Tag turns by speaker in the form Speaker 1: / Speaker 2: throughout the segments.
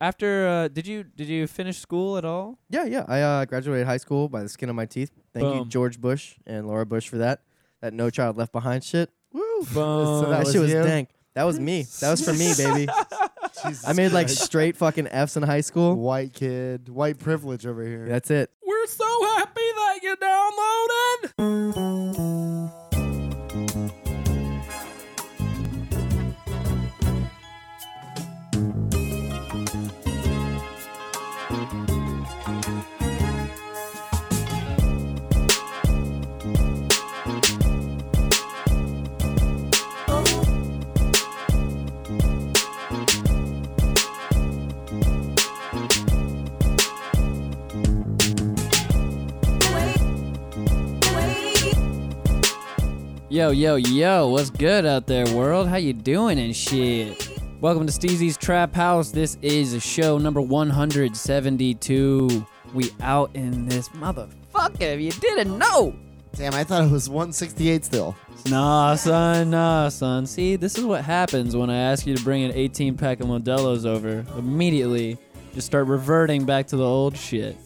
Speaker 1: after uh, did you did you finish school at all?
Speaker 2: Yeah, yeah. I uh, graduated high school by the skin of my teeth. Thank you,
Speaker 1: Boom.
Speaker 2: George Bush and Laura Bush, for that. That No Child Left Behind shit. Woo!
Speaker 1: Boom.
Speaker 2: that, shit was
Speaker 3: Oh, you?
Speaker 2: dank. That was me. That was for me, baby. I made like straight fucking F's in high school.
Speaker 3: white kid, white privilege over here.
Speaker 2: That's it.
Speaker 1: We're so happy that you downloaded. Yo, yo, yo, what's good out there, world? How you doing and shit? Welcome to Steezy's Trap House. This is show number 172. We out in this motherfucker. If you didn't know.
Speaker 3: Damn, I thought it was 168 still.
Speaker 1: Nah, son, nah, son. See, this is what happens when I ask you to bring an 18 pack of Modelo's over. Immediately, just start reverting back to the old shit.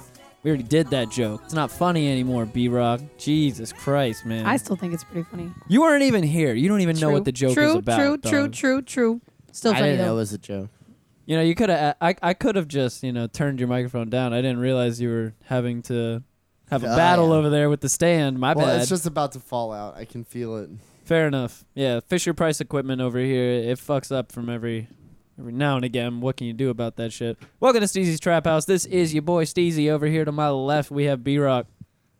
Speaker 1: We already did that joke. It's not funny anymore, B Rock. Jesus Christ, man.
Speaker 4: I still think it's pretty funny.
Speaker 1: you weren't even here. You don't even know
Speaker 4: True.
Speaker 1: what the joke
Speaker 4: true,
Speaker 1: is about.
Speaker 4: True, true,
Speaker 1: dog.
Speaker 4: true, true. Still
Speaker 3: I
Speaker 4: funny
Speaker 3: didn't
Speaker 4: though.
Speaker 3: know it was a joke.
Speaker 1: You know, you could have. I, I could have just you know turned your microphone down. I didn't realize you were having to have a
Speaker 3: Oh,
Speaker 1: battle
Speaker 3: yeah.
Speaker 1: over there with the stand. My
Speaker 3: well,
Speaker 1: bad.
Speaker 3: it's just about to fall out. I can feel it.
Speaker 1: Fair enough. Yeah, Fisher Price equipment over here. It fucks up from every every now and again. What can you do about that shit? Welcome to Steezy's Trap House. This is your boy Steezy. Over here to my left, we have B Rock.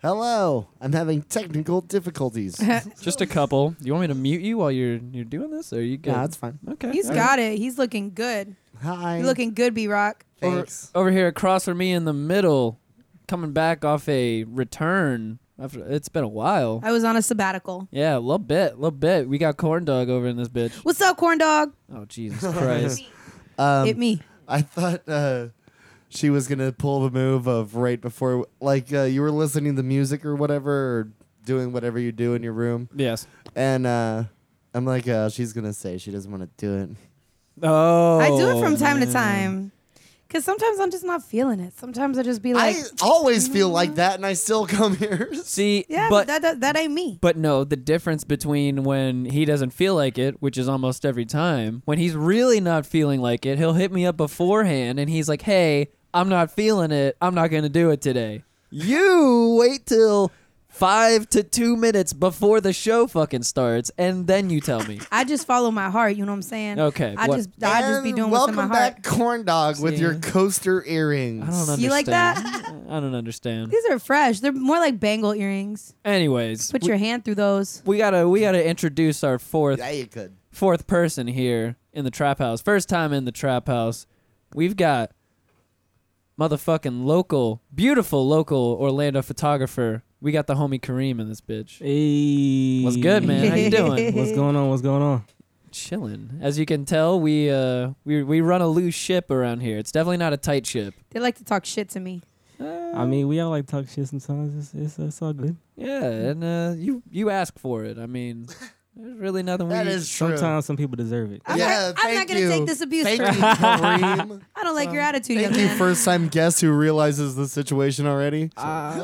Speaker 3: Hello, I'm having technical difficulties.
Speaker 1: Just a couple. You want me to mute you while you're you're doing this? Or are you good?
Speaker 3: Yeah, that's fine.
Speaker 1: okay.
Speaker 4: He's
Speaker 1: all right.
Speaker 4: got it. He's looking good.
Speaker 3: Hi.
Speaker 4: You're looking good, B Rock.
Speaker 3: Thanks.
Speaker 1: over here across from me in the middle, coming back off a return. After it's been a while.
Speaker 4: I was on a sabbatical.
Speaker 1: Yeah, a little bit, little bit. We got corn dog over in this bitch.
Speaker 4: What's up, corn dog?
Speaker 1: Oh Jesus Christ!
Speaker 3: Um,
Speaker 4: Hit me.
Speaker 3: I thought uh, she was gonna pull the move of right before, like uh, you were listening to music or whatever, or doing whatever you do in your room,
Speaker 1: yes.
Speaker 3: and uh, I'm like, uh, she's gonna say she doesn't want to do it.
Speaker 1: Oh.
Speaker 4: I do it from time to
Speaker 1: man.
Speaker 4: time. Cause sometimes I'm just not feeling it. Sometimes I just be like, "Mm-hmm."
Speaker 3: I always feel like that, and I still come here.
Speaker 1: See,
Speaker 4: yeah,
Speaker 1: but
Speaker 4: but, that, that that ain't me.
Speaker 1: But no, the difference between when he doesn't feel like it, which is almost every time, when he's really not feeling like it, he'll hit me up beforehand and he's like, hey, I'm not feeling it. I'm not going to do it today. You wait till five to two minutes before the show fucking starts and then you tell me.
Speaker 4: I just follow my heart. You know what I'm saying?
Speaker 1: Okay,
Speaker 4: I
Speaker 1: what-
Speaker 4: just I just be
Speaker 3: And
Speaker 4: doing what's in
Speaker 3: welcome
Speaker 4: my heart.
Speaker 3: back, corn dog, with
Speaker 1: See?
Speaker 3: your coaster earrings.
Speaker 1: I don't understand.
Speaker 4: You like
Speaker 1: I don't understand.
Speaker 4: These are fresh. They're more like bangle earrings.
Speaker 1: Anyways,
Speaker 4: Put
Speaker 1: we,
Speaker 4: your hand through those.
Speaker 1: we gotta we gotta introduce our fourth
Speaker 3: Yeah, you could.
Speaker 1: fourth person here in the trap house. First time in the trap house. We've got motherfucking local, beautiful local Orlando photographer. We got the homie Kareem in this bitch.
Speaker 5: Hey.
Speaker 1: What's good, man? How you doing?
Speaker 5: What's going on? What's going on?
Speaker 1: Chilling. As you can tell, we uh we we run a loose ship around here. It's definitely not a tight ship.
Speaker 4: They like to talk shit to me.
Speaker 5: I mean, we all like talk shit sometimes. It's it's, it's all good.
Speaker 1: Yeah, and uh, you you ask for it. I mean, there's really nothing we
Speaker 3: That is true.
Speaker 5: Sometimes some people deserve it.
Speaker 4: I'm
Speaker 3: Yeah,
Speaker 4: not, I'm not
Speaker 3: thank
Speaker 4: gonna
Speaker 3: you.
Speaker 4: take this abuse.
Speaker 3: Thank
Speaker 4: from
Speaker 3: you,
Speaker 4: you.
Speaker 3: Kareem.
Speaker 4: I don't like your attitude, young
Speaker 3: Thank you,
Speaker 4: man.
Speaker 3: first time guest who realizes the situation already.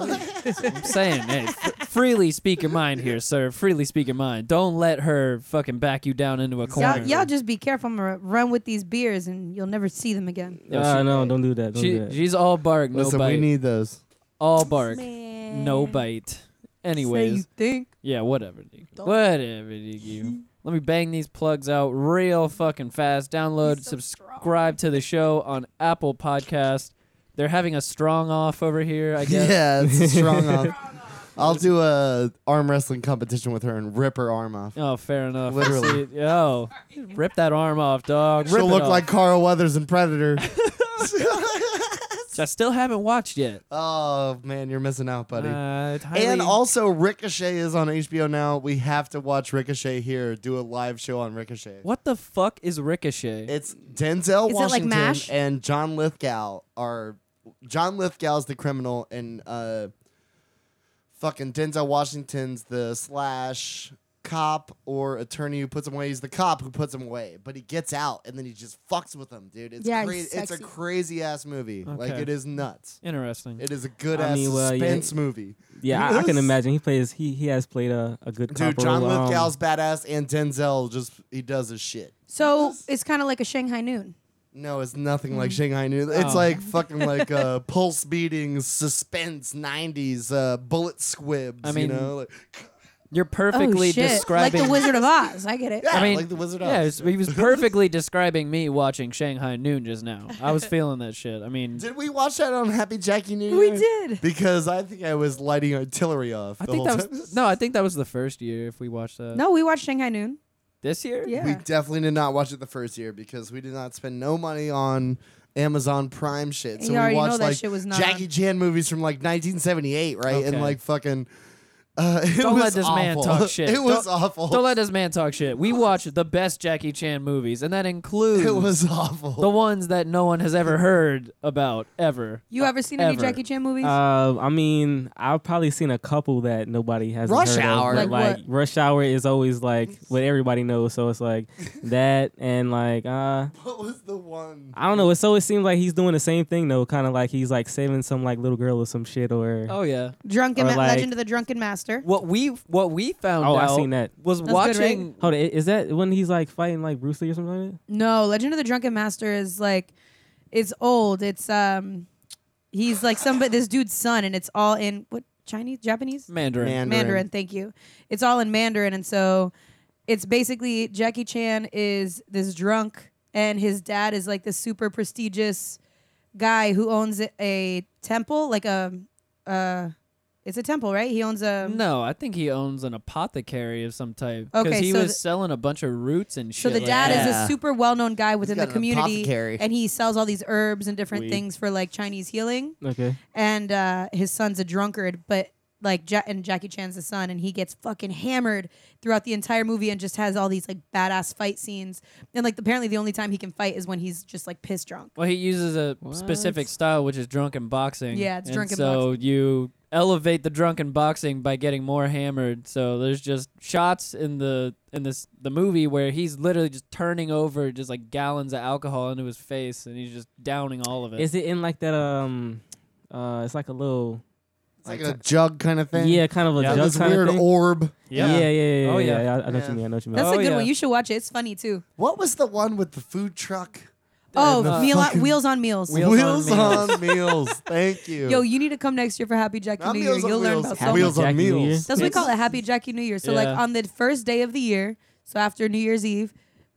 Speaker 1: I'm saying, hey, f- freely speak your mind here, sir. Freely speak your mind. Don't let her fucking back you down into a corner.
Speaker 4: Y'all, y'all just be careful. I'm gonna run with these beers, and you'll never see them again.
Speaker 1: Yo,
Speaker 5: Ah,
Speaker 1: she-
Speaker 5: no, don't do that. Don't do
Speaker 1: She,
Speaker 5: that.
Speaker 1: she's all bark, no
Speaker 3: Listen,
Speaker 1: bite.
Speaker 3: we need those.
Speaker 1: all bark,
Speaker 4: Man.
Speaker 1: no bite.
Speaker 4: Say
Speaker 1: Anyways,
Speaker 4: you think?
Speaker 1: yeah, whatever, nigga. whatever, nigga. Let me bang these plugs out real fucking fast. Download,
Speaker 4: He's so
Speaker 1: subscribe to the show on Apple Podcast. They're having a strong off over here, I guess.
Speaker 3: Yeah, it's a strong arm. I'll do a arm wrestling competition with her and rip her arm off.
Speaker 1: Oh, fair enough.
Speaker 3: Literally.
Speaker 1: See, yo, rip that arm off, dog. Rip
Speaker 3: She'll
Speaker 1: it
Speaker 3: look
Speaker 1: off.
Speaker 3: like Carl Weathers in Predator.
Speaker 1: Which I still haven't watched yet.
Speaker 3: oh man, you're missing out, buddy.
Speaker 1: Uh, it's highly-
Speaker 3: and also, Ricochet is on HBO now. We have to watch Ricochet here. Do a live show on Ricochet.
Speaker 1: what the fuck is Ricochet?
Speaker 3: It's Denzel
Speaker 4: Is it like
Speaker 3: Washington
Speaker 4: MASH?
Speaker 3: and John Lithgow are John Lithgow's the criminal and uh fucking Denzel Washington's the slash cop or attorney who puts him away. He's the cop who puts him away, but he gets out and then he just fucks with him, dude. It's
Speaker 4: Yeah,
Speaker 3: cra-
Speaker 4: he's
Speaker 3: it's a
Speaker 4: sexy.
Speaker 3: crazy ass movie. Like
Speaker 1: Okay.
Speaker 3: it is nuts.
Speaker 1: Interesting.
Speaker 3: It is a good
Speaker 5: I
Speaker 3: ass
Speaker 5: mean, well, yeah.
Speaker 3: suspense movie.
Speaker 5: Yeah, I, I can
Speaker 3: Yes.
Speaker 5: imagine he plays. He he has played a, a good
Speaker 3: Dude,
Speaker 5: cop
Speaker 3: John
Speaker 5: role, um,
Speaker 3: Lithgow's badass and Denzel just he does his shit.
Speaker 4: So it's kind of like a Shanghai Noon.
Speaker 3: No, it's nothing like Shanghai New. It's
Speaker 1: Oh.
Speaker 3: like fucking like uh, pulse beating suspense '90s uh, bullet squibs.
Speaker 1: I mean,
Speaker 3: you know, like,
Speaker 1: You're perfectly
Speaker 4: oh shit!
Speaker 1: describing.
Speaker 4: Like the Wizard of Oz. I get it.
Speaker 3: Yeah,
Speaker 1: I mean,
Speaker 3: like the Wizard of
Speaker 1: yeah,
Speaker 3: Oz.
Speaker 1: it's- he was perfectly describing me watching Shanghai Noon just now. I was feeling that shit. I mean,
Speaker 3: did we watch that on Happy Jackie New Year?
Speaker 4: We did.
Speaker 3: because I think I was lighting artillery off.
Speaker 1: I
Speaker 3: the
Speaker 1: think
Speaker 3: whole
Speaker 1: that
Speaker 3: time.
Speaker 1: was no. I think that was the first year if we watched that.
Speaker 4: No, we watched Shanghai Noon.
Speaker 1: this year.
Speaker 4: Yeah.
Speaker 3: We definitely did not watch it the first year because we did not spend no money on Amazon Prime shit.
Speaker 4: And
Speaker 3: So
Speaker 4: you
Speaker 3: we
Speaker 4: already know
Speaker 3: watched
Speaker 4: that
Speaker 3: like
Speaker 4: shit was not
Speaker 3: Jackie
Speaker 4: on.
Speaker 3: Chan movies from like 1978, right?
Speaker 1: Okay.
Speaker 3: And like fucking. Uh, it
Speaker 1: Don't let
Speaker 3: was
Speaker 1: this
Speaker 3: awful.
Speaker 1: man talk shit.
Speaker 3: It was
Speaker 1: Don't-
Speaker 3: awful.
Speaker 1: Don't let this man talk shit. We watched the best Jackie Chan movies, and that includes
Speaker 3: it was awful.
Speaker 1: the ones that no one has ever heard about ever.
Speaker 4: You ever seen any
Speaker 1: ever.
Speaker 4: Jackie Chan movies?
Speaker 5: Uh, I mean, I've probably seen a couple that nobody has.
Speaker 3: Rush
Speaker 5: heard of,
Speaker 3: Hour.
Speaker 5: but,
Speaker 4: Like
Speaker 5: like,
Speaker 4: what?
Speaker 5: rush hour is always like what everybody knows. So it's like that, and like uh,
Speaker 3: what was the one?
Speaker 5: I don't know. It's always seems like he's doing the same thing though. Kind of like he's like saving some like little girl or some shit or.
Speaker 1: Oh yeah.
Speaker 4: Drunken
Speaker 5: or
Speaker 4: Ma-
Speaker 5: like-
Speaker 4: Legend of the Drunken Master.
Speaker 1: What we what we found
Speaker 5: Oh, I
Speaker 1: out
Speaker 5: seen that.
Speaker 1: was
Speaker 4: That's good, right?
Speaker 1: watching
Speaker 5: Hold on, i- is that when he's like fighting like Bruce Lee or something like that?
Speaker 4: No, Legend of the Drunken Master is like, it's old. It's um, he's like somebody this dude's son, and it's all in what Chinese, Japanese,
Speaker 1: Mandarin.
Speaker 4: Mandarin. Thank you. It's all in Mandarin, and so it's basically Jackie Chan is this drunk, and his dad is like this super prestigious guy who owns a temple, like a, uh, it's a temple, right? He owns a
Speaker 1: No, I think he owns an apothecary of some type
Speaker 4: Okay,
Speaker 1: he
Speaker 4: so
Speaker 1: was
Speaker 4: the-
Speaker 1: selling a bunch of roots and
Speaker 4: So
Speaker 1: shit.
Speaker 4: the
Speaker 1: like
Speaker 4: dad
Speaker 1: that.
Speaker 4: is a
Speaker 3: that.
Speaker 4: super well-known guy within
Speaker 3: got
Speaker 4: the
Speaker 3: an
Speaker 4: community,
Speaker 3: apothecary.
Speaker 4: and he sells all these herbs and different
Speaker 5: Weed.
Speaker 4: things for like Chinese healing.
Speaker 5: Okay.
Speaker 4: And uh, his son's a drunkard, but like ja- and Jackie Chan's the son, and he gets fucking hammered throughout the entire movie, and just has all these like badass fight scenes. And like apparently, the only time he can fight is when he's just like pissed drunk.
Speaker 1: Well, he uses a specific style, which is drunken boxing.
Speaker 4: Yeah, it's
Speaker 1: and
Speaker 4: drunken
Speaker 1: so you elevate the drunken boxing by getting more hammered. So there's just shots in the in this the movie where he's literally just turning over just like gallons of alcohol into his face, and he's just downing all of it.
Speaker 5: Is it in like that? Um, uh, it's like a little.
Speaker 3: It's like a jug kind of thing.
Speaker 5: Yeah, kind of a
Speaker 1: Yeah,
Speaker 3: And
Speaker 5: jug
Speaker 3: this
Speaker 5: kind
Speaker 3: weird
Speaker 5: of thing.
Speaker 3: orb.
Speaker 5: yeah, yeah, yeah, yeah.
Speaker 1: Oh, yeah.
Speaker 5: yeah, I, I know what you
Speaker 3: Yeah.
Speaker 5: mean. I know what you mean.
Speaker 4: That's a
Speaker 1: Oh,
Speaker 4: good
Speaker 1: yeah.
Speaker 4: one. You should watch it. It's funny too.
Speaker 3: What was the one with the food truck?
Speaker 4: Oh,
Speaker 3: the
Speaker 4: meal on,
Speaker 3: fucking-
Speaker 4: Wheels on Meals.
Speaker 1: Wheels on
Speaker 3: on, meals. Thank you.
Speaker 4: Yo, you need to come next year for Happy Jackie
Speaker 3: Not
Speaker 4: New Year.
Speaker 3: Meals on
Speaker 4: You'll learn
Speaker 3: Wheels.
Speaker 4: about so
Speaker 5: Happy
Speaker 4: much.
Speaker 3: Wheels on
Speaker 5: Jackie New
Speaker 3: meals.
Speaker 5: Year.
Speaker 4: That's what we
Speaker 1: It's-
Speaker 4: call it, Happy Jackie New Year. So like
Speaker 1: Yeah.
Speaker 4: on the first day of the year, so after New Year's Eve,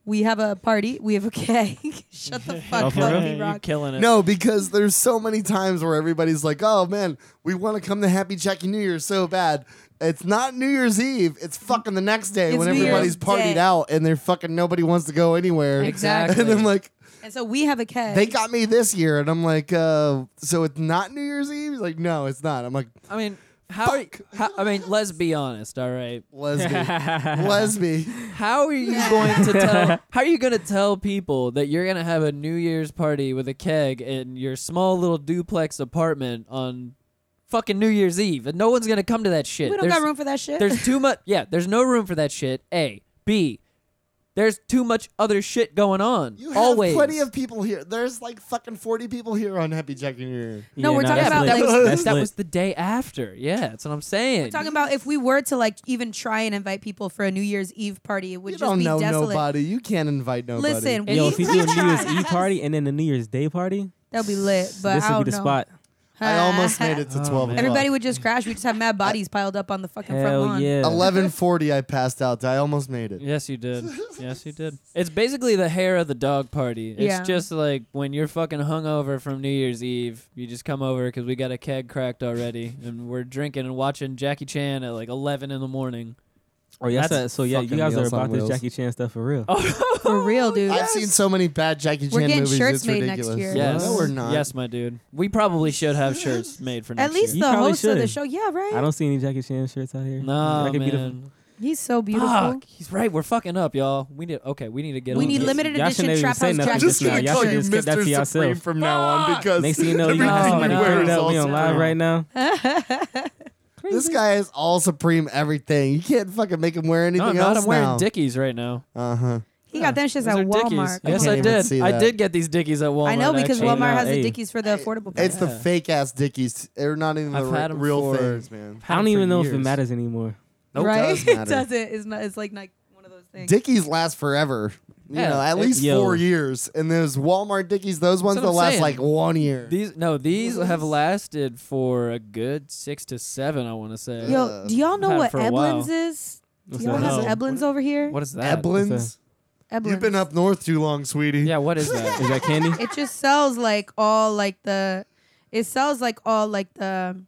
Speaker 4: we have a party. We have a cake. Shut the fuck
Speaker 5: Oh, for
Speaker 4: up,
Speaker 5: real?
Speaker 4: B
Speaker 1: You're
Speaker 4: Rock.
Speaker 1: killing it.
Speaker 3: No, because there's so many times where everybody's like, "Oh man, we want to come to Happy Jackie New Year so bad." It's not New Year's Eve. It's fucking the next day
Speaker 4: It's
Speaker 3: when
Speaker 4: New Year's
Speaker 3: everybody's partied
Speaker 4: Day.
Speaker 3: out and they're fucking nobody wants to go anywhere.
Speaker 1: Exactly.
Speaker 3: And I'm like,
Speaker 4: And so we have a cake.
Speaker 3: they got me this year, and I'm like, uh, so it's not New Year's Eve? He's like, no, it's not. I'm like,
Speaker 1: I mean, how, are you-
Speaker 3: Fuck.
Speaker 1: how? I mean, let's be honest. All right,
Speaker 3: lesbian, lesbian.
Speaker 1: how are you going to tell? How are you going to tell people that you're going to have a New Year's party with a keg in your small little duplex apartment on fucking New Year's Eve, and no one's going to come to that shit?
Speaker 4: we don't
Speaker 1: there's,
Speaker 4: got room for that shit.
Speaker 1: there's too much. Yeah, there's no room for that shit. A, B. There's too much other shit going on.
Speaker 3: You have
Speaker 1: Always.
Speaker 3: plenty of people here. There's like fucking 40 people here on Happy Jackie New Year.
Speaker 4: No, we're talking
Speaker 5: that's
Speaker 4: about,
Speaker 5: lit.
Speaker 4: like-
Speaker 5: That's
Speaker 1: that
Speaker 5: lit.
Speaker 1: was the day after. Yeah, that's what I'm saying.
Speaker 4: Talking about if we were to like even try and invite people for a New Year's Eve party, it would
Speaker 3: you
Speaker 4: just
Speaker 3: don't
Speaker 4: be
Speaker 3: know
Speaker 4: desolate.
Speaker 3: nobody. You can't invite nobody.
Speaker 4: Listen,
Speaker 5: Yo,
Speaker 4: we-
Speaker 5: if you do a New Year's
Speaker 4: tried.
Speaker 5: Eve party and then the New Year's Day party,
Speaker 4: That'd be lit. But
Speaker 5: this
Speaker 4: I
Speaker 5: would
Speaker 4: don't
Speaker 5: be the
Speaker 4: know.
Speaker 5: spot.
Speaker 3: I almost made it to
Speaker 5: Oh,
Speaker 3: 12
Speaker 5: man.
Speaker 3: o'clock.
Speaker 4: Everybody would just crash. We just have mad bodies piled up on the fucking front
Speaker 5: Hell
Speaker 4: lawn.
Speaker 5: yeah.
Speaker 3: 11:40 I passed out. I almost made it.
Speaker 1: Yes, you did. Yes, you did. It's basically the hair of the dog party. It's
Speaker 4: Yeah.
Speaker 1: just like when you're fucking hungover from New Year's Eve, you just come over because we got a keg cracked already, and we're drinking and watching Jackie Chan at like 11 in the morning.
Speaker 5: Oh yeah,
Speaker 1: That's
Speaker 5: so, so yeah, you
Speaker 3: fucking
Speaker 5: guys are
Speaker 3: Meals on
Speaker 5: about this
Speaker 3: Wheels.
Speaker 5: Jackie Chan stuff for real.
Speaker 4: For real, dude.
Speaker 3: I've seen so many bad Jackie Chan
Speaker 4: We're getting
Speaker 3: movies.
Speaker 4: shirts
Speaker 3: it's
Speaker 4: made next
Speaker 3: ridiculous.
Speaker 4: year.
Speaker 1: Yes.
Speaker 3: No, we're not.
Speaker 1: Yes, my dude. We probably should have shirts made for next
Speaker 4: At least
Speaker 1: year.
Speaker 5: You
Speaker 4: the
Speaker 5: probably
Speaker 4: host of the
Speaker 5: should.
Speaker 4: show. Yeah,
Speaker 5: I
Speaker 4: right.
Speaker 5: don't see any Jackie Chan shirts out here.
Speaker 1: No,
Speaker 5: That could be the-
Speaker 1: man.
Speaker 4: He's so beautiful.
Speaker 1: Fuck. He's right. We're fucking up, y'all. We need. Okay, we need to get.
Speaker 4: We
Speaker 1: on
Speaker 4: need
Speaker 1: this.
Speaker 4: limited
Speaker 5: Y'all
Speaker 4: edition
Speaker 5: shouldn't even
Speaker 4: Trap
Speaker 5: say
Speaker 4: House
Speaker 5: nothing.
Speaker 3: I'm
Speaker 4: Jack.
Speaker 3: just
Speaker 5: Nah,
Speaker 3: gonna
Speaker 5: y'all
Speaker 3: call
Speaker 5: should
Speaker 3: you
Speaker 5: just keep that to
Speaker 3: Mr.
Speaker 5: yourself.
Speaker 3: Supreme from now on because
Speaker 5: Next thing you know, you
Speaker 3: everything
Speaker 1: got
Speaker 5: got
Speaker 1: somebody
Speaker 5: somebody
Speaker 1: wearing
Speaker 5: printed
Speaker 1: is
Speaker 5: out
Speaker 1: all
Speaker 5: me on live
Speaker 3: Supreme.
Speaker 5: right now.
Speaker 3: This guy is all supreme everything. You can't fucking make him wear
Speaker 1: No,
Speaker 3: anything
Speaker 1: I'm not.
Speaker 3: else
Speaker 1: I'm wearing
Speaker 3: now.
Speaker 1: Dickies right now.
Speaker 3: Uh huh.
Speaker 4: He got them shits
Speaker 1: Those
Speaker 4: at
Speaker 1: are Dickies.
Speaker 4: Walmart.
Speaker 3: I
Speaker 1: Yes,
Speaker 3: can't
Speaker 1: I,
Speaker 3: even see
Speaker 1: did. I
Speaker 3: that.
Speaker 1: did get these Dickies at Walmart.
Speaker 4: I know because
Speaker 1: actually.
Speaker 4: Walmart has
Speaker 5: Hey.
Speaker 4: the Dickies for the affordable.
Speaker 3: It's the
Speaker 1: Yeah.
Speaker 3: fake ass Dickies. They're not even
Speaker 1: I've
Speaker 3: the
Speaker 1: had
Speaker 3: re-
Speaker 1: 'em
Speaker 3: real
Speaker 1: for-
Speaker 3: things, man.
Speaker 5: I don't even know if it matters anymore.
Speaker 3: Nope,
Speaker 4: right.
Speaker 3: does
Speaker 4: it
Speaker 3: matter.
Speaker 4: doesn't. It's not. It's like like one of those things.
Speaker 3: Dickies last forever. You
Speaker 1: Yeah,
Speaker 3: know, at
Speaker 1: it-
Speaker 3: least
Speaker 5: yo.
Speaker 3: four years. And those Walmart Dickies, those ones
Speaker 1: what
Speaker 3: that
Speaker 1: I'm
Speaker 3: last
Speaker 1: saying.
Speaker 3: like one year.
Speaker 1: These no, these have lasted for a good six to seven. I want to say.
Speaker 3: uh,
Speaker 4: Yo, do y'all know
Speaker 1: Had
Speaker 4: what
Speaker 1: for a while.
Speaker 4: Eblins is? Do
Speaker 5: What's
Speaker 4: y'all
Speaker 5: that?
Speaker 4: have Eblins over here?
Speaker 1: what is that?
Speaker 3: Eblins?
Speaker 4: Eblins.
Speaker 3: You've been up north too long, sweetie.
Speaker 1: Yeah, what is that?
Speaker 5: Is that candy?
Speaker 4: It just sells like all like the. It sells like all like the.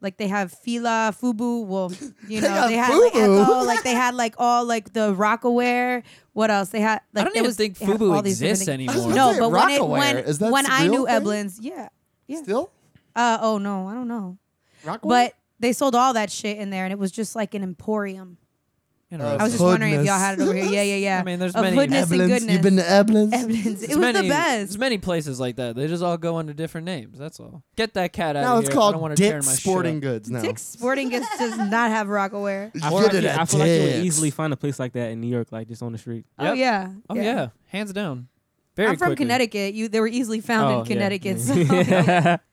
Speaker 4: Like they have Fila, Fubu, well, you know,
Speaker 3: got
Speaker 4: they had like
Speaker 3: Fubu.
Speaker 4: Echo, like they had like all like the Rockaware. What else? They had like
Speaker 1: I don't
Speaker 4: it
Speaker 1: even
Speaker 4: was,
Speaker 1: think
Speaker 4: it had
Speaker 1: Fubu
Speaker 4: all these different
Speaker 1: exists
Speaker 4: things.
Speaker 1: anymore.
Speaker 3: I
Speaker 4: No,
Speaker 3: was
Speaker 4: but
Speaker 3: gonna
Speaker 4: when
Speaker 3: say
Speaker 4: it when
Speaker 3: Rockaware. Is that
Speaker 4: when
Speaker 3: the
Speaker 4: I
Speaker 3: real
Speaker 4: knew
Speaker 3: thing?
Speaker 4: Eblins, yeah, yeah.
Speaker 3: Still?
Speaker 4: Uh oh no, I don't know.
Speaker 3: Rock
Speaker 4: But they sold all that shit in there, and it was just like an emporium. I was just
Speaker 3: Hoodness.
Speaker 4: wondering if y'all had it over here. Yeah, yeah, yeah.
Speaker 1: I mean, there's
Speaker 4: of
Speaker 1: many-
Speaker 4: hoodness and
Speaker 3: Eblins.
Speaker 4: goodness.
Speaker 3: You've been to Eblins?
Speaker 4: Eblins. It
Speaker 1: There's
Speaker 4: was
Speaker 1: many,
Speaker 4: the
Speaker 1: There's
Speaker 4: best.
Speaker 1: many places like that. They just all go under different names. That's all. Get that cat out
Speaker 3: Now
Speaker 1: of
Speaker 3: it's
Speaker 1: here. I don't
Speaker 3: called
Speaker 1: want to tear
Speaker 3: Dick
Speaker 1: my shit
Speaker 3: Sporting
Speaker 1: up.
Speaker 3: Goods now.
Speaker 4: Dick's Sporting Goods does not have Rockaware.
Speaker 3: You
Speaker 5: I feel, like,
Speaker 3: get it
Speaker 5: you-
Speaker 3: at
Speaker 5: I feel like you would
Speaker 3: Dick's.
Speaker 5: easily find a place like that in New York, like just on the street.
Speaker 4: Oh yeah.
Speaker 1: Oh yeah, hands down. Very
Speaker 4: I'm from
Speaker 1: quickly.
Speaker 4: Connecticut. You, they were easily found
Speaker 5: Oh,
Speaker 4: in
Speaker 5: yeah.
Speaker 4: Connecticut. So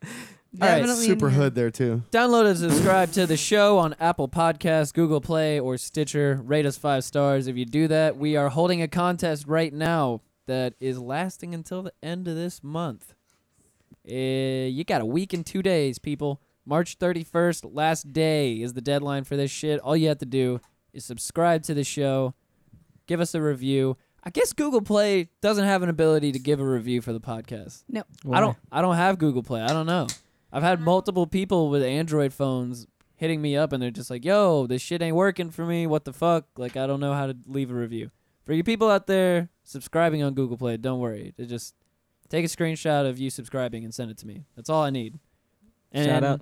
Speaker 5: Yeah.
Speaker 1: right,
Speaker 4: definitely in
Speaker 3: Super
Speaker 4: here.
Speaker 3: hood there too.
Speaker 1: Download and subscribe to the show on Apple Podcasts, Google Play, or Stitcher. Rate us five stars if you do that. We are holding a contest right now that is lasting until the end of this month. Uh, you got a week and two days, people. March 31st, last day, is the deadline for this shit. All you have to do is subscribe to the show, give us a review. I guess Google Play doesn't have an ability to give a review for the podcast.
Speaker 4: No.
Speaker 1: I don't. I don't have Google Play. I don't know. I've had multiple people with Android phones hitting me up, and they're just like, "Yo, this shit ain't working for me. What the fuck? Like, I don't know how to leave a review." For you people out there subscribing on Google Play, don't worry. It just take a screenshot of you subscribing and send it to me. That's all I need. And,
Speaker 5: Shout out.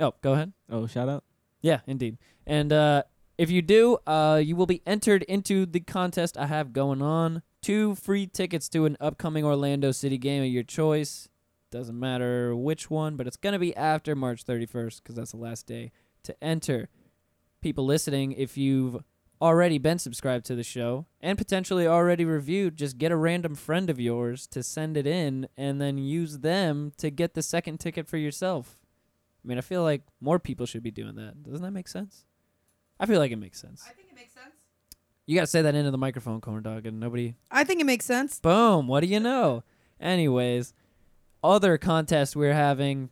Speaker 1: Oh, go ahead.
Speaker 5: Oh, shout out.
Speaker 1: Yeah, indeed. And uh, if you do, uh, you will be entered into the contest I have going on. Two free tickets to an upcoming Orlando City game of your choice. Doesn't matter which one, but it's going to be after March 31st because that's the last day to enter. People listening, if you've already been subscribed to the show and potentially already reviewed, just get a random friend of yours to send it in and then use them to get the second ticket for yourself. I mean, I feel like more people should be doing that. Doesn't that make sense? I feel like it makes sense.
Speaker 4: I think it makes sense.
Speaker 1: You got to say that into the microphone, corn dog, and nobody.
Speaker 4: I think it makes sense.
Speaker 1: Boom! What do you know? Anyways, other contest we're having.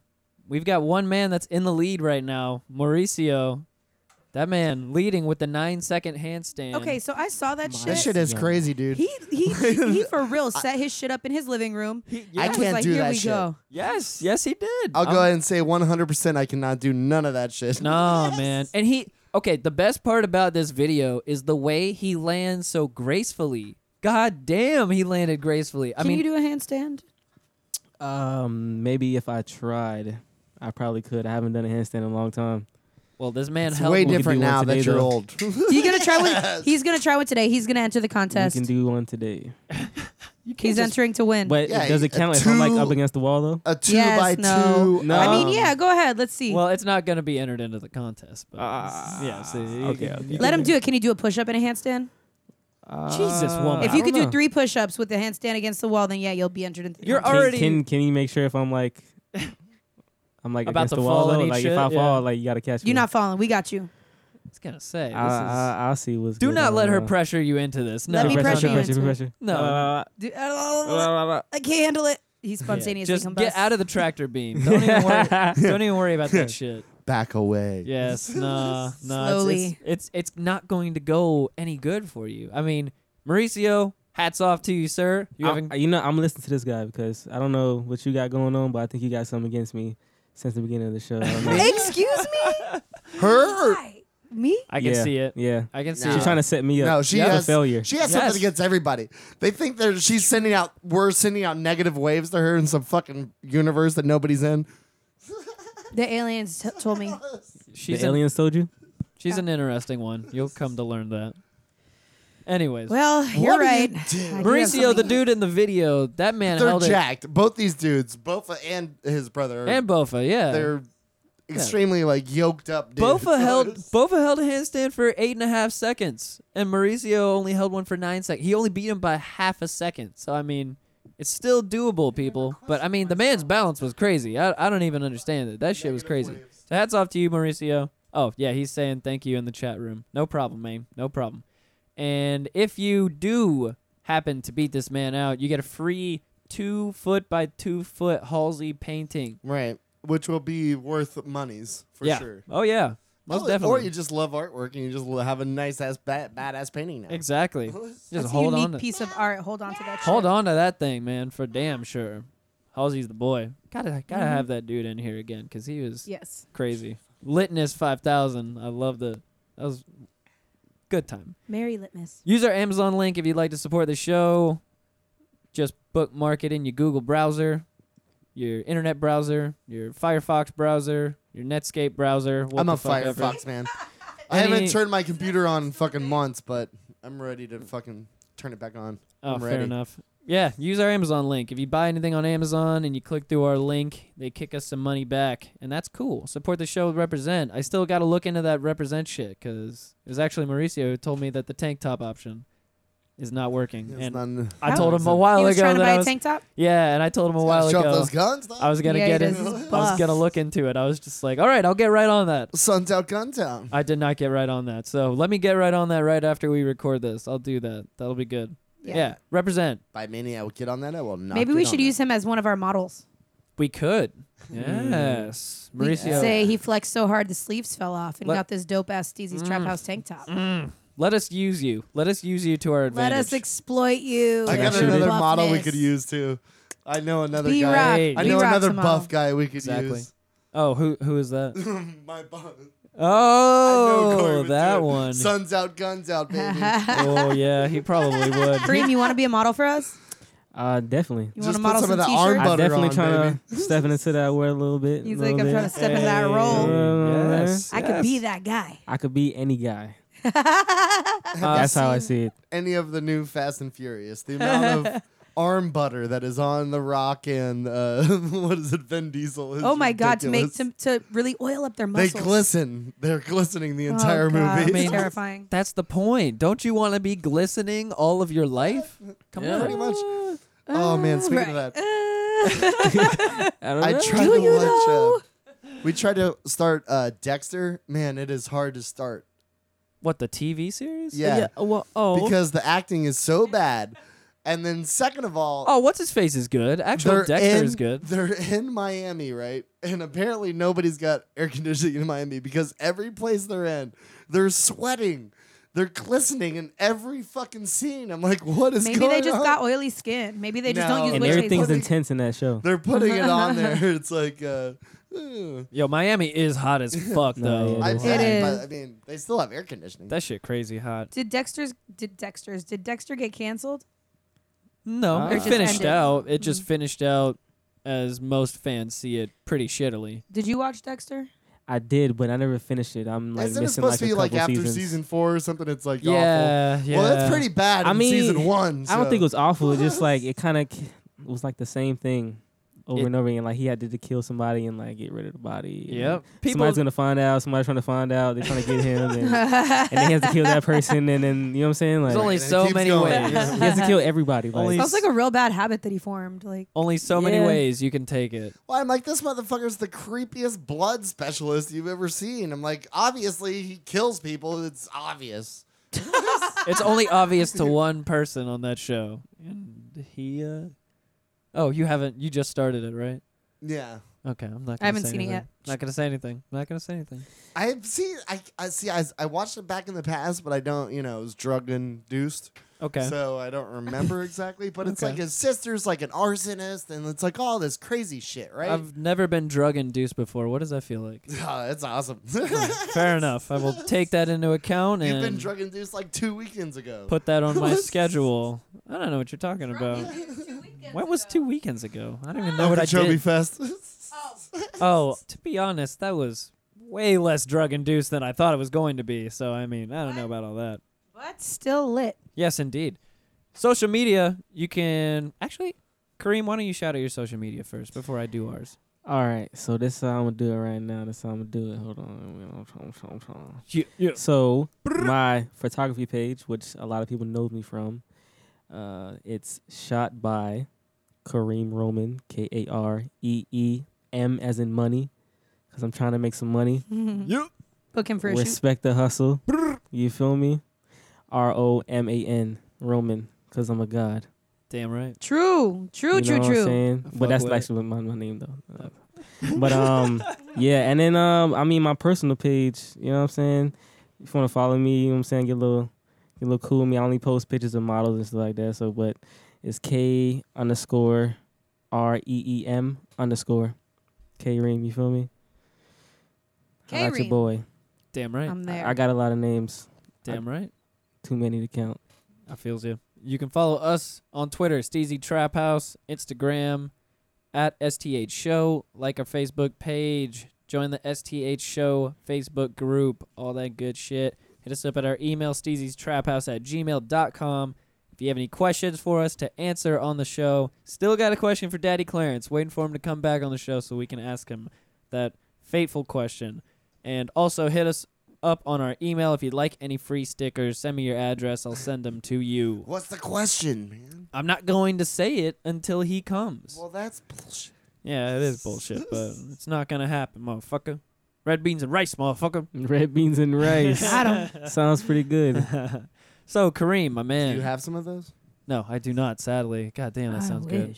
Speaker 1: We've got one man that's in the lead right now, Mauricio. That man leading with the nine second handstand.
Speaker 4: Okay, so I saw that
Speaker 3: That
Speaker 4: shit.
Speaker 3: shit is crazy, dude.
Speaker 4: He he he for real set his shit up in his living room.
Speaker 3: I
Speaker 4: was
Speaker 3: can't
Speaker 4: like,
Speaker 3: do
Speaker 4: Here
Speaker 3: that
Speaker 4: we
Speaker 3: shit.
Speaker 4: go.
Speaker 1: Yes, yes, he did. Um,
Speaker 3: I'll go
Speaker 1: I'm-
Speaker 3: ahead and say 100% I cannot do none of that shit.
Speaker 1: No, man. And he okay, the best part about this video is the way he lands so gracefully. God damn, he landed gracefully. I
Speaker 4: Can
Speaker 1: mean,
Speaker 4: you do a handstand?
Speaker 5: Um, maybe if I tried, I probably could. I haven't done a handstand in a long time.
Speaker 1: well, this man
Speaker 3: It's
Speaker 1: held
Speaker 3: way
Speaker 5: we could
Speaker 3: different
Speaker 5: do one
Speaker 3: now
Speaker 5: today,
Speaker 3: that you're
Speaker 5: though.
Speaker 3: old.
Speaker 4: He's gonna try one. He's gonna try one today. He's gonna enter the contest.
Speaker 5: We can do one today.
Speaker 4: He's entering to win.
Speaker 5: But
Speaker 3: Yeah,
Speaker 5: does it
Speaker 3: a
Speaker 5: count if I'm like
Speaker 3: two-
Speaker 5: up against the wall though?
Speaker 3: A two
Speaker 4: Yes,
Speaker 3: by
Speaker 4: no.
Speaker 3: two.
Speaker 5: No.
Speaker 4: I
Speaker 5: Um,
Speaker 4: mean, yeah. Go ahead. Let's see.
Speaker 1: Well, it's not going to be entered into the contest, but
Speaker 3: Ah,
Speaker 1: yeah, see, you
Speaker 5: okay,
Speaker 1: can-
Speaker 5: okay.
Speaker 1: you
Speaker 4: Let
Speaker 1: can-
Speaker 4: him do it. Can you do a push-up and a handstand?
Speaker 5: Uh,
Speaker 1: Jesus, woman.
Speaker 4: if
Speaker 1: I
Speaker 4: you could do three push-ups with the handstand against the wall, then yeah, you'll be entered into. the
Speaker 1: You're
Speaker 4: contest.
Speaker 1: already-
Speaker 5: can can you make sure if I'm like, I'm like
Speaker 1: About
Speaker 5: against
Speaker 1: to
Speaker 5: the wall
Speaker 1: fall and
Speaker 5: though?
Speaker 1: eat
Speaker 5: Like
Speaker 1: shit,
Speaker 5: if I
Speaker 1: yeah.
Speaker 5: fall, like you gotta catch me.
Speaker 4: You're not falling. We got you.
Speaker 1: I was going to say this
Speaker 5: I,
Speaker 3: Ah,
Speaker 1: is,
Speaker 5: I, I'll see what's.
Speaker 1: Do
Speaker 5: good
Speaker 1: not
Speaker 5: on,
Speaker 1: let her
Speaker 5: uh,
Speaker 1: pressure you into this. No.
Speaker 4: Let me pressure
Speaker 5: pressure,
Speaker 4: you
Speaker 5: pressure,
Speaker 4: into it.
Speaker 5: pressure.
Speaker 1: No.
Speaker 5: Uh,
Speaker 4: Dude,
Speaker 5: uh,
Speaker 4: I can't handle it. He's
Speaker 1: Yeah,
Speaker 4: spontaneously
Speaker 1: Just
Speaker 4: combusts.
Speaker 1: get out of the tractor beam. Don't even worry. don't even worry about that shit.
Speaker 3: Back away.
Speaker 1: Yes, nah, nah. it's-
Speaker 4: Slowly.
Speaker 1: It's, it's it's not going to go any good for you. I mean, Mauricio, hats off to you, sir. You
Speaker 5: I'm-
Speaker 1: haven't.
Speaker 5: You know, I'm listening to this guy because I don't know what you got going on, but I think you got something against me since the beginning of the show. I don't know.
Speaker 4: Excuse me.
Speaker 3: Her?
Speaker 4: Why? Me?
Speaker 1: I can
Speaker 5: Yeah,
Speaker 1: see it.
Speaker 5: Yeah.
Speaker 1: I can see
Speaker 3: No.
Speaker 5: She's
Speaker 1: it.
Speaker 5: trying to set me up.
Speaker 3: No, she
Speaker 5: That's
Speaker 3: has
Speaker 5: a failure.
Speaker 3: She has something
Speaker 1: Yes.
Speaker 3: against everybody. They think that she's sending out, we're sending out negative waves to her in some fucking universe that nobody's in.
Speaker 4: The aliens t- told me.
Speaker 1: she's
Speaker 5: the
Speaker 1: an,
Speaker 5: aliens told you.
Speaker 1: she's an interesting one. You'll come to learn that. Anyways,
Speaker 4: Well,
Speaker 3: What
Speaker 4: you're
Speaker 3: do you
Speaker 4: right.
Speaker 3: do?
Speaker 4: I do have
Speaker 1: Mauricio, the
Speaker 4: something.
Speaker 1: dude in the video, that man
Speaker 3: They're
Speaker 1: held
Speaker 3: jacked. Both these dudes, Bofa and his brother,
Speaker 1: it. And Bofa, yeah.
Speaker 3: they're extremely like yoked up dude.
Speaker 1: Bofa held Bofa held a handstand for eight and a half seconds, and Mauricio only held one for nine seconds. He only beat him by half a second. So I mean, it's still doable, people. But I mean, the man's balance was crazy. I I don't even understand it. That shit was crazy. So hats off to you, Mauricio. Oh yeah, he's saying thank you in the chat room. No problem, man. No problem. And if you do happen to beat this man out, you get a free two foot by two foot Halsey painting.
Speaker 3: right, which will be worth monies for
Speaker 1: yeah.
Speaker 3: sure.
Speaker 1: Oh yeah. Most
Speaker 3: Or-
Speaker 1: definitely.
Speaker 3: Or you just love artwork and you just l- have a nice ass bad, badass painting now.
Speaker 1: Exactly. Just
Speaker 4: That's
Speaker 1: hold
Speaker 4: a unique
Speaker 1: on to
Speaker 4: piece of art. Hold on to that.
Speaker 1: hold
Speaker 4: shit.
Speaker 1: on to that thing, man, for damn sure. Halsey's the boy. Gotta gotta
Speaker 4: Mm-hmm.
Speaker 1: have that dude in here again because he was
Speaker 4: Yes,
Speaker 1: crazy. Litness five thousand. I love the that was good time.
Speaker 4: Mary Litmus.
Speaker 1: Use our Amazon link if you'd like to support the show. Just bookmark it in your Google browser, your internet browser, your Firefox browser, your Netscape browser. what
Speaker 3: I'm
Speaker 1: the
Speaker 3: a
Speaker 1: fuck ever.
Speaker 3: Firefox man. I haven't
Speaker 1: Any-
Speaker 3: turned my computer on in fucking months, but I'm ready to fucking turn it back on.
Speaker 1: Oh,
Speaker 3: I'm
Speaker 1: fair
Speaker 3: ready.
Speaker 1: enough. Yeah, use our Amazon link. If you buy anything on Amazon and you click through our link, they kick us some money back, and that's cool. Support the show with Represent. I still got to look into that Represent shit because it was actually Mauricio who told me that the tank top option is not working,
Speaker 3: It's
Speaker 1: and
Speaker 3: none-
Speaker 1: I
Speaker 4: Oh.
Speaker 1: told him a
Speaker 4: He
Speaker 1: while
Speaker 4: was
Speaker 1: ago
Speaker 4: trying to
Speaker 1: that
Speaker 4: buy
Speaker 1: I
Speaker 4: a
Speaker 1: was
Speaker 4: tank top.
Speaker 1: yeah, and I told him a while
Speaker 3: Shove
Speaker 1: ago
Speaker 3: those guns. dog.
Speaker 1: I was gonna
Speaker 4: Yeah, he
Speaker 1: get it.
Speaker 4: does. He's
Speaker 1: I was
Speaker 4: buff.
Speaker 1: gonna look into it. I was just like, all right, I'll get right on that.
Speaker 3: Sun's out, guns out.
Speaker 1: I did not get right on that, so let me get right on that right after we record this. I'll do that. That'll be good.
Speaker 4: Yeah.
Speaker 1: yeah Represent.
Speaker 3: By many, I will get on that. I will not.
Speaker 4: Maybe we should use him as one of our models.
Speaker 1: We could.
Speaker 3: Hmm.
Speaker 1: Yes.
Speaker 4: We could
Speaker 1: Mauricio.
Speaker 4: Say he flexed so hard the sleeves fell off and
Speaker 1: Let- Mm.
Speaker 4: got this dope ass Steezy's Trap House tank top.
Speaker 1: let us use you. Let us use you to our
Speaker 4: Let
Speaker 1: advantage.
Speaker 4: us exploit you.
Speaker 3: I
Speaker 4: and
Speaker 3: got
Speaker 4: your
Speaker 3: another model we
Speaker 4: buffness.
Speaker 3: could use too. I know another
Speaker 4: B
Speaker 3: guy.
Speaker 4: Rock.
Speaker 1: Hey.
Speaker 3: I
Speaker 4: B
Speaker 3: know
Speaker 4: Rock's
Speaker 3: another
Speaker 4: a model.
Speaker 3: buff guy we could
Speaker 1: Exactly.
Speaker 3: use.
Speaker 1: oh, who who is that?
Speaker 3: My buff. I know Corey
Speaker 1: Oh,
Speaker 3: would
Speaker 1: that
Speaker 3: do it.
Speaker 1: one.
Speaker 3: Sun's out, guns out, baby.
Speaker 1: oh yeah, he probably would.
Speaker 4: Kareem, you want to be a model for us?
Speaker 5: Uh, definitely.
Speaker 4: You
Speaker 3: Just put
Speaker 4: want to model
Speaker 3: some of that
Speaker 4: t-shirts?
Speaker 3: arm
Speaker 5: I'm
Speaker 3: butter
Speaker 5: definitely
Speaker 3: on,
Speaker 5: trying to step into that world a little bit.
Speaker 4: He's like,
Speaker 5: little
Speaker 4: I'm
Speaker 5: bit.
Speaker 4: trying to step into that role.
Speaker 5: Hey,
Speaker 1: Yes,
Speaker 4: I could be
Speaker 1: yes.
Speaker 4: that guy.
Speaker 5: I could be any guy.
Speaker 3: Have you
Speaker 5: That's how I
Speaker 3: seen
Speaker 5: see it.
Speaker 3: Any of the new Fast and Furious, the amount of arm butter that is on The Rock and uh, what is it, Vin Diesel? is
Speaker 4: Oh my god, to make
Speaker 3: ridiculous.
Speaker 4: to, to really oil up their
Speaker 3: They
Speaker 4: muscles.
Speaker 3: glisten. They're glistening the
Speaker 4: Oh,
Speaker 3: entire
Speaker 4: God,
Speaker 3: movie.
Speaker 4: it's
Speaker 1: mean-
Speaker 4: terrifying.
Speaker 1: That's the point. Don't you want to be glistening all of your life? Come
Speaker 3: Yeah.
Speaker 1: on.
Speaker 3: Pretty much. Oh man, speaking of that,
Speaker 5: I don't
Speaker 3: I
Speaker 5: know.
Speaker 3: tried
Speaker 4: Do
Speaker 3: to
Speaker 4: you
Speaker 3: watch.
Speaker 4: know?
Speaker 3: Uh, we tried to start uh, Dexter. Man, it is hard to start.
Speaker 1: What the TV series?
Speaker 3: Yeah.
Speaker 1: Well, oh.
Speaker 3: because the acting is so bad. And then second of all,
Speaker 1: oh, what's his face is good. Actual
Speaker 3: they're
Speaker 1: Dexter
Speaker 3: in,
Speaker 1: is good.
Speaker 3: They're in Miami, right? And apparently nobody's got air conditioning in Miami because every place they're in, they're sweating. They're glistening in every fucking scene. I'm like, what is
Speaker 4: Maybe
Speaker 3: going
Speaker 4: they just
Speaker 3: on?
Speaker 4: got oily skin. Maybe they just
Speaker 3: No.
Speaker 4: don't use
Speaker 5: and
Speaker 4: witch
Speaker 5: everything's
Speaker 4: hazel.
Speaker 3: What?
Speaker 5: intense in that show.
Speaker 3: they're putting it on there. It's like, uh, ugh.
Speaker 1: Yo, Miami is hot as fuck though.
Speaker 5: yeah,
Speaker 3: I
Speaker 5: It
Speaker 3: bet,
Speaker 4: is.
Speaker 3: but I mean, they still have air conditioning.
Speaker 1: that shit crazy hot.
Speaker 4: Did Dexter's did Dexter's did Dexter get canceled?
Speaker 1: No,
Speaker 5: Ah. It
Speaker 1: it
Speaker 5: just
Speaker 1: finished
Speaker 4: ended. Mm-hmm.
Speaker 1: out. It just finished out as most fans see it pretty shittily.
Speaker 4: Did you watch Dexter?
Speaker 5: I did, but I never finished it. I'm like
Speaker 3: Isn't it
Speaker 5: missing
Speaker 3: supposed
Speaker 5: like
Speaker 3: to be
Speaker 5: a
Speaker 3: like
Speaker 5: couple
Speaker 3: after
Speaker 5: seasons.
Speaker 3: season four or something? It's like awful.
Speaker 1: Yeah, yeah.
Speaker 3: Well, that's pretty bad.
Speaker 5: I
Speaker 3: in
Speaker 5: mean,
Speaker 3: season one.
Speaker 5: I don't
Speaker 3: so-
Speaker 5: think it was awful. It just like it kind of was like the same thing over
Speaker 1: It-
Speaker 5: and over again. Like he had to, kill somebody and like get rid of the body. and
Speaker 1: Yep.
Speaker 5: somebody's gonna find out. Somebody's trying to find out. They're trying to get him, and, and then he has to kill that person. And then you know what I'm saying? Like
Speaker 1: There's only
Speaker 3: And it
Speaker 1: so
Speaker 3: keeps
Speaker 1: many
Speaker 3: going.
Speaker 1: ways.
Speaker 5: he has to kill everybody. Like,
Speaker 1: Only-
Speaker 4: Sounds like a real bad habit that he formed. Like
Speaker 1: Only so many
Speaker 5: Yeah.
Speaker 1: ways you can take it.
Speaker 3: Well, I'm like, this motherfucker's the creepiest blood specialist you've ever seen. I'm like, obviously he kills people. It's obvious.
Speaker 1: It's only obvious to one person on that show, and he. uh Oh, you haven't. You just started it, right?
Speaker 3: Yeah.
Speaker 1: Okay, I'm not. Gonna
Speaker 4: I haven't
Speaker 1: say
Speaker 4: seen it
Speaker 1: anything.
Speaker 4: yet.
Speaker 1: Not gonna say anything. Not gonna say anything.
Speaker 3: I've seen, I, I see, I, I watched it back in the past, but I don't, you know, it was drug induced.
Speaker 1: Okay.
Speaker 3: So I don't remember exactly, but it's
Speaker 1: Okay.
Speaker 3: like his sister's like an arsonist and it's like all this crazy shit, right?
Speaker 1: I've never been drug induced before. What does that feel like?
Speaker 3: Oh, that's awesome.
Speaker 1: Fair enough. I will take that into account
Speaker 3: You've been
Speaker 1: and
Speaker 3: drug induced like two weekends ago.
Speaker 1: put that on my schedule. I don't know what you're talking about. When was two weekends ago? I don't even know what I
Speaker 3: Okeechobee
Speaker 1: did.
Speaker 3: Fest.
Speaker 1: Oh, to be honest, that was way less drug induced than I thought it was going to be. So I mean, I don't know about all that.
Speaker 4: But still lit.
Speaker 1: Yes, indeed. Social media, you can actually, Kareem, why don't you shout out your social media first before I do ours?
Speaker 5: All right, so this is how I'm gonna do it right now. This is how I'm gonna do it. Hold on. I'm trying- I'm trying- I'm
Speaker 1: Yeah, yeah.
Speaker 5: trying. So my photography page, which a lot of people know me from, uh, it's shot by Kareem Roman, K A R E E M as in money, because I'm trying to make some money.
Speaker 4: Book him for a shoot.
Speaker 5: Respect the hustle. You feel me? R O M A N Roman, because I'm a god.
Speaker 1: Damn right.
Speaker 4: True, true,
Speaker 5: You
Speaker 4: true,
Speaker 5: know what I'm
Speaker 4: true.
Speaker 5: saying?
Speaker 1: I fuck
Speaker 5: But that's
Speaker 1: with it.
Speaker 5: actually my, my name though. But um, yeah, and then um, I mean my personal page. You know what I'm saying? If you want to follow me, you know what I'm saying? Get a little, get a little cool with me. I only post pictures of models and stuff like that. So, but it's K underscore R E E M underscore K Reem. You feel me? I got your
Speaker 4: K-Reem.
Speaker 5: boy.
Speaker 1: Damn right.
Speaker 4: I'm
Speaker 5: I-
Speaker 4: there.
Speaker 5: I got a lot of names.
Speaker 1: Damn right.
Speaker 5: Too many to count.
Speaker 1: I feels you. You can follow us on Twitter, Steezy Trap House, Instagram, at STH Show. Like our Facebook page. Join the STH Show Facebook group. All that good shit. Hit us up at our email, steezystraphouse at gmail.com. If you have any questions for us to answer on the show, still got a question for Daddy Clarence. Waiting for him to come back on the show so we can ask him that fateful question. And also hit us up on our email if you'd like any free stickers. Send me your address. I'll send them to you.
Speaker 3: What's the question, man?
Speaker 1: I'm not going to say it until he comes.
Speaker 3: Well, that's bullshit.
Speaker 1: Yeah, it is bullshit, but it's not going to happen, motherfucker. Red beans and rice, motherfucker.
Speaker 5: Red beans and rice. Sounds pretty good.
Speaker 1: so, Kareem, my
Speaker 3: Do
Speaker 1: man.
Speaker 3: you have some of those?
Speaker 1: no, I do not, sadly. God damn, that sounds good.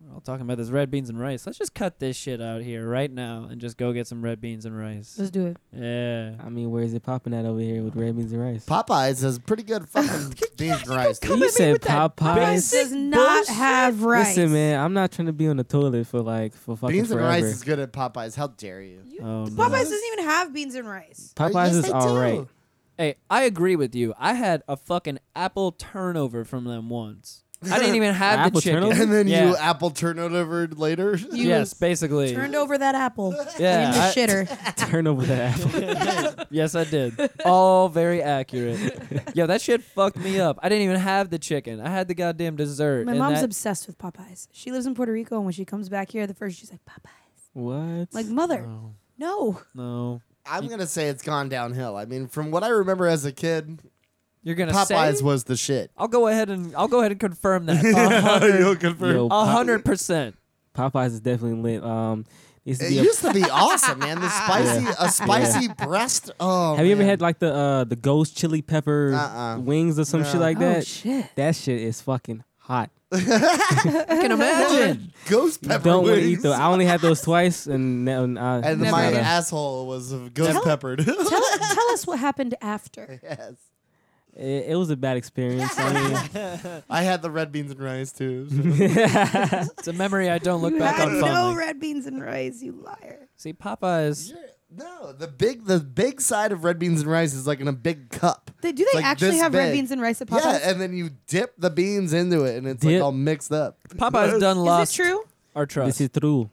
Speaker 1: We're all talking about this red beans and rice. Let's just cut this shit out here right now and just go get some red beans and rice.
Speaker 4: Let's do it.
Speaker 1: Yeah.
Speaker 5: I mean, where is it popping at over here with red beans and rice?
Speaker 3: Popeyes has pretty good fucking beans and rice.
Speaker 5: You said Popeyes.
Speaker 4: Rice does not have rice.
Speaker 5: Listen, man, I'm not trying to be on the toilet for like for fucking
Speaker 3: Beans and
Speaker 5: forever.
Speaker 3: rice is good at Popeyes. How dare you?
Speaker 4: You-
Speaker 1: Oh,
Speaker 4: Popeyes
Speaker 1: no.
Speaker 4: doesn't even have beans and rice.
Speaker 5: Popeyes
Speaker 3: Yes,
Speaker 5: is
Speaker 3: they
Speaker 5: all
Speaker 3: do.
Speaker 5: right.
Speaker 1: Hey, I agree with you. I had a fucking apple turnover from them once. I didn't even have the
Speaker 5: Apple
Speaker 1: chicken.
Speaker 5: turnover?
Speaker 3: And then
Speaker 1: Yeah.
Speaker 3: you apple turn it over later.
Speaker 4: You
Speaker 1: yes, basically.
Speaker 4: turned over that apple
Speaker 1: Yeah,
Speaker 4: in the
Speaker 1: I-
Speaker 4: shitter.
Speaker 5: Turn over that apple.
Speaker 1: yes, I did. All very accurate. Yo, that shit fucked me up. I didn't even have the chicken. I had the goddamn dessert.
Speaker 4: My
Speaker 1: and
Speaker 4: mom's
Speaker 1: that-
Speaker 4: obsessed with Popeyes. She lives in Puerto Rico, and when she comes back here, the first she's like Popeyes.
Speaker 5: what?
Speaker 4: Like mother,
Speaker 5: Oh.
Speaker 1: No,
Speaker 4: no.
Speaker 1: no.
Speaker 3: I'm gonna say it's gone downhill. I mean, from what I remember as a kid,
Speaker 1: You're gonna
Speaker 3: Popeyes
Speaker 1: say?
Speaker 3: was the shit.
Speaker 1: I'll go ahead and I'll go ahead and confirm that. A hundred-
Speaker 3: You'll confirm.
Speaker 5: Yo,
Speaker 1: A
Speaker 5: Pop-
Speaker 4: Uh-huh.
Speaker 1: hundred percent.
Speaker 5: Popeyes is definitely lit. Um, used to
Speaker 3: It
Speaker 5: be a-
Speaker 3: used to be awesome, man. The spicy, a spicy breast. Oh,
Speaker 5: have you ever
Speaker 3: man.
Speaker 5: had like the uh the ghost chili pepper
Speaker 3: Uh-uh.
Speaker 5: wings or some shit
Speaker 3: No.
Speaker 5: like that?
Speaker 4: Oh shit.
Speaker 5: That shit is fucking hot.
Speaker 1: I can imagine.
Speaker 3: ghost
Speaker 5: You
Speaker 3: pepper
Speaker 5: don't want to eat
Speaker 3: wings?
Speaker 5: those. I only had those twice, and, now- and, uh, I,
Speaker 3: And
Speaker 4: Never
Speaker 3: my
Speaker 4: again.
Speaker 3: asshole was ghost
Speaker 4: Tell-
Speaker 3: peppered.
Speaker 4: Tell, tell us what happened after.
Speaker 3: yes,
Speaker 5: it, it was a bad experience. I mean,
Speaker 3: I had the red beans and rice too.
Speaker 1: It's a memory I don't look
Speaker 4: you
Speaker 1: back
Speaker 4: had
Speaker 1: on
Speaker 4: no
Speaker 1: fondly.
Speaker 4: red beans and rice, you liar.
Speaker 1: See, Popeyes.
Speaker 3: You're- no, the big the big side of red beans and rice is like in a big cup.
Speaker 4: They, do they
Speaker 3: Like
Speaker 4: actually
Speaker 3: this
Speaker 4: have red
Speaker 3: big.
Speaker 4: beans and rice at Popeyes?
Speaker 3: Yeah, and then you dip the beans into it, and it's
Speaker 5: Dip.
Speaker 3: like all mixed up.
Speaker 1: Popeyes done
Speaker 4: Is
Speaker 1: lost
Speaker 4: it true?
Speaker 1: our
Speaker 5: this
Speaker 1: trust.
Speaker 5: is true.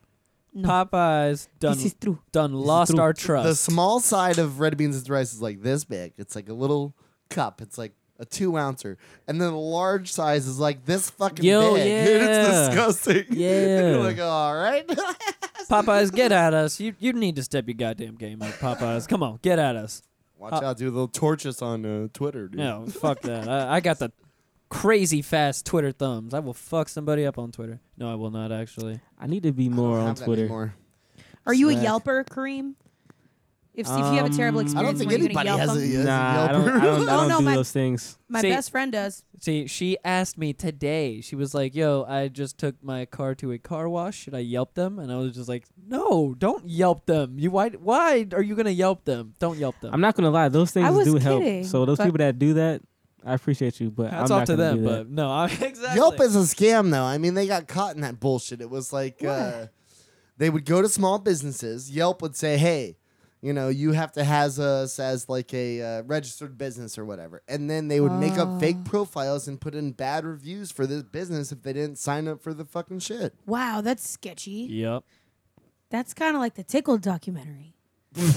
Speaker 1: Popeyes done
Speaker 4: This is true.
Speaker 1: done lost
Speaker 5: true.
Speaker 1: our
Speaker 3: The
Speaker 1: trust.
Speaker 3: small side of red beans and rice is like this big. It's like a little cup. It's like a two ouncer, and then the large size is like this fucking
Speaker 5: Yo,
Speaker 3: big.
Speaker 5: yeah.
Speaker 3: It's disgusting.
Speaker 5: Yeah.
Speaker 3: You're like, all right.
Speaker 1: Popeyes, get at us. You you need to step your goddamn game up, Popeyes. Come on, get at us.
Speaker 3: Watch out, dude. They'll torch us on uh, Twitter, dude.
Speaker 1: No, fuck that. I, I got the crazy fast Twitter thumbs. I will fuck somebody up on Twitter. No, I will not actually.
Speaker 5: I need to be
Speaker 3: I don't
Speaker 5: more on
Speaker 3: have that
Speaker 5: Twitter.
Speaker 3: anymore.
Speaker 4: Are you a
Speaker 5: Smack.
Speaker 4: Yelper, Kareem? If, if you have a terrible
Speaker 5: Um,
Speaker 4: experience,
Speaker 3: I don't think
Speaker 4: were you gonna
Speaker 3: anybody
Speaker 4: Yelp
Speaker 3: has a,
Speaker 4: them?
Speaker 3: has a uh,
Speaker 5: Nah, I don't.
Speaker 3: Yelper.
Speaker 5: I don't, I
Speaker 4: Oh,
Speaker 5: don't
Speaker 4: no,
Speaker 5: do
Speaker 4: my-
Speaker 5: those things.
Speaker 4: My
Speaker 1: See-
Speaker 4: best friend does.
Speaker 1: See, she asked me today. She was like, "Yo, I just took my car to a car wash. Should I Yelp them?" And I was just like, "No, don't Yelp them. You why why are you gonna Yelp them? Don't Yelp them."
Speaker 5: I'm not gonna lie, those things
Speaker 4: was
Speaker 5: do
Speaker 4: kidding,
Speaker 5: help. So those
Speaker 4: but-
Speaker 5: people that do that, I appreciate you, but
Speaker 1: Hats off
Speaker 5: I'm not
Speaker 1: to
Speaker 5: gonna
Speaker 1: them,
Speaker 5: do that.
Speaker 1: but no, I, exactly.
Speaker 3: Yelp is a scam, though. I mean, they got caught in that bullshit. It was like uh, they would go to small businesses. Yelp would say, "Hey, you know, you have to has us as like a uh, registered business or whatever," and then they would make up fake
Speaker 4: Oh.
Speaker 3: profiles and put in bad reviews for this business if they didn't sign up for the fucking shit.
Speaker 4: Wow, that's sketchy.
Speaker 1: Yep.
Speaker 4: That's kind of like the Tickle documentary,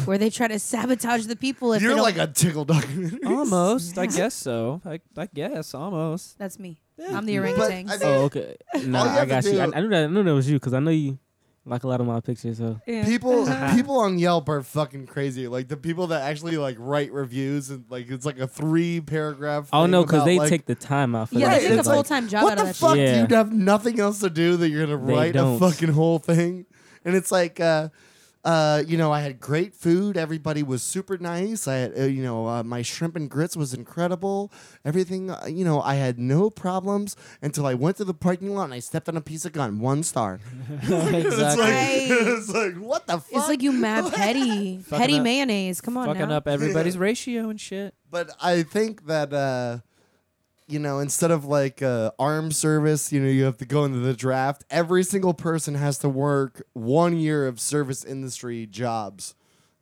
Speaker 4: where they try to sabotage the people. If they
Speaker 3: You're
Speaker 4: don't-
Speaker 3: like a tickle documentary.
Speaker 1: Almost, I
Speaker 4: Yeah.
Speaker 1: guess so. I, I guess almost.
Speaker 4: that's me. I'm the
Speaker 3: But,
Speaker 4: orangutan.
Speaker 3: I mean-
Speaker 5: Oh, okay. No,
Speaker 3: All you
Speaker 5: I
Speaker 3: have to
Speaker 5: got you. I,
Speaker 3: do-
Speaker 5: I knew that. I knew that was you because I know you. like a lot of my pictures. So
Speaker 4: Yeah.
Speaker 3: People people on Yelp are fucking crazy. Like the people that actually like write reviews and like it's like a three paragraph.
Speaker 5: oh no,
Speaker 3: because
Speaker 5: because they take the time out for
Speaker 4: yeah, they
Speaker 5: that.
Speaker 3: Right,
Speaker 4: make a
Speaker 3: it's like,
Speaker 4: full time job
Speaker 3: what
Speaker 4: out
Speaker 3: the
Speaker 4: of that.
Speaker 3: fuck?
Speaker 5: shit.
Speaker 3: You have nothing else to do that you're gonna
Speaker 5: They
Speaker 3: write a
Speaker 5: don't.
Speaker 3: fucking whole thing, and it's like, uh, uh, you know, I had great food. Everybody was super nice. I had, uh, you know, uh, my shrimp and grits was incredible. Everything, uh, you know, I had no problems until I went to the parking lot and I stepped on a piece of gum. One star. It's
Speaker 1: exactly.
Speaker 3: like,
Speaker 4: Right.
Speaker 3: it's like what the fuck?
Speaker 4: It's like you mad petty, petty
Speaker 1: up-
Speaker 4: mayonnaise. Come on
Speaker 1: Fucking
Speaker 4: now.
Speaker 1: up everybody's ratio and shit.
Speaker 3: but I think that uh, you know, instead of like uh, armed service, you know, you have to go into the draft. Every single person has to work one year of service industry jobs.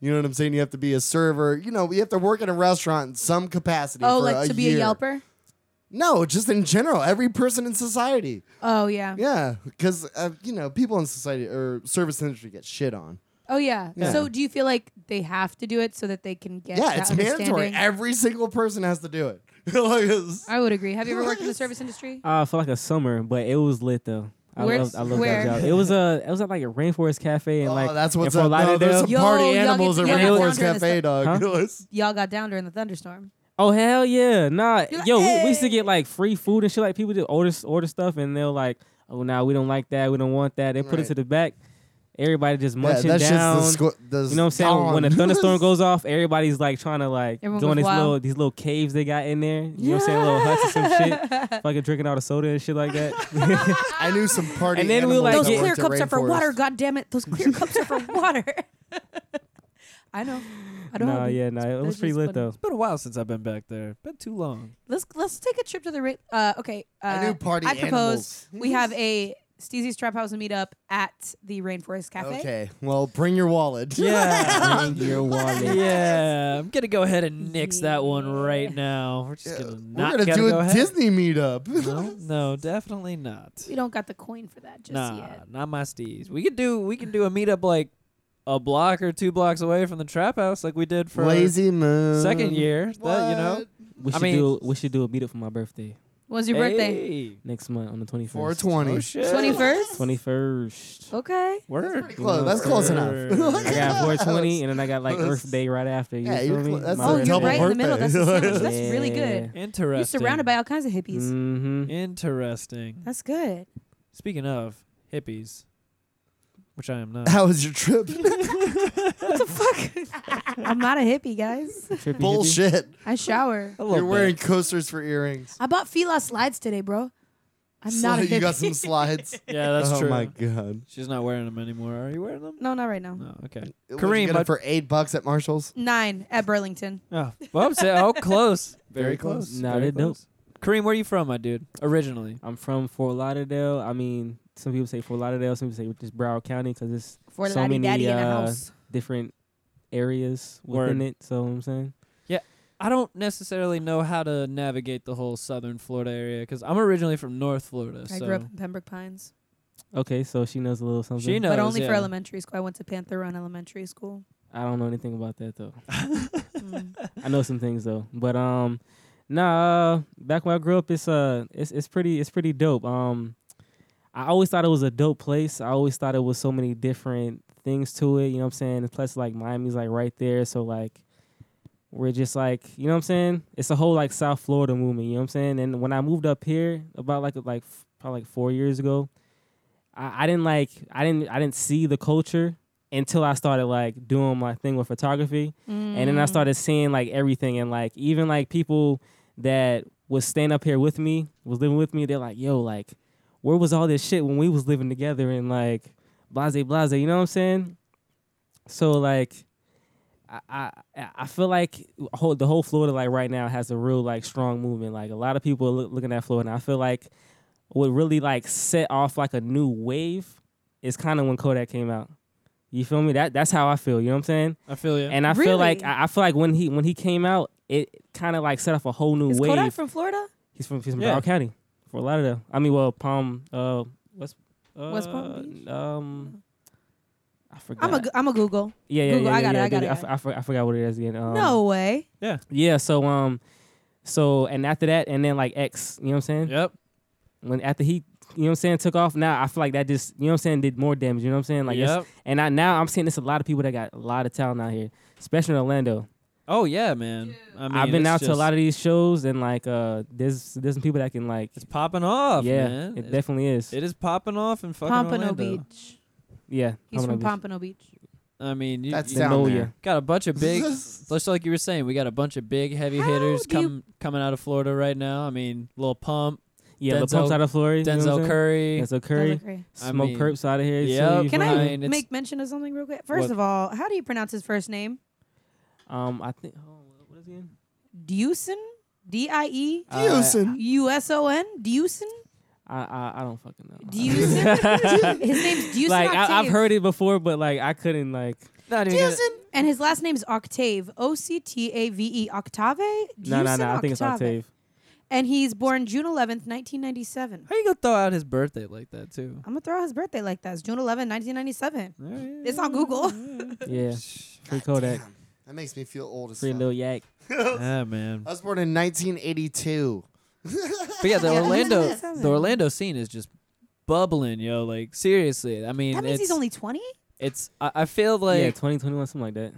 Speaker 3: You know what I'm saying? You have to be a server. You know, you have to work in a restaurant in some capacity.
Speaker 4: Oh,
Speaker 3: for
Speaker 4: like to be
Speaker 3: year.
Speaker 4: a Yelper?
Speaker 3: No, just in general, every person in society.
Speaker 4: Oh yeah.
Speaker 3: Yeah, because uh, you know, people in society or service industry get shit on.
Speaker 4: Oh yeah.
Speaker 3: Yeah.
Speaker 4: So do you feel like they have to do it so that they can get?
Speaker 3: yeah,
Speaker 4: that
Speaker 3: it's mandatory.
Speaker 4: understanding?
Speaker 3: Every single person has to do it. like, it's-
Speaker 4: I would agree. Have you ever worked in the service industry?
Speaker 5: Uh, for like a summer, but it was lit though. I
Speaker 4: Where's-
Speaker 5: loved, I loved
Speaker 4: where?
Speaker 5: that job. It was a it was at like a rainforest cafe and
Speaker 3: oh,
Speaker 5: like
Speaker 3: that's
Speaker 5: in
Speaker 3: what's
Speaker 5: Fort
Speaker 3: up. No, there's
Speaker 5: Lauderdale.
Speaker 3: some
Speaker 4: Yo,
Speaker 3: party
Speaker 4: y'all get
Speaker 3: animals at
Speaker 4: together
Speaker 3: Rainforest
Speaker 4: down during this
Speaker 3: Cafe, dog.
Speaker 4: Y'all got down during the thunderstorm.
Speaker 5: Oh hell yeah! Nah,
Speaker 4: You're like,
Speaker 5: yo, we, we used
Speaker 4: "Hey."
Speaker 5: to get like free food and shit. Like people just order order stuff, and they're like, "Oh, now we don't like that. We don't want that." They put
Speaker 3: Right.
Speaker 5: it to the back. Everybody just munching
Speaker 3: that's
Speaker 5: down.
Speaker 3: just the squ- the
Speaker 5: you know what I'm saying? When a
Speaker 3: dawn.
Speaker 5: thunderstorm goes off, everybody's like trying to like
Speaker 4: Everyone
Speaker 5: doing
Speaker 4: goes
Speaker 5: this
Speaker 4: wild.
Speaker 5: little these little caves they got in there. You know what I'm saying? Little huts and some shit. Fucking drinking all the soda and shit like that.
Speaker 3: I knew some party.
Speaker 5: And then we, like,
Speaker 4: Those
Speaker 5: Those get-
Speaker 4: clear cups are for water. God damn it! Those clear cups are for water. I know. I don't
Speaker 5: nah,
Speaker 4: know.
Speaker 5: yeah, nah, it was
Speaker 4: that's
Speaker 5: pretty
Speaker 4: just
Speaker 5: lit
Speaker 4: funny.
Speaker 5: though.
Speaker 1: It's been a while since I've been back there. Been too long.
Speaker 4: Let's let's take a trip to the ra- uh okay. Uh,
Speaker 3: I knew party
Speaker 4: I
Speaker 3: animals.
Speaker 4: propose we have a Steezy's Trap House meetup at the Rainforest Cafe.
Speaker 3: Okay, well, bring your wallet.
Speaker 1: Yeah.
Speaker 5: Bring your wallet.
Speaker 1: yeah. I'm gonna go ahead and nix that one right now. We're just gonna
Speaker 3: We're
Speaker 1: not
Speaker 3: gonna
Speaker 1: gotta
Speaker 3: do
Speaker 1: go
Speaker 3: a
Speaker 1: ahead.
Speaker 3: Disney meetup.
Speaker 1: No, no, definitely not.
Speaker 4: We don't got the coin for that just
Speaker 1: nah,
Speaker 4: yet.
Speaker 1: not my steez. We could do we can do a meetup like a block or two blocks away from the trap house, like we did for our
Speaker 3: Lazy moon.
Speaker 1: second year. That you know,
Speaker 3: What?
Speaker 5: We
Speaker 1: I
Speaker 5: should
Speaker 1: mean-
Speaker 5: do we should do a meetup for my birthday
Speaker 4: When's your birthday?
Speaker 1: Hey.
Speaker 5: next month on the twenty first.
Speaker 3: 420.
Speaker 1: Oh shit.
Speaker 4: Twenty first.
Speaker 5: Twenty first.
Speaker 4: Okay.
Speaker 1: Word.
Speaker 3: Close. That's close enough.
Speaker 5: I got 420, and then I got like Earth Day right after. You
Speaker 3: Yeah,
Speaker 5: feel
Speaker 3: you're
Speaker 5: me?
Speaker 3: cl- that's
Speaker 5: My
Speaker 4: Oh,
Speaker 3: a
Speaker 5: birthday.
Speaker 4: you're
Speaker 3: double
Speaker 4: right in the middle. That's a
Speaker 3: birthday.
Speaker 4: sandwich. That's really good.
Speaker 1: Interesting.
Speaker 4: You're surrounded by all kinds of hippies.
Speaker 5: Mhm.
Speaker 1: Interesting.
Speaker 4: That's good.
Speaker 1: Speaking of hippies, which I am not.
Speaker 3: How was your trip?
Speaker 4: I'm not a hippie, guys.
Speaker 5: Trippy hippie.
Speaker 3: Bullshit.
Speaker 4: I shower.
Speaker 1: A little
Speaker 3: You're
Speaker 1: bit.
Speaker 3: wearing coasters for earrings.
Speaker 4: I bought Fila slides today, bro. I'm not a hippie.
Speaker 3: You got some slides.
Speaker 1: Yeah, that's
Speaker 3: oh
Speaker 1: true.
Speaker 3: my god.
Speaker 1: She's not wearing them anymore. Are you wearing them?
Speaker 4: no, not right now.
Speaker 1: No. Okay.
Speaker 3: What'd you
Speaker 1: Kareem,
Speaker 3: get
Speaker 1: but-
Speaker 3: it for eight bucks at Marshalls.
Speaker 4: Nine at Burlington.
Speaker 1: Oh, well, I'm saying, oh, close. Very
Speaker 3: Very
Speaker 1: close.
Speaker 3: close.
Speaker 5: Nah,
Speaker 1: Very
Speaker 5: they're dope.
Speaker 1: close. Kareem, where are you from, my dude? Originally.
Speaker 5: I'm from Fort Lauderdale. I mean, some people say Fort Lauderdale, some people say just Broward County because it's
Speaker 4: For
Speaker 5: So
Speaker 4: Laddie
Speaker 5: many,
Speaker 4: Daddy in the
Speaker 5: uh,
Speaker 4: house.
Speaker 5: different areas within
Speaker 1: Word.
Speaker 5: it. So what I'm saying,
Speaker 1: I don't necessarily know how to navigate the whole southern Florida area because I'm originally from North Florida.
Speaker 4: I
Speaker 1: so
Speaker 4: grew up in Pembroke Pines,
Speaker 5: okay, so she knows a little something.
Speaker 1: She knows.
Speaker 4: but only for
Speaker 1: yeah.
Speaker 4: elementary school. I went to Panther Run Elementary School.
Speaker 5: I don't know anything about that though.
Speaker 4: Mm.
Speaker 5: I know some things though, but um, nah. Uh, back when I grew up, it's uh, it's it's pretty it's pretty dope. Um, I always thought it was a dope place. I always thought it was so many different things to it. You know what I'm saying? And plus, like Miami's like right there, so like we're just like you know what I'm saying. It's a whole like South Florida movement. You know what I'm saying? And when I moved up here about like like f- probably like four years ago, I, I didn't like I didn't I didn't see the culture until I started like doing my thing with photography and then I started seeing like everything and like even like people that was staying up here with me was living with me they're like yo like where was all this shit when we was living together and like blase blase you know what I'm saying so like I I, I feel like whole, the whole Florida like right now has a real like strong movement like a lot of people are loo- looking at Florida and I feel like what really like set off like a new wave is kind of when Kodak came out you feel me that that's how I feel you know what I'm saying
Speaker 1: I feel you.
Speaker 5: and I feel like
Speaker 4: Really?
Speaker 5: I, I feel like when he when he came out, it kind of like set off a whole new
Speaker 4: Is
Speaker 5: wave.
Speaker 4: Kodak from Florida?
Speaker 5: he's from he's from
Speaker 1: Yeah.
Speaker 5: Broward County, Fort Lauderdale. I mean, well, Palm uh, West uh,
Speaker 4: West Palm Beach?
Speaker 5: Um, I forgot.
Speaker 4: I'm a I'm a Google.
Speaker 5: yeah, yeah,
Speaker 4: Google,
Speaker 5: yeah,
Speaker 4: I got it,
Speaker 5: yeah,
Speaker 4: I got
Speaker 5: yeah,
Speaker 4: it,
Speaker 5: I, f- I, for- I forgot what it is again. Um,
Speaker 4: no way.
Speaker 5: Yeah. So um, so and after that, and then like X. You know what I'm saying?
Speaker 1: Yep.
Speaker 5: When after he you know what I'm saying, took off. Now I feel like that just, you know what I'm saying, did more damage. You know what I'm saying? Like, it's-
Speaker 1: Yep.
Speaker 5: and I now I'm seeing this a lot of people that got a lot of talent out here, especially in Orlando.
Speaker 1: Oh yeah, man. I mean,
Speaker 5: I have been
Speaker 1: it's
Speaker 5: out to a
Speaker 1: just-
Speaker 5: lot of these shows, and like, uh, there's there's some people that can like,
Speaker 1: It's popping off,
Speaker 5: yeah,
Speaker 1: man.
Speaker 5: it
Speaker 1: It's-
Speaker 5: definitely is.
Speaker 1: it is popping off in fucking
Speaker 4: Pompano
Speaker 1: Orlando.
Speaker 4: Beach.
Speaker 5: yeah,
Speaker 4: He's
Speaker 5: Pompano
Speaker 4: from
Speaker 5: Beach.
Speaker 4: Pompano Beach.
Speaker 1: I mean, you,
Speaker 3: That's
Speaker 1: you
Speaker 3: down
Speaker 5: Magnolia.
Speaker 3: there.
Speaker 1: got a bunch of big, just like you were saying, we got a bunch of big heavy
Speaker 4: How
Speaker 1: hitters
Speaker 4: do you-
Speaker 1: come coming out of Florida right now. I mean, Lil Pump,
Speaker 5: Yeah, Denzel,
Speaker 1: Denzel-
Speaker 5: Pump's out of Florida. you know what
Speaker 1: Denzel
Speaker 5: I'm saying?
Speaker 1: Curry.
Speaker 5: Denzel
Speaker 4: Does
Speaker 5: Curry.
Speaker 4: look great.
Speaker 1: I
Speaker 5: Smoke
Speaker 1: mean-
Speaker 5: perps out of here.
Speaker 1: Yep.
Speaker 5: too,
Speaker 4: Can
Speaker 5: fine.
Speaker 4: I
Speaker 1: Ryan, it's-
Speaker 4: make mention of something real quick? First
Speaker 1: What?
Speaker 4: of all, how do you pronounce his first name?
Speaker 5: Um, I think. Oh, what is he in?
Speaker 4: Deuson? D I E
Speaker 3: Houston.
Speaker 4: U S O N? Deucen?
Speaker 5: I, I I don't fucking know.
Speaker 4: Deucen? His name's Deucen
Speaker 5: like I, I've
Speaker 4: Octave.
Speaker 5: heard it before, but like I couldn't like.
Speaker 1: Not even gonna-
Speaker 4: Deucen. And his last name's Octave. O C T A V E. Octave?
Speaker 5: No, no,
Speaker 4: Deucen
Speaker 5: no. I think it's Octave.
Speaker 4: And he's born June 11th, 1997.
Speaker 1: How you gonna throw out his birthday like that too?
Speaker 4: I'm going to throw out his birthday like that. It's June 11th, 1997.
Speaker 5: Oh,
Speaker 1: Alright.
Speaker 4: It's on Google.
Speaker 5: Yeah, free Kodak,
Speaker 3: Damn, that makes me feel old as
Speaker 5: free
Speaker 3: fuck.
Speaker 5: Lil Yak.
Speaker 1: Yeah, man.
Speaker 3: I was born in 1982.
Speaker 1: But yeah, the
Speaker 4: Yeah,
Speaker 1: Orlando,
Speaker 4: that's awesome.
Speaker 1: the Orlando scene is just bubbling, yo. Like seriously, I mean,
Speaker 4: That means
Speaker 1: it's
Speaker 4: he's only 20?
Speaker 1: it's. I, I feel like
Speaker 5: yeah, twenty twenty one, something like that.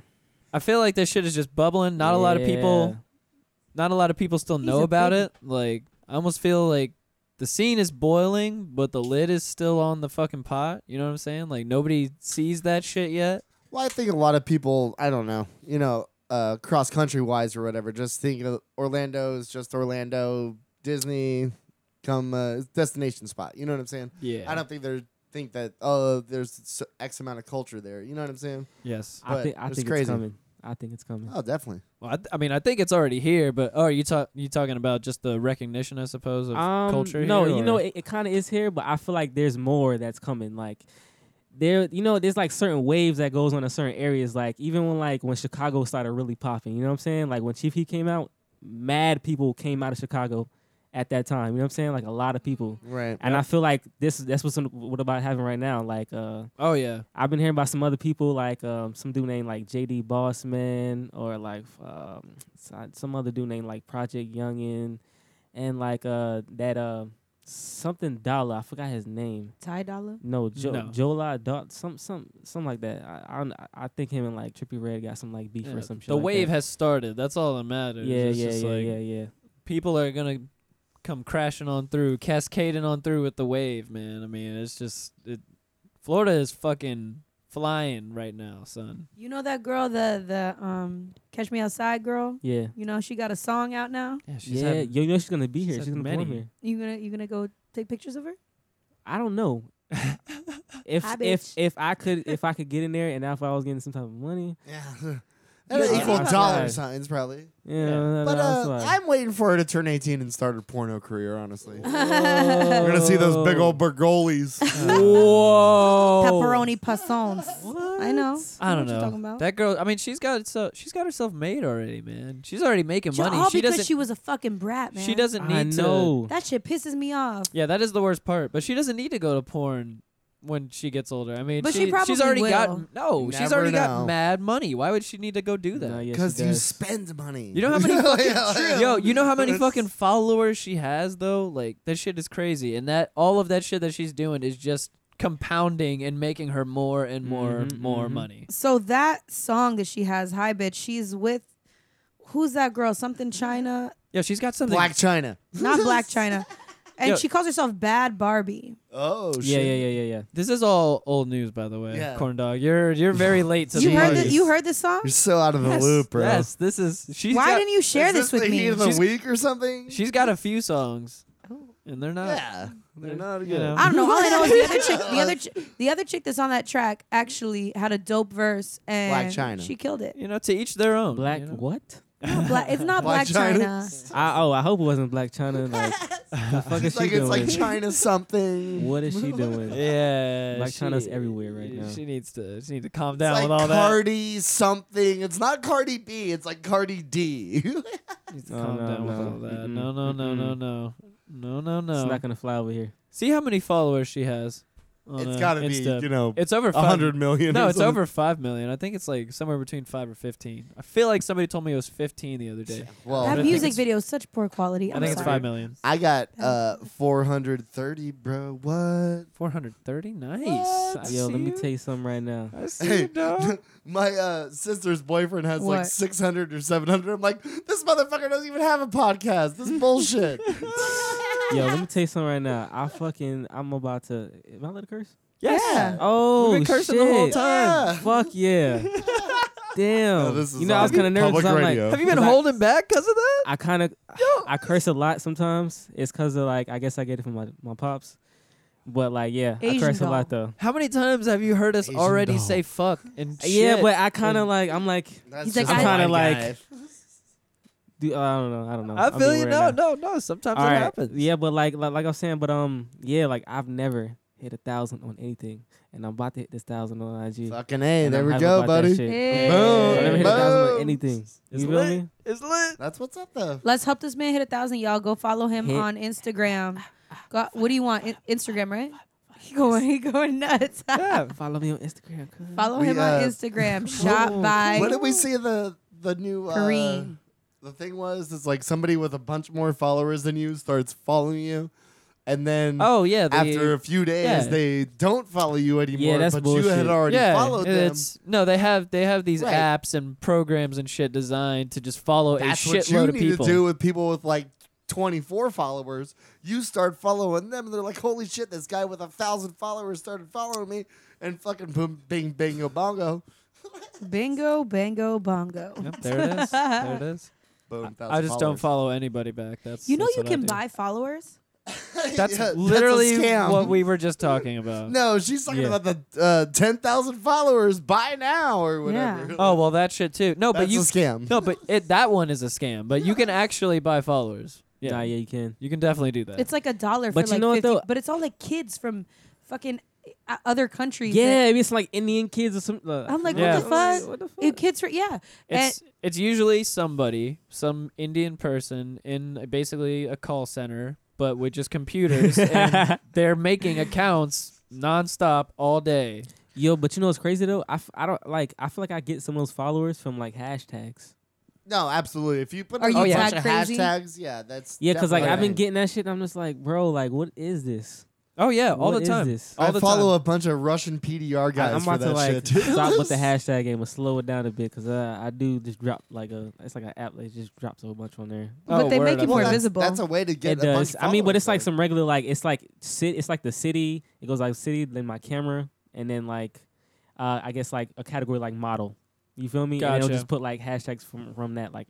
Speaker 1: I feel like this shit is just bubbling. Not a lot of people, not a lot of people still
Speaker 4: He's
Speaker 1: know
Speaker 4: a
Speaker 1: about
Speaker 4: big-
Speaker 1: it. Like I almost feel like the scene is boiling, but the lid is still on the fucking pot. You know what I'm saying? Like nobody sees that shit yet.
Speaker 3: Well, I think a lot of people, I don't know, you know, uh, cross country wise or whatever, just think of Orlando is just Orlando, Disney, come uh, destination spot. You know what I'm saying?
Speaker 1: Yeah.
Speaker 3: I don't think they're think that oh there's s- X amount of culture there. You know what I'm saying?
Speaker 1: Yes.
Speaker 5: I
Speaker 3: but
Speaker 5: think I
Speaker 3: it's
Speaker 5: think
Speaker 3: crazy.
Speaker 5: it's coming. I think it's coming.
Speaker 3: Oh, definitely.
Speaker 1: Well, I, th- I mean, I think it's already here, but oh, are you talk you talking about just the recognition, I suppose, of
Speaker 5: um,
Speaker 1: culture?
Speaker 5: No,
Speaker 1: here,
Speaker 5: you know
Speaker 1: or-
Speaker 5: it, it kind of is here, but I feel like there's more that's coming. Like there, you know, there's like certain waves that goes on in certain areas. Like even when like when Chicago started really popping, you know what I'm saying? Like when Chief Heat came out, mad people came out of Chicago at that time. You know what I'm saying? Like a lot of people.
Speaker 3: Right.
Speaker 5: And I feel like this that's what's what about having right now. Like uh
Speaker 1: oh yeah.
Speaker 5: I've been hearing about some other people, like um, some dude named like JD Bossman, or like um, so- some other dude named like Project Youngin, and like uh, that uh, something Dollar. I forgot his name.
Speaker 4: Ty Dolla?
Speaker 5: No, jo-
Speaker 1: No.
Speaker 5: Jola Dot, some some something like that. I, I don't- I think him and like Trippy Red got some like beef
Speaker 1: Yeah,
Speaker 5: or some shit.
Speaker 1: the
Speaker 5: like
Speaker 1: wave
Speaker 5: that.
Speaker 1: has started. That's all that matters.
Speaker 5: yeah,
Speaker 1: It's
Speaker 5: yeah,
Speaker 1: just
Speaker 5: yeah,
Speaker 1: like,
Speaker 5: yeah, yeah.
Speaker 1: People are gonna come crashing on through, cascading on through with the wave, man. I mean, it's just it. Florida is fucking flying right now, son.
Speaker 4: You know that girl, the, the um, Catch Me Outside girl?
Speaker 5: Yeah,
Speaker 4: You know, she got a song out now.
Speaker 1: Yeah, she's
Speaker 5: yeah.
Speaker 1: had-
Speaker 5: you know she's gonna be
Speaker 1: she's
Speaker 5: here.
Speaker 1: had
Speaker 5: She's, gonna perform
Speaker 1: many.
Speaker 5: here.
Speaker 4: You gonna you gonna go take pictures of her?
Speaker 5: I don't know. if
Speaker 4: Hi, bitch.
Speaker 5: if if I could if I could get in there and if I was getting some type of money,
Speaker 3: Yeah.
Speaker 4: Yeah,
Speaker 3: That'll
Speaker 4: I-
Speaker 3: equal
Speaker 4: I-
Speaker 3: dollar
Speaker 5: I-
Speaker 3: signs probably.
Speaker 5: yeah.
Speaker 3: But uh, I'm waiting for her to turn 18 and start her porno career. Honestly, we're
Speaker 5: We're
Speaker 3: gonna see those big old
Speaker 1: Oh.
Speaker 3: Bergolis.
Speaker 5: Whoa.
Speaker 4: Pepperoni passons.
Speaker 1: I
Speaker 4: I know. know
Speaker 1: don't
Speaker 4: what you're talking
Speaker 1: know.
Speaker 4: about.
Speaker 1: That girl. I mean, she's got so she's got herself made already, man. She's already making
Speaker 4: Ju-
Speaker 1: money.
Speaker 4: All
Speaker 1: she doesn't.
Speaker 4: because she was a fucking brat, man.
Speaker 1: she doesn't need
Speaker 5: I know.
Speaker 4: That shit pisses me off.
Speaker 1: to. Yeah, that is the worst part. But she doesn't need to go to porn when she gets older. I mean,
Speaker 4: But she
Speaker 1: she's
Speaker 4: probably
Speaker 1: already
Speaker 4: will.
Speaker 1: got no.
Speaker 3: You
Speaker 1: she's
Speaker 3: never
Speaker 1: already
Speaker 3: know.
Speaker 1: got mad money. Why would she need to go do that?
Speaker 5: No, yes, she
Speaker 3: Because you
Speaker 5: does.
Speaker 3: spend money.
Speaker 1: You know how many fucking
Speaker 3: Yeah, yeah.
Speaker 1: yo, you know how many
Speaker 3: It's-
Speaker 1: fucking followers she has though? Like that shit is crazy. And that all of that shit that she's doing is just compounding and making her more and more
Speaker 3: Mm-hmm,
Speaker 5: Mhm,
Speaker 1: more
Speaker 5: mhm.
Speaker 1: money.
Speaker 4: So that song that she has, Hi Bitch, she's with who's that girl? Something China.
Speaker 1: Yo, she's got something
Speaker 3: Black China.
Speaker 4: Not Black China. And
Speaker 1: Yo.
Speaker 4: she calls herself Bad Barbie.
Speaker 3: Oh shit.
Speaker 5: Yeah, yeah, yeah, yeah, yeah.
Speaker 1: This is all old news by the way.
Speaker 3: Yeah.
Speaker 1: Corn dog. You're you're very late to
Speaker 4: you
Speaker 1: the
Speaker 4: heard
Speaker 1: party.
Speaker 4: the, you heard this song?
Speaker 3: You're so out of the
Speaker 1: yes,
Speaker 3: loop, bro.
Speaker 1: Yes, this is she's
Speaker 4: Why
Speaker 1: got,
Speaker 4: didn't you share
Speaker 3: Is
Speaker 4: this,
Speaker 3: the
Speaker 4: with
Speaker 3: Heat
Speaker 4: me?
Speaker 3: of the
Speaker 1: She's-
Speaker 3: week or something.
Speaker 1: she's got a few songs.
Speaker 4: Oh.
Speaker 1: And they're not
Speaker 3: yeah, they're not
Speaker 1: you
Speaker 3: good.
Speaker 1: know.
Speaker 4: I don't know. All I know is the other chick, the other, chi- the other chick that's on that track actually had a dope verse, and
Speaker 3: Black China.
Speaker 4: she killed it.
Speaker 1: you know, to each their own.
Speaker 5: Black
Speaker 1: you know?
Speaker 5: what?
Speaker 4: Not Black- it's not Black,
Speaker 3: Black China.
Speaker 4: China.
Speaker 5: I, oh, I hope it wasn't Black China. Like, the fuck is
Speaker 3: It's
Speaker 5: she
Speaker 3: like
Speaker 5: doing?
Speaker 3: it's like China something.
Speaker 5: what is she doing?
Speaker 1: Yeah.
Speaker 5: Black China's
Speaker 1: she-
Speaker 5: everywhere right now.
Speaker 1: She needs to she needs to calm
Speaker 3: It's
Speaker 1: down
Speaker 3: like
Speaker 1: with all that.
Speaker 3: Cardi something. It's not Cardi B. It's like Cardi D.
Speaker 1: Needs to calm
Speaker 5: No, Oh, no,
Speaker 1: down with
Speaker 5: no.
Speaker 1: all that.
Speaker 5: Mm-mm.
Speaker 1: No, no, no, no,
Speaker 5: Mm-mm.
Speaker 1: no, no, no,
Speaker 5: It's
Speaker 1: no.
Speaker 5: not gonna fly over here.
Speaker 1: See how many followers she has
Speaker 3: it's got to be, you know,
Speaker 1: It's over
Speaker 3: a
Speaker 1: five.
Speaker 3: hundred million.
Speaker 1: No,
Speaker 3: or
Speaker 1: it's
Speaker 3: something.
Speaker 1: over five million. I think it's like somewhere between five or fifteen. I feel like somebody told me it was fifteen the other day.
Speaker 3: Well,
Speaker 1: I
Speaker 4: That
Speaker 1: think
Speaker 4: music
Speaker 1: it's-
Speaker 4: video is such poor quality.
Speaker 1: I
Speaker 4: I'm
Speaker 1: think it's
Speaker 4: sorry.
Speaker 1: five million.
Speaker 3: I got uh 430, bro. What?
Speaker 1: Four hundred thirty. Nice. I
Speaker 5: Yo,
Speaker 1: see
Speaker 5: let me
Speaker 1: you.
Speaker 5: tell you something right now.
Speaker 1: I see
Speaker 3: Hey,
Speaker 1: you, dog.
Speaker 3: my uh, sister's boyfriend has like
Speaker 4: What?
Speaker 3: 600 or 700. I'm like, this motherfucker doesn't even have a podcast. This is bullshit.
Speaker 5: Yo, let me tell you something right now. I fucking, I'm about to. Am I allowed to curse?
Speaker 1: Yes.
Speaker 3: Yeah.
Speaker 5: Oh,
Speaker 1: We've been cursing the whole
Speaker 5: shit.
Speaker 3: time.
Speaker 5: Fuck yeah. Damn.
Speaker 3: No, this is
Speaker 5: you know, I was
Speaker 3: on
Speaker 5: kind of nervous.
Speaker 3: public
Speaker 5: 'cause I'm
Speaker 3: radio.
Speaker 5: like,
Speaker 1: Have you been
Speaker 5: 'cause I-
Speaker 1: holding back because of that?
Speaker 5: I kind of I curse a lot sometimes. It's because of like I guess I get it from my, my pops, but like yeah, I
Speaker 4: Asian
Speaker 5: curse a
Speaker 4: doll.
Speaker 5: lot though.
Speaker 1: How many times have you heard us
Speaker 3: Asian
Speaker 1: already
Speaker 3: doll.
Speaker 1: say fuck and shit?
Speaker 5: Uh, Yeah, but I kind of
Speaker 1: And-
Speaker 5: like I'm like
Speaker 3: That's
Speaker 4: He's like,
Speaker 3: just
Speaker 5: I'm
Speaker 3: my
Speaker 5: kinda like-
Speaker 3: guy.
Speaker 5: dude, I don't know, I don't know.
Speaker 1: I
Speaker 5: I'm
Speaker 1: feel
Speaker 5: being
Speaker 1: you.
Speaker 5: weird
Speaker 1: No, no,
Speaker 5: now.
Speaker 1: no. Sometimes
Speaker 5: All
Speaker 1: it
Speaker 5: right.
Speaker 1: happens.
Speaker 5: Yeah, but like, like like I was saying, but um yeah, like I've never hit a thousand on anything, and I'm about to hit this thousand on IG.
Speaker 3: Fucking A.
Speaker 5: and
Speaker 3: There
Speaker 5: I'm
Speaker 3: we
Speaker 5: hype
Speaker 3: go,
Speaker 5: about that
Speaker 3: buddy.
Speaker 5: shit.
Speaker 4: Hey.
Speaker 5: I never hit a thousand
Speaker 3: Boom.
Speaker 5: on anything.
Speaker 1: It's
Speaker 5: You feel
Speaker 1: lit.
Speaker 5: me?
Speaker 1: It's lit.
Speaker 3: That's what's up, though.
Speaker 4: Let's help this man hit a thousand, y'all. Go follow him
Speaker 5: Hit.
Speaker 4: on Instagram. Go, what do you want? In- Instagram, right? He going, he going nuts.
Speaker 1: Yeah.
Speaker 5: Follow me on Instagram. cuz.
Speaker 4: follow
Speaker 3: We,
Speaker 4: him
Speaker 3: uh,
Speaker 4: on Instagram. Shot by
Speaker 3: What did we see the the new uh,
Speaker 4: Kareem.
Speaker 3: The thing was, it's like somebody with a bunch more followers than you starts following you, and then
Speaker 1: Oh yeah. The,
Speaker 3: after a few days
Speaker 1: yeah.
Speaker 3: they don't follow you anymore.
Speaker 5: that's
Speaker 3: but you
Speaker 5: bullshit.
Speaker 3: had already
Speaker 1: yeah,
Speaker 3: followed them.
Speaker 1: it's no. They have they have these
Speaker 3: Right.
Speaker 1: apps and programs and shit designed to just follow
Speaker 3: That's
Speaker 1: a
Speaker 3: what
Speaker 1: shitload
Speaker 3: you
Speaker 1: of
Speaker 3: need
Speaker 1: people.
Speaker 3: to do with people with like 24 followers. You start following them, and they're like, "Holy shit, this guy with a thousand followers started following me," and fucking boom, bing, bingo, bongo,
Speaker 4: Bingo, bango, bongo.
Speaker 1: Yep, there it is. There it is.
Speaker 3: boom.
Speaker 1: I just don't follow anybody back. That's
Speaker 4: You know
Speaker 1: that's
Speaker 4: you
Speaker 1: what I
Speaker 4: can
Speaker 1: do.
Speaker 4: buy followers.
Speaker 3: follow.
Speaker 1: That's literally
Speaker 3: scam.
Speaker 1: what we were just talking about.
Speaker 3: No, she's talking
Speaker 5: Yeah.
Speaker 3: about the uh, ten thousand followers by now or whatever.
Speaker 4: Yeah.
Speaker 1: Oh well, that shit too. No,
Speaker 3: That's
Speaker 1: but you
Speaker 3: a scam.
Speaker 1: No, but it, that one is a scam. But you can actually buy followers. Yeah,
Speaker 5: Nah, yeah, you can.
Speaker 1: you can definitely do that.
Speaker 4: It's like a dollar for
Speaker 5: But you
Speaker 4: like
Speaker 5: know what,
Speaker 4: 50,
Speaker 5: though?
Speaker 4: but it's all like kids from fucking uh, other countries.
Speaker 5: Yeah, maybe it's like Indian kids or something.
Speaker 4: I'm like,
Speaker 1: Yeah.
Speaker 4: what the fuck?
Speaker 5: What the fuck?
Speaker 4: It- kids for yeah. And-
Speaker 1: it's it's usually somebody, some Indian person in basically a call center, but with just computers, and they're making accounts nonstop all day.
Speaker 5: Yo, but you know what's crazy though? I, f- I don't like. I feel like I get some of those followers from like hashtags.
Speaker 3: No, absolutely. If you put
Speaker 4: Are
Speaker 3: a
Speaker 4: you
Speaker 3: bunch
Speaker 4: tag
Speaker 3: of
Speaker 4: crazy?
Speaker 3: hashtags, yeah, that's
Speaker 5: Yeah, because like I've been
Speaker 3: definitely-
Speaker 5: getting that shit. And I'm just like, bro, like what is this?
Speaker 1: Oh yeah, all
Speaker 5: What
Speaker 1: the
Speaker 5: is
Speaker 1: time.
Speaker 5: this?
Speaker 1: All
Speaker 3: I
Speaker 1: the
Speaker 3: follow
Speaker 1: time.
Speaker 3: a bunch of Russian PDR
Speaker 5: I-
Speaker 3: guys
Speaker 5: I'm
Speaker 3: for
Speaker 5: about
Speaker 3: that
Speaker 5: to like
Speaker 3: shit. dude.
Speaker 5: stop with the hashtag game and slow it down a bit because uh, I do just drop like a. It's like an app that just drops a whole bunch on there.
Speaker 4: but
Speaker 1: Oh,
Speaker 4: they
Speaker 1: word,
Speaker 4: make
Speaker 1: I
Speaker 4: it more
Speaker 1: see.
Speaker 3: that's,
Speaker 4: visible.
Speaker 3: That's a way to get
Speaker 5: it
Speaker 3: a bunch
Speaker 5: does.
Speaker 3: of
Speaker 5: I mean, but it's like
Speaker 3: followers,
Speaker 5: some regular like it's like city. It's like the city. It goes like city, then my camera, and then like uh, I guess like a category like model. You feel me? And
Speaker 1: Gotcha.
Speaker 5: it'll just put like hashtags from from that like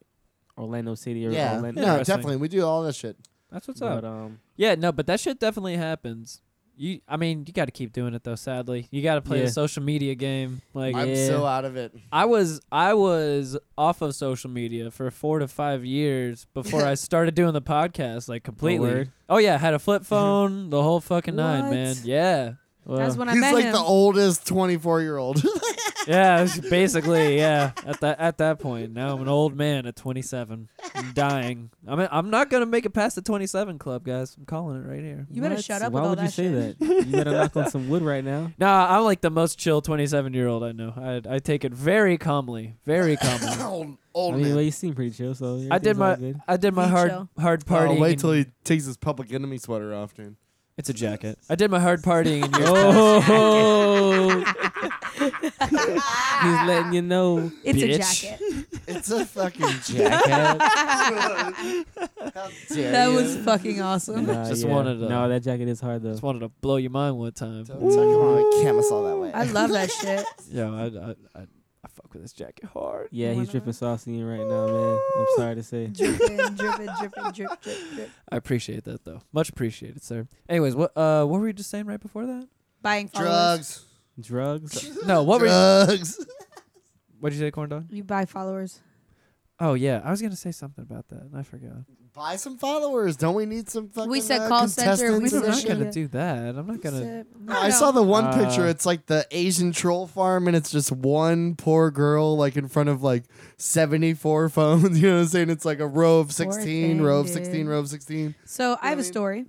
Speaker 5: Orlando City or
Speaker 3: yeah,
Speaker 5: Orlando.
Speaker 3: no,
Speaker 1: Interesting.
Speaker 3: definitely. We do all that shit.
Speaker 1: That's what's up.
Speaker 5: But, um,
Speaker 1: Yeah, no, but that shit definitely happens. You, I mean, you got to keep doing it though. Sadly, you got to play
Speaker 5: Yeah.
Speaker 1: the social media game. Like
Speaker 3: I'm
Speaker 5: yeah.
Speaker 3: so out of it.
Speaker 1: I was, I was off of social media for four to five years before I started doing the podcast. Like completely.
Speaker 5: word.
Speaker 1: Oh, yeah, had a flip phone, the whole fucking nine,
Speaker 4: What?
Speaker 1: man. Yeah,
Speaker 4: that's
Speaker 5: well,
Speaker 4: when I
Speaker 3: He's
Speaker 4: met
Speaker 3: like
Speaker 4: him.
Speaker 3: the oldest 24 year old.
Speaker 1: yeah, it was basically, yeah. At that at that point, now I'm an old man at 27, I'm dying. I mean, I'm not gonna make it past the 27 club, guys. I'm calling it right here.
Speaker 4: you better shut up
Speaker 5: Why
Speaker 4: with all
Speaker 5: would you
Speaker 4: that
Speaker 5: say
Speaker 4: shit.
Speaker 5: that? You better knock on some wood right now.
Speaker 1: Nah, I'm like the most chill 27 year old I know. I I take it very calmly, very calmly.
Speaker 3: old old
Speaker 5: I mean, well,
Speaker 3: man.
Speaker 5: you seem pretty chill, so
Speaker 1: I did
Speaker 5: everything's
Speaker 1: my
Speaker 5: all good.
Speaker 1: I did my
Speaker 4: Be
Speaker 1: hard
Speaker 4: chill.
Speaker 1: hard
Speaker 3: Oh,
Speaker 1: partying.
Speaker 3: wait
Speaker 1: in-
Speaker 3: till he takes his public enemy sweater off, dude.
Speaker 1: it's a jacket. I did my hard partying in years. past.
Speaker 5: Oh, he's letting you know.
Speaker 4: It's a
Speaker 1: Bitch.
Speaker 4: jacket.
Speaker 3: It's a fucking jacket.
Speaker 5: Jacket.
Speaker 3: How dare
Speaker 4: That
Speaker 3: you.
Speaker 4: was fucking awesome.
Speaker 5: Nah,
Speaker 1: Just
Speaker 5: yeah.
Speaker 1: wanted to-
Speaker 5: No, that jacket is hard though.
Speaker 1: Just wanted to blow your mind one time.
Speaker 3: Don't talk about my camisole that way.
Speaker 4: I love that shit.
Speaker 1: Yeah, I, I, I, I fuck with this jacket hard.
Speaker 5: Yeah, he's dripping sauce in you right now, man. I'm sorry to say.
Speaker 4: Dripping, dripping, dripping, drip, drip, drip.
Speaker 1: I appreciate that though. Much appreciated, sir. Anyways, what uh, what were you just saying right before that?
Speaker 4: Buying followers.
Speaker 3: Drugs.
Speaker 5: Drugs.
Speaker 1: No, what were you,
Speaker 3: Uh, Drugs.
Speaker 1: what'd you say, corn dog?
Speaker 4: You buy followers.
Speaker 1: Oh yeah, I was gonna say something about that and I forgot.
Speaker 3: Buy some followers. Don't we need some fucking
Speaker 4: We said
Speaker 3: uh,
Speaker 4: call
Speaker 3: contestants
Speaker 4: center, we
Speaker 1: I'm
Speaker 3: and
Speaker 4: said-
Speaker 1: not
Speaker 3: shit?
Speaker 1: gonna do that. I'm not gonna.
Speaker 3: No, I saw the one
Speaker 5: Uh,
Speaker 3: picture. It's like the Asian troll farm, and it's just one poor girl, like in front of like seventy-four phones. You know what I'm saying? It's like a row of sixteen,
Speaker 4: thing,
Speaker 3: row of
Speaker 4: dude.
Speaker 3: sixteen, row of sixteen.
Speaker 4: So I have a
Speaker 3: Really?
Speaker 4: story.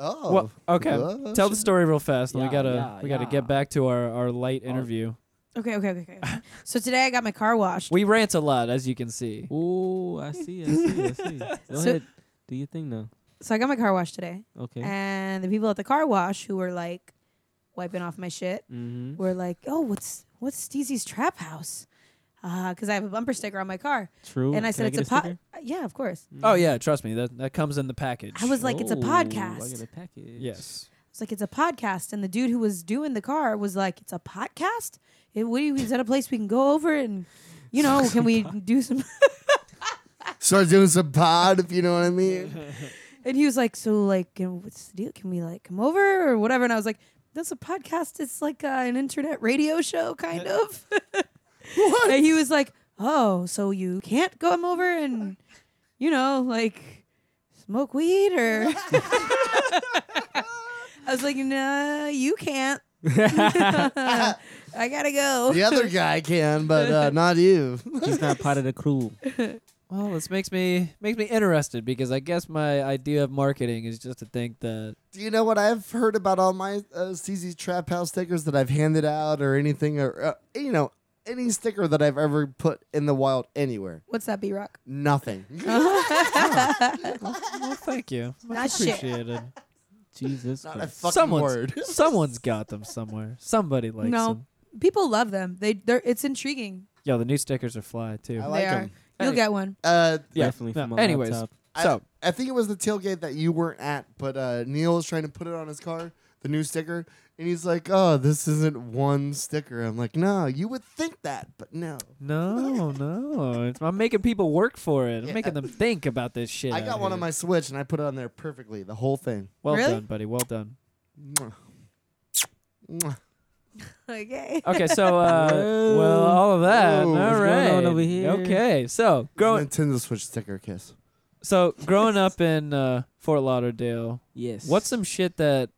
Speaker 3: Oh.
Speaker 1: Well, okay.
Speaker 3: Well,
Speaker 1: Tell the story real fast, and we
Speaker 5: Yeah,
Speaker 1: gotta
Speaker 5: yeah,
Speaker 1: we gotta
Speaker 5: yeah.
Speaker 1: get back to our our light interview.
Speaker 4: Okay, okay, okay. okay. so today I got my car washed.
Speaker 1: We rant a lot, as you can see.
Speaker 5: Mm-hmm. Ooh, I see, I see, I see. Go
Speaker 4: So-
Speaker 5: ahead. Do your thing though.
Speaker 4: so I got my car washed today,
Speaker 5: Okay.
Speaker 4: and the people at the car wash who were like wiping off my shit
Speaker 5: mm-hmm.
Speaker 4: were like, "Oh, what's what's Steezy's trap house?" Because I have a bumper sticker on my car,
Speaker 5: True.
Speaker 4: and I
Speaker 5: Can
Speaker 4: said
Speaker 5: get
Speaker 4: it's a, po-
Speaker 5: sticker?
Speaker 4: uh, yeah, of course.
Speaker 1: Oh yeah, trust me, that that comes in the package.
Speaker 4: I was like, "It's a
Speaker 5: Oh, I
Speaker 4: podcast."
Speaker 5: get a package.
Speaker 1: yes.
Speaker 4: It's like it's a podcast, and the dude who was doing the car was like, "It's a podcast. It, what do you, is that a place we can go over and, you know, can we do some?"
Speaker 3: Start doing some pod, if you know what I mean.
Speaker 4: And he was like, "So like, can, what's the deal? Can we like come over or whatever?" And I was like, "That's a podcast. It's like uh, an internet radio show, kind of."
Speaker 3: what?
Speaker 4: and he was like, "Oh, so you can't come over and, you know, like, smoke weed or?" I was like, "No, you can't. I gotta go."
Speaker 3: The other guy can, but uh, not you.
Speaker 5: He's not part of the crew.
Speaker 1: Well, this makes me makes me interested because I guess my idea of marketing is just to think that
Speaker 3: Do you know what I've heard about all my uh, CZ Trap House stickers that I've handed out or anything or uh, you know any sticker that I've ever put in the wild anywhere?
Speaker 4: What's that, B Rock?
Speaker 3: Nothing.
Speaker 1: well, thank you.
Speaker 4: Not shit.
Speaker 1: Appreciated.
Speaker 5: Jesus.
Speaker 3: Not a
Speaker 5: Christ.
Speaker 3: fucking
Speaker 1: Someone's,
Speaker 3: word.
Speaker 1: someone's got them somewhere. Somebody likes
Speaker 4: No.
Speaker 1: them.
Speaker 4: People love them. They, they're. It's intriguing.
Speaker 1: Yo, the new stickers are fly too.
Speaker 3: I like
Speaker 4: they are.
Speaker 3: 'em.
Speaker 4: You'll
Speaker 1: Hey.
Speaker 4: get one.
Speaker 3: Uh,
Speaker 1: Yeah,
Speaker 5: Definitely
Speaker 1: no,
Speaker 5: from my
Speaker 1: anyways.
Speaker 5: laptop.
Speaker 3: I,
Speaker 1: So-
Speaker 3: I think it was the tailgate that you weren't at, but uh, Neil was trying to put it on his car, the new sticker, and he's like, "Oh, this isn't one sticker." I'm like, "No, you would think that, but no."
Speaker 1: No, no. It's, I'm making people work for it. I'm
Speaker 3: Yeah.
Speaker 1: making them think about this shit.
Speaker 3: I
Speaker 1: out
Speaker 3: got one
Speaker 1: here.
Speaker 3: on my Switch, and I put it on there perfectly, the whole thing.
Speaker 1: Well
Speaker 4: Really?
Speaker 1: done, buddy. Well done.
Speaker 3: Mwah. Mwah.
Speaker 4: Okay.
Speaker 1: Okay, so uh, well, all of that.
Speaker 3: Whoa,
Speaker 1: all
Speaker 5: what's
Speaker 1: right.
Speaker 5: going on over here?
Speaker 1: Okay, so growing,
Speaker 3: Nintendo Switch sticker kiss.
Speaker 1: so growing up in uh, Fort Lauderdale,
Speaker 5: Yes.
Speaker 1: what's some shit that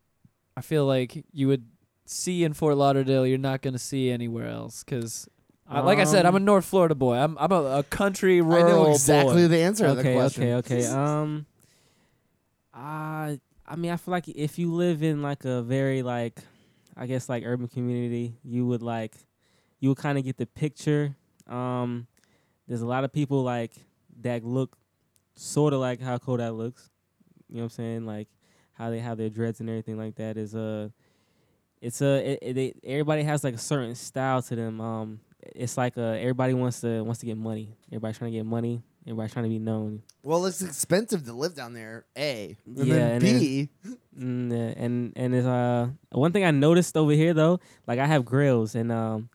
Speaker 1: I feel like you would see in Fort Lauderdale you're not gonna see anywhere else? Because, like I said, I'm a
Speaker 5: Um,
Speaker 1: North Florida boy. I'm I'm a, a country rural
Speaker 3: I know exactly
Speaker 1: boy.
Speaker 3: the answer to the
Speaker 5: okay,
Speaker 3: question.
Speaker 5: okay, okay. Um, I, I mean, I feel like if you live in like a very like, I guess like urban community, you would like, you would kind of get the picture. Um, there's a lot of people like that look sort of like how Kodak looks. You know what I'm saying? Like how they have their dreads and everything like that is uh it's a it, it, they everybody has like a certain style to them. Um, it's like uh everybody wants to wants to get money. Everybody's trying to get money. Everybody's trying to be known.
Speaker 3: Well, it's expensive to live down there. A and
Speaker 5: Yeah,
Speaker 3: then
Speaker 5: and
Speaker 3: B.
Speaker 5: Mm, yeah, and and it's, uh one thing I noticed over here though, like I have grills and um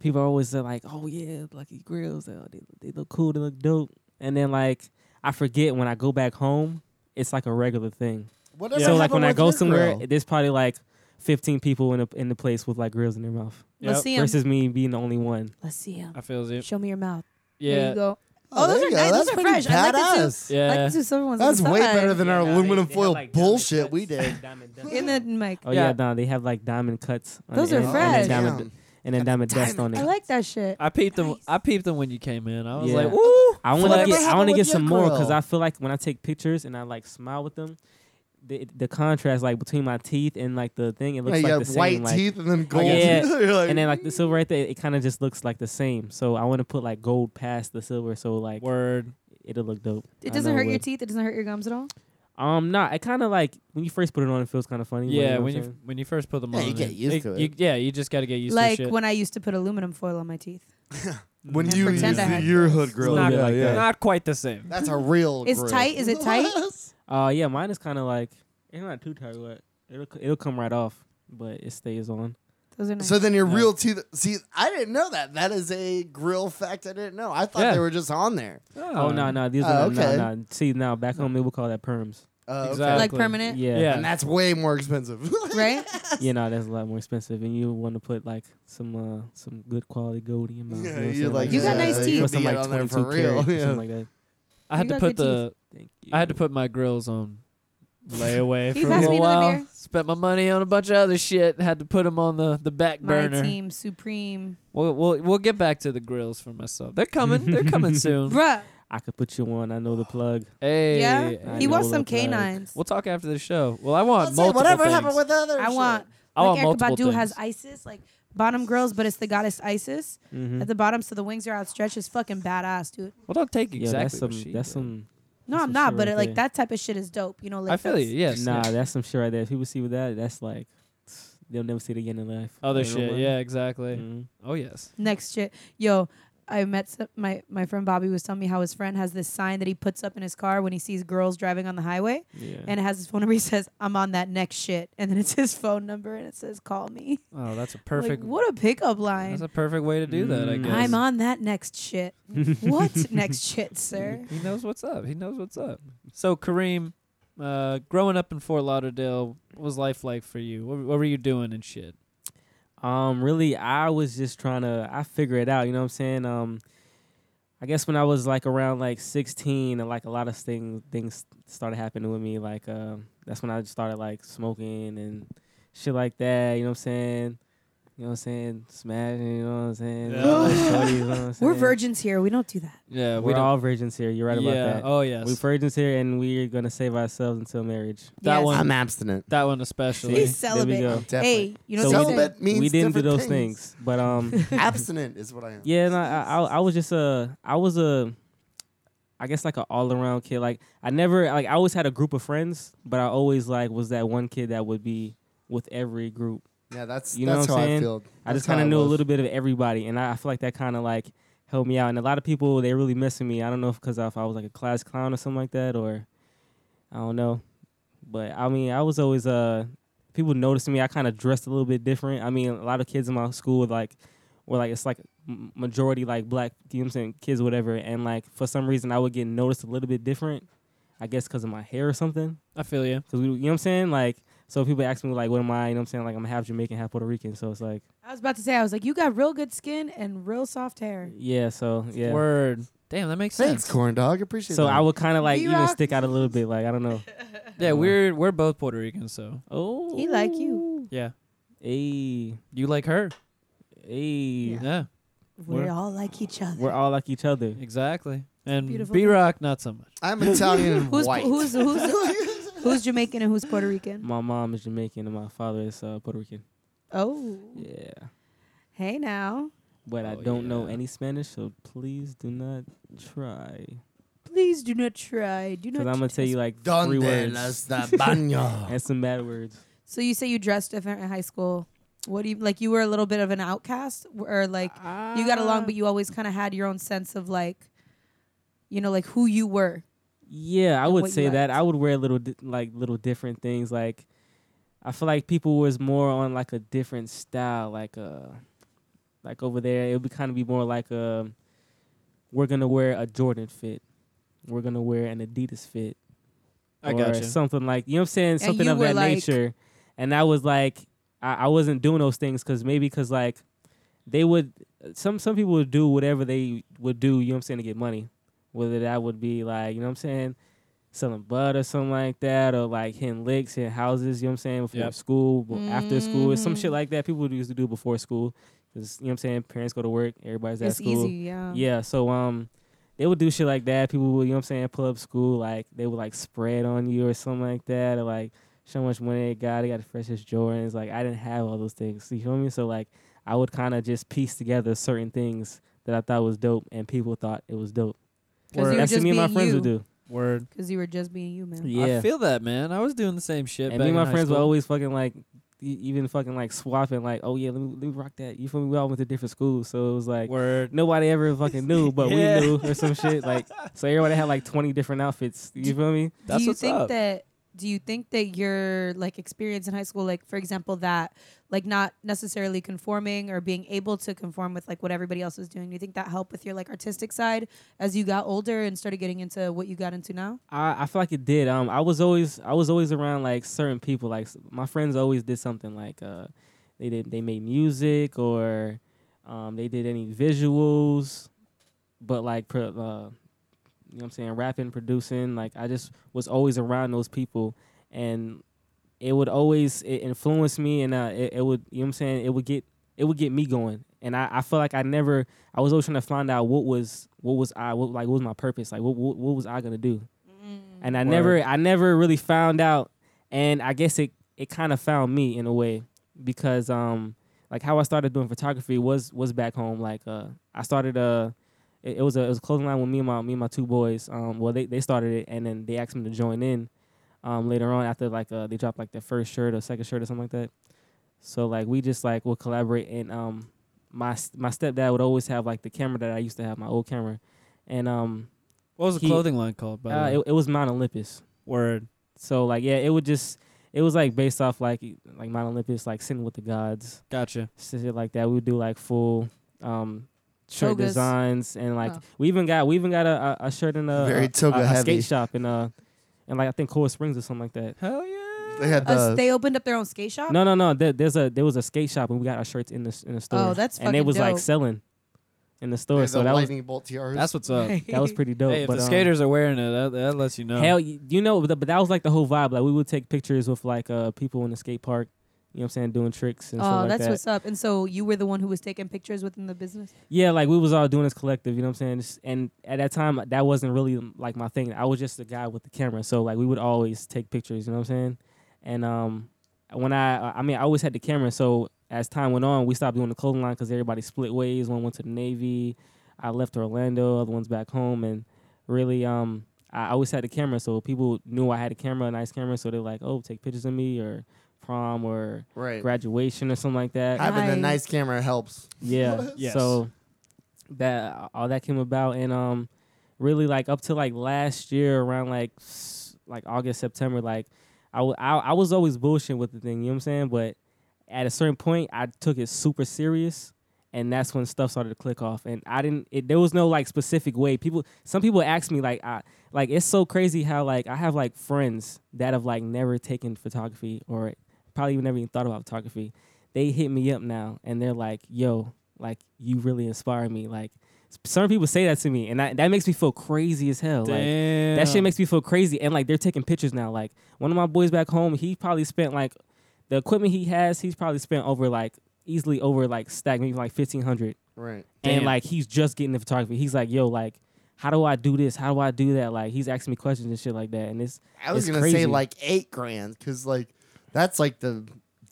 Speaker 5: people are always uh, like, oh yeah, Lucky grills, oh, they they look cool, they look dope, and then like I forget when I go back home, it's like a regular thing.
Speaker 3: Whatever.
Speaker 5: So like
Speaker 3: happened
Speaker 5: when I
Speaker 3: with
Speaker 5: go
Speaker 3: your
Speaker 5: somewhere,
Speaker 3: grill?
Speaker 5: there's probably like 15 people in the in the place with like grills in their mouth
Speaker 4: Let's see him.
Speaker 5: versus me being the only one.
Speaker 4: Let's see him.
Speaker 1: I feel you.
Speaker 4: Show me your mouth. There you
Speaker 1: Yeah,
Speaker 4: go. Oh, those
Speaker 3: there
Speaker 4: are
Speaker 3: you go.
Speaker 4: nice. Those
Speaker 3: That's
Speaker 4: are
Speaker 3: pretty
Speaker 4: fresh. I like the two.
Speaker 3: badass.
Speaker 1: yeah.
Speaker 4: I like to see some ones.
Speaker 3: That's
Speaker 4: on the
Speaker 3: way
Speaker 4: side.
Speaker 3: better than our
Speaker 5: Yeah, nah, they-
Speaker 3: aluminum
Speaker 5: they have,
Speaker 3: foil
Speaker 5: like, diamond
Speaker 3: bullshit
Speaker 5: cuts.
Speaker 3: we did.
Speaker 5: Diamond dust.
Speaker 4: in the mic.
Speaker 5: Oh yeah,
Speaker 1: Yeah.
Speaker 5: nah, they have like diamond cuts. on
Speaker 4: Those
Speaker 5: it
Speaker 4: are
Speaker 5: and-
Speaker 4: fresh.
Speaker 5: And then diamond,
Speaker 3: Damn.
Speaker 5: and then diamond dust on
Speaker 3: Diamond
Speaker 5: it.
Speaker 4: I like that shit.
Speaker 1: I peeped them.
Speaker 4: Nice.
Speaker 1: I peeped them when you came in. I was
Speaker 5: Yeah.
Speaker 1: like, "Woo!"
Speaker 5: I want
Speaker 1: Whatever
Speaker 5: to get. I
Speaker 3: happened
Speaker 5: want to
Speaker 3: with
Speaker 5: get
Speaker 3: your
Speaker 5: some more because
Speaker 3: grill?
Speaker 5: I feel like when I take pictures and I like smile with them, the the contrast like between my teeth and like the thing,
Speaker 3: Yeah,
Speaker 5: it looks
Speaker 3: you
Speaker 5: like
Speaker 3: got
Speaker 5: the same.
Speaker 3: white
Speaker 5: like,
Speaker 3: teeth and then
Speaker 5: Oh,
Speaker 3: gold.
Speaker 5: yeah.
Speaker 3: You're like,
Speaker 5: and then like the silver right there, it kind of just looks like the same. So I want to put like gold past the silver, so like
Speaker 1: Word.
Speaker 5: it'll look dope.
Speaker 4: It
Speaker 5: I
Speaker 4: doesn't
Speaker 5: know
Speaker 4: hurt your
Speaker 5: would.
Speaker 4: teeth. It doesn't hurt your gums at all.
Speaker 5: Um, nah, it kind of like when you first put it on, it feels kind of funny. but
Speaker 1: Yeah,
Speaker 5: know what
Speaker 1: when
Speaker 5: I'm
Speaker 1: you
Speaker 5: saying?
Speaker 1: when you first put them
Speaker 3: Yeah,
Speaker 1: on,
Speaker 3: you get
Speaker 1: it-
Speaker 3: used to
Speaker 1: you-
Speaker 3: it.
Speaker 1: yeah, you just got to get used
Speaker 4: Like
Speaker 1: to shit.
Speaker 4: when I used to put aluminum foil on my teeth.
Speaker 3: when
Speaker 4: And
Speaker 3: you use
Speaker 4: pretend I had
Speaker 3: your
Speaker 4: grills.
Speaker 3: hood grill,
Speaker 5: Not
Speaker 3: Oh, yeah,
Speaker 5: like
Speaker 3: yeah.
Speaker 5: that.
Speaker 1: Not quite the same.
Speaker 3: That's a real.
Speaker 4: It's
Speaker 3: grill.
Speaker 4: tight. Is it tight?
Speaker 5: uh, yeah, mine is kind of like it's not too tight, but it'll c- it'll come right off, but it stays on.
Speaker 4: Those are nice.
Speaker 3: so then your
Speaker 5: No.
Speaker 3: real teeth. See, I didn't know that. That is a grill fact. I didn't know. I thought
Speaker 1: Yeah.
Speaker 3: they were just on there.
Speaker 5: Oh no, no, these
Speaker 3: Oh,
Speaker 5: are no,
Speaker 3: okay.
Speaker 5: no, no. See now, back home they would call that perms.
Speaker 3: Uh,
Speaker 1: Exactly.
Speaker 4: like permanent,
Speaker 5: Yeah,
Speaker 1: Yeah.
Speaker 5: yeah, Mm-hmm.
Speaker 3: And that's way more expensive.
Speaker 4: right?
Speaker 5: you know that's a lot more expensive, and you want to put like some uh, some good quality gold in your mouth.
Speaker 3: Yeah,
Speaker 5: know what I'm
Speaker 3: you
Speaker 5: saying?
Speaker 3: like
Speaker 4: You got
Speaker 5: uh,
Speaker 4: nice
Speaker 5: put
Speaker 4: teeth.
Speaker 5: some,
Speaker 3: You
Speaker 5: like
Speaker 3: got on there
Speaker 5: 22
Speaker 3: for real,
Speaker 5: carat or
Speaker 3: yeah.
Speaker 5: something like that.
Speaker 1: I had
Speaker 4: You
Speaker 1: to
Speaker 4: got
Speaker 1: put
Speaker 4: good
Speaker 1: the
Speaker 5: Thank you.
Speaker 1: I had to put my grills on layaway
Speaker 4: Can you
Speaker 1: for a
Speaker 4: pass me
Speaker 1: little
Speaker 4: another
Speaker 1: while.
Speaker 4: beer?
Speaker 1: Spent my money on a bunch of other shit. Had to put them on the the back
Speaker 4: My
Speaker 1: burner.
Speaker 4: team supreme,
Speaker 1: We'll, we'll we'll get back to the grills for myself. They're coming. They're coming soon.
Speaker 4: bruh.
Speaker 5: I could put you on. I know the plug.
Speaker 1: Hey,
Speaker 4: yeah,
Speaker 5: I
Speaker 4: he wants some
Speaker 5: know what it looks like.
Speaker 4: canines.
Speaker 1: We'll talk after the show. Well, I want
Speaker 3: Let's see,
Speaker 1: multiple
Speaker 3: whatever
Speaker 1: things.
Speaker 3: happened with the other
Speaker 4: I
Speaker 3: shit.
Speaker 4: want.
Speaker 1: I
Speaker 4: like
Speaker 1: want
Speaker 4: Erykah
Speaker 1: multiple
Speaker 4: Badu has
Speaker 1: things. Hmm.
Speaker 4: Isis, like bottom girls, but it's the goddess Isis
Speaker 5: Mhm.
Speaker 4: at the bottom, so the wings are outstretched. It's fucking badass, dude.
Speaker 1: Well, don't take
Speaker 5: Yeah,
Speaker 1: exactly
Speaker 5: that's
Speaker 1: what
Speaker 5: some.
Speaker 1: she
Speaker 5: That's
Speaker 1: did.
Speaker 5: some.
Speaker 4: No,
Speaker 5: That's
Speaker 4: I'm
Speaker 5: some
Speaker 4: not,
Speaker 5: shit
Speaker 4: but
Speaker 5: right
Speaker 4: it, like
Speaker 5: there.
Speaker 4: that type of shit is dope. You know, like
Speaker 1: I feel
Speaker 4: that's-
Speaker 1: you. Yes.
Speaker 5: nah,
Speaker 1: yeah.
Speaker 5: that's some shit right there. If people see with that, that's like they'll never see it again in life.
Speaker 1: Other
Speaker 5: You know
Speaker 1: shit.
Speaker 5: what?
Speaker 1: Yeah, exactly.
Speaker 5: Mhm.
Speaker 1: Oh yes.
Speaker 4: Next shit, yo. I met some, my my friend Bobby was telling me how his friend has this sign that he puts up in his car when he sees girls driving on the highway,
Speaker 5: Yeah.
Speaker 4: and it has his phone number. He says, "I'm on that next shit," and then it's his phone number, and it says, "Call me."
Speaker 1: Oh, that's a
Speaker 4: Like,
Speaker 1: perfect.
Speaker 4: what a pickup
Speaker 1: that's
Speaker 4: line!
Speaker 1: a perfect way to do that. I
Speaker 5: Mm.
Speaker 1: guess.
Speaker 4: I'm on that next shit. what next shit, sir?
Speaker 1: He knows what's up. He knows what's up. So Kareem, uh, growing up in Fort Lauderdale, what was life like for you? What, what were you doing and shit?
Speaker 5: Um, really, I was just trying to I figure it out. You know what I'm saying? Um, I guess when I was like around like 16, and like a lot of things things started happening with me. Like, um, that's when I started like smoking and shit like that. You know what I'm saying? You know what I'm saying? Smashing. You know what I'm saying?
Speaker 1: Yeah.
Speaker 5: Shorties, you know what I'm
Speaker 4: We're
Speaker 5: saying?
Speaker 4: virgins here. We don't do that.
Speaker 1: Yeah,
Speaker 5: We're all virgins here. You're right about
Speaker 1: yeah.
Speaker 5: that.
Speaker 1: Oh yes.
Speaker 5: We're virgins here, and we're gonna save ourselves until marriage.
Speaker 1: That
Speaker 4: Yes.
Speaker 1: one-
Speaker 3: I'm abstinent.
Speaker 1: that one especially.
Speaker 4: He's celibate.
Speaker 5: go.
Speaker 3: Definitely.
Speaker 4: Hey, you know
Speaker 5: So
Speaker 4: what
Speaker 5: we
Speaker 4: I'm saying?
Speaker 3: celibate means
Speaker 5: we didn't do
Speaker 3: different
Speaker 5: those things, but um.
Speaker 3: abstinent is what I am.
Speaker 5: Yeah, no, I, I I was just a I was a I guess like an all around kid. Like I never like I always had a group of friends, but I always like was that one kid that would be with every group.
Speaker 3: Yeah, that's
Speaker 5: You know
Speaker 3: that's
Speaker 5: what I'm
Speaker 3: how I
Speaker 5: saying?
Speaker 3: feel.
Speaker 5: I
Speaker 3: That's
Speaker 5: just
Speaker 3: how
Speaker 5: kind of knew a
Speaker 3: was.
Speaker 5: little bit of everybody, and I, I feel like that kind of like helped me out. And a lot of people they really missing me. I don't know if because if I was like a class clown or something like that, or I don't know. But I mean, I was always uh people noticed me. I kind of dressed a little bit different. I mean, a lot of kids in my school were like were like it's like m- majority like black, you know what I'm saying, kids, whatever. And like for some reason, I would get noticed a little bit different. I guess because of my hair or something.
Speaker 1: I feel you.
Speaker 5: Cause we, you know what I'm saying, like. So people ask me like, "What am I?" You know what I'm saying? Like I'm half Jamaican, half Puerto Rican. So it's like,
Speaker 4: I was about to say, I was like, you got real good skin and real soft hair.
Speaker 5: yeah, so yeah.
Speaker 1: Word. Damn, that makes
Speaker 3: Thanks,
Speaker 1: sense.
Speaker 3: corn dog. Appreciate
Speaker 5: So
Speaker 3: that.
Speaker 5: I would kind of like even
Speaker 4: B-Rock?
Speaker 5: stick out a little bit. Like I don't know.
Speaker 1: Yeah, we're we're both Puerto Ricans, so
Speaker 5: Oh,
Speaker 4: He like you.
Speaker 1: yeah.
Speaker 5: Hey,
Speaker 1: You like her?
Speaker 5: hey.
Speaker 1: Yeah,
Speaker 4: We're,
Speaker 1: We're-
Speaker 4: all like each other.
Speaker 5: We're all like each other.
Speaker 1: exactly. And
Speaker 4: beautiful.
Speaker 1: B Rock, not so much.
Speaker 3: I'm Italian and
Speaker 4: who's,
Speaker 3: white.
Speaker 4: who's who's who's Jamaican and who's Puerto Rican?
Speaker 5: My mom is Jamaican and my father is uh, Puerto Rican.
Speaker 4: Oh,
Speaker 5: Yeah,
Speaker 4: hey now,
Speaker 5: but I
Speaker 1: Oh,
Speaker 5: don't know
Speaker 1: yeah.
Speaker 5: any Spanish, so please do not try.
Speaker 4: please do not try. Do not.
Speaker 5: Because I'm gonna tell you like three
Speaker 3: Donde
Speaker 5: words
Speaker 3: las da baño?
Speaker 5: and some bad words.
Speaker 4: So you say you dressed different in high school. What do you like? You were a little bit of an outcast, or like you got along, but you always kind of had your own sense of like, you know, like who you were.
Speaker 5: Yeah, I
Speaker 4: and
Speaker 5: would
Speaker 4: what you
Speaker 5: say that.
Speaker 4: liked.
Speaker 5: I would wear little di- like little different things. Like I feel like people was more on like a different style. Like uh, like over there, it would be kind of be more like a. We're gonna wear a Jordan fit. We're gonna wear an Adidas fit.
Speaker 1: I
Speaker 5: or
Speaker 1: gotcha.
Speaker 5: Something like you know what I'm saying. Something
Speaker 4: you
Speaker 5: of
Speaker 4: were
Speaker 5: that
Speaker 4: like-
Speaker 5: nature. And I was like, I, I wasn't doing those things because maybe because like they would some some people would do whatever they would do. You know what I'm saying to get money. Whether that would be like you know what I'm saying selling bud or something like that, or like hitting licks, hitting houses, you know what I'm saying, before
Speaker 1: Yep.
Speaker 5: school, but after school, it's some
Speaker 4: Mhm.
Speaker 5: shit like that people used to do before school. Because, you know what I'm saying, parents go to work, everybody's at
Speaker 4: It's
Speaker 5: school.
Speaker 4: easy, yeah.
Speaker 5: Yeah, so um, they would do shit like that. People would, you know what I'm saying, pull up school, like they would like spread on you or something like that, or like show how much money they got. They got the freshest Jordans. Like I didn't have all those things. You feel me? So like I would kind of just piece together certain things that I thought was dope, and people thought it was dope.
Speaker 4: Because you were
Speaker 5: That's what
Speaker 4: just
Speaker 5: me and my
Speaker 4: being
Speaker 5: friends would
Speaker 4: you.
Speaker 5: do.
Speaker 1: Word.
Speaker 4: Because you were just being you, man.
Speaker 5: Yeah.
Speaker 1: I feel that, man. I was doing the same shit.
Speaker 5: And
Speaker 1: back
Speaker 5: me and my
Speaker 1: in high
Speaker 5: friends were
Speaker 1: school.
Speaker 5: always fucking like, e- even fucking like swapping, like, oh yeah, let me, let me rock that. You feel me? We all went to different schools, so it was like
Speaker 1: word.
Speaker 5: nobody ever fucking knew, but
Speaker 1: Yeah.
Speaker 5: we knew or some shit. Like, so everybody had like twenty different outfits. You feel me?
Speaker 1: That's
Speaker 4: do you
Speaker 1: what's
Speaker 4: think
Speaker 1: up.
Speaker 4: that do you think that your like experience in high school like for example that like not necessarily conforming or being able to conform with like what everybody else was doing do you think that helped with your like artistic side as you got older and started getting into what you got into now
Speaker 5: I, I feel like it did. Um, I was always I was always around like certain people. Like s- my friends always did something like uh, they did they made music or um, they did any visuals, but like pro, uh, you know what I'm saying rapping, producing. Like I just was always around those people, and it would always it influence me, and uh, it, it would you know what I'm saying it would get it would get me going, and I, I feel like I never I was always trying to find out what was what was I what like what was my purpose like what what, what was I gonna do, and I never I never really found out, and I guess it it kind of found me in a way because um like how I started doing photography was was back home like uh I started uh it, it was a it was a clothing line with me and my me and my two boys um well they they started it and then they asked me to join in um later on after like uh they dropped like their first shirt or second shirt or something like that. So like we just like would collaborate and um my s- my stepdad would always have like the camera that I used to have my old camera and um
Speaker 1: What was the
Speaker 5: He-
Speaker 1: clothing line called? By
Speaker 5: uh,
Speaker 1: the way?
Speaker 5: it, it was Mount Olympus.
Speaker 1: Word.
Speaker 5: So like yeah it would just it was like based off like like Mount Olympus like sitting with the gods
Speaker 1: Gotcha.
Speaker 5: shit like that. We would do like full um shirt
Speaker 4: Togas.
Speaker 5: designs and like
Speaker 4: Oh.
Speaker 5: we even got we even got a, a, a shirt in a
Speaker 3: Very
Speaker 5: a-
Speaker 3: toga
Speaker 5: a, a
Speaker 3: heavy.
Speaker 5: skate shop in uh and like I think Cool Springs or something like that.
Speaker 1: Hell yeah.
Speaker 3: They had
Speaker 4: Uh,
Speaker 3: the
Speaker 4: they opened up their own skate shop.
Speaker 5: No no no there, there's a there was a skate shop and we got our shirts in the s- in the store.
Speaker 4: Oh, that's
Speaker 5: and it
Speaker 4: fucking
Speaker 5: was like
Speaker 4: dope.
Speaker 5: selling in the
Speaker 3: they
Speaker 5: store.
Speaker 3: had
Speaker 5: so
Speaker 3: the
Speaker 5: that was
Speaker 3: lightning bolt tiaras.
Speaker 1: That's what's up.
Speaker 5: that was pretty dope.
Speaker 1: hey, if
Speaker 5: but,
Speaker 1: the
Speaker 5: um,
Speaker 1: skaters are wearing it, that, that lets you know.
Speaker 5: Hell, y- you know, but, but that was like the whole vibe. Like we would take pictures with like uh people in the skate park. You know what I'm saying, doing tricks and stuff
Speaker 4: Oh,
Speaker 5: like
Speaker 4: that's
Speaker 5: that.
Speaker 4: what's up. And so you were the one who was taking pictures within the business.
Speaker 5: Yeah, like we was all doing this collective, you know what I'm saying? Just- And at that time, that wasn't really like my thing. I was just the guy with the camera, so like we would always take pictures, you know what I'm saying? And um, when I, I mean, I always had the camera. So as time went on, we stopped doing the clothing line because everybody split ways. One went to the Navy, I left to Orlando, other one's back home, and really, um, I always had the camera, so people knew I had a camera, a nice camera, so they're like, oh, take pictures of me or prom or
Speaker 3: right.
Speaker 5: graduation or something like that.
Speaker 3: Having a
Speaker 4: Nice.
Speaker 3: nice camera helps.
Speaker 5: Yeah.
Speaker 1: Yes.
Speaker 5: So that all that came about, and um, really like up to like last year around like s- like August September, like I wa- I I was always bullshitting with the thing, you know what I'm saying? But at a certain point, I took it super serious. And that's when stuff started to click off, and I didn't. It, there was no like specific way. People, some people ask me like, I like it's so crazy how like I have like friends that have like never taken photography or probably never even thought about photography, they hit me up now and they're like, "Yo, like you really inspire me." Like s- certain people say that to me, and that that makes me feel crazy as hell. Like
Speaker 1: Damn.
Speaker 5: that shit makes me feel crazy. And like they're taking pictures now. Like one of my boys back home, he probably spent like the equipment he has. He's probably spent over like easily over like stack maybe like fifteen hundred
Speaker 3: Right.
Speaker 1: Damn.
Speaker 5: and like he's just getting the photography. He's like, yo, like, how do I do this? How do I do that? Like he's asking me questions and shit like that. And it's
Speaker 3: I was
Speaker 5: It's
Speaker 3: gonna say
Speaker 5: crazy.
Speaker 3: like eight grand because like that's like the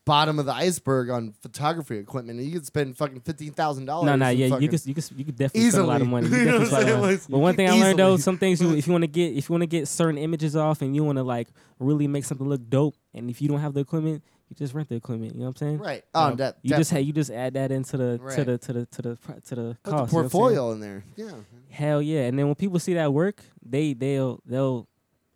Speaker 3: bottom of the iceberg on photography equipment. You could spend fucking fifteen thousand dollars.
Speaker 5: no, no, yeah, you could, you could, you could definitely spend a lot of
Speaker 3: Easily.
Speaker 5: money. You
Speaker 3: You know what
Speaker 5: definitely spend a
Speaker 3: I'm
Speaker 5: lot of
Speaker 3: saying?
Speaker 5: money. But one thing I learned though,
Speaker 3: Easily.
Speaker 5: some things you, if you want to get, if you want to get certain images off, and you want to like really make something look dope, and if you don't have the equipment, you just rent the equipment. You know what I'm saying?
Speaker 3: right. Oh,
Speaker 5: Um,
Speaker 3: that,
Speaker 5: you just had, you just add that into the to
Speaker 3: Right.
Speaker 5: the to the to the pro- to the
Speaker 3: put the
Speaker 5: cost you know what I'm saying?
Speaker 3: portfolio in there. Yeah.
Speaker 5: Hell yeah! And then when people see that work, they they'll they'll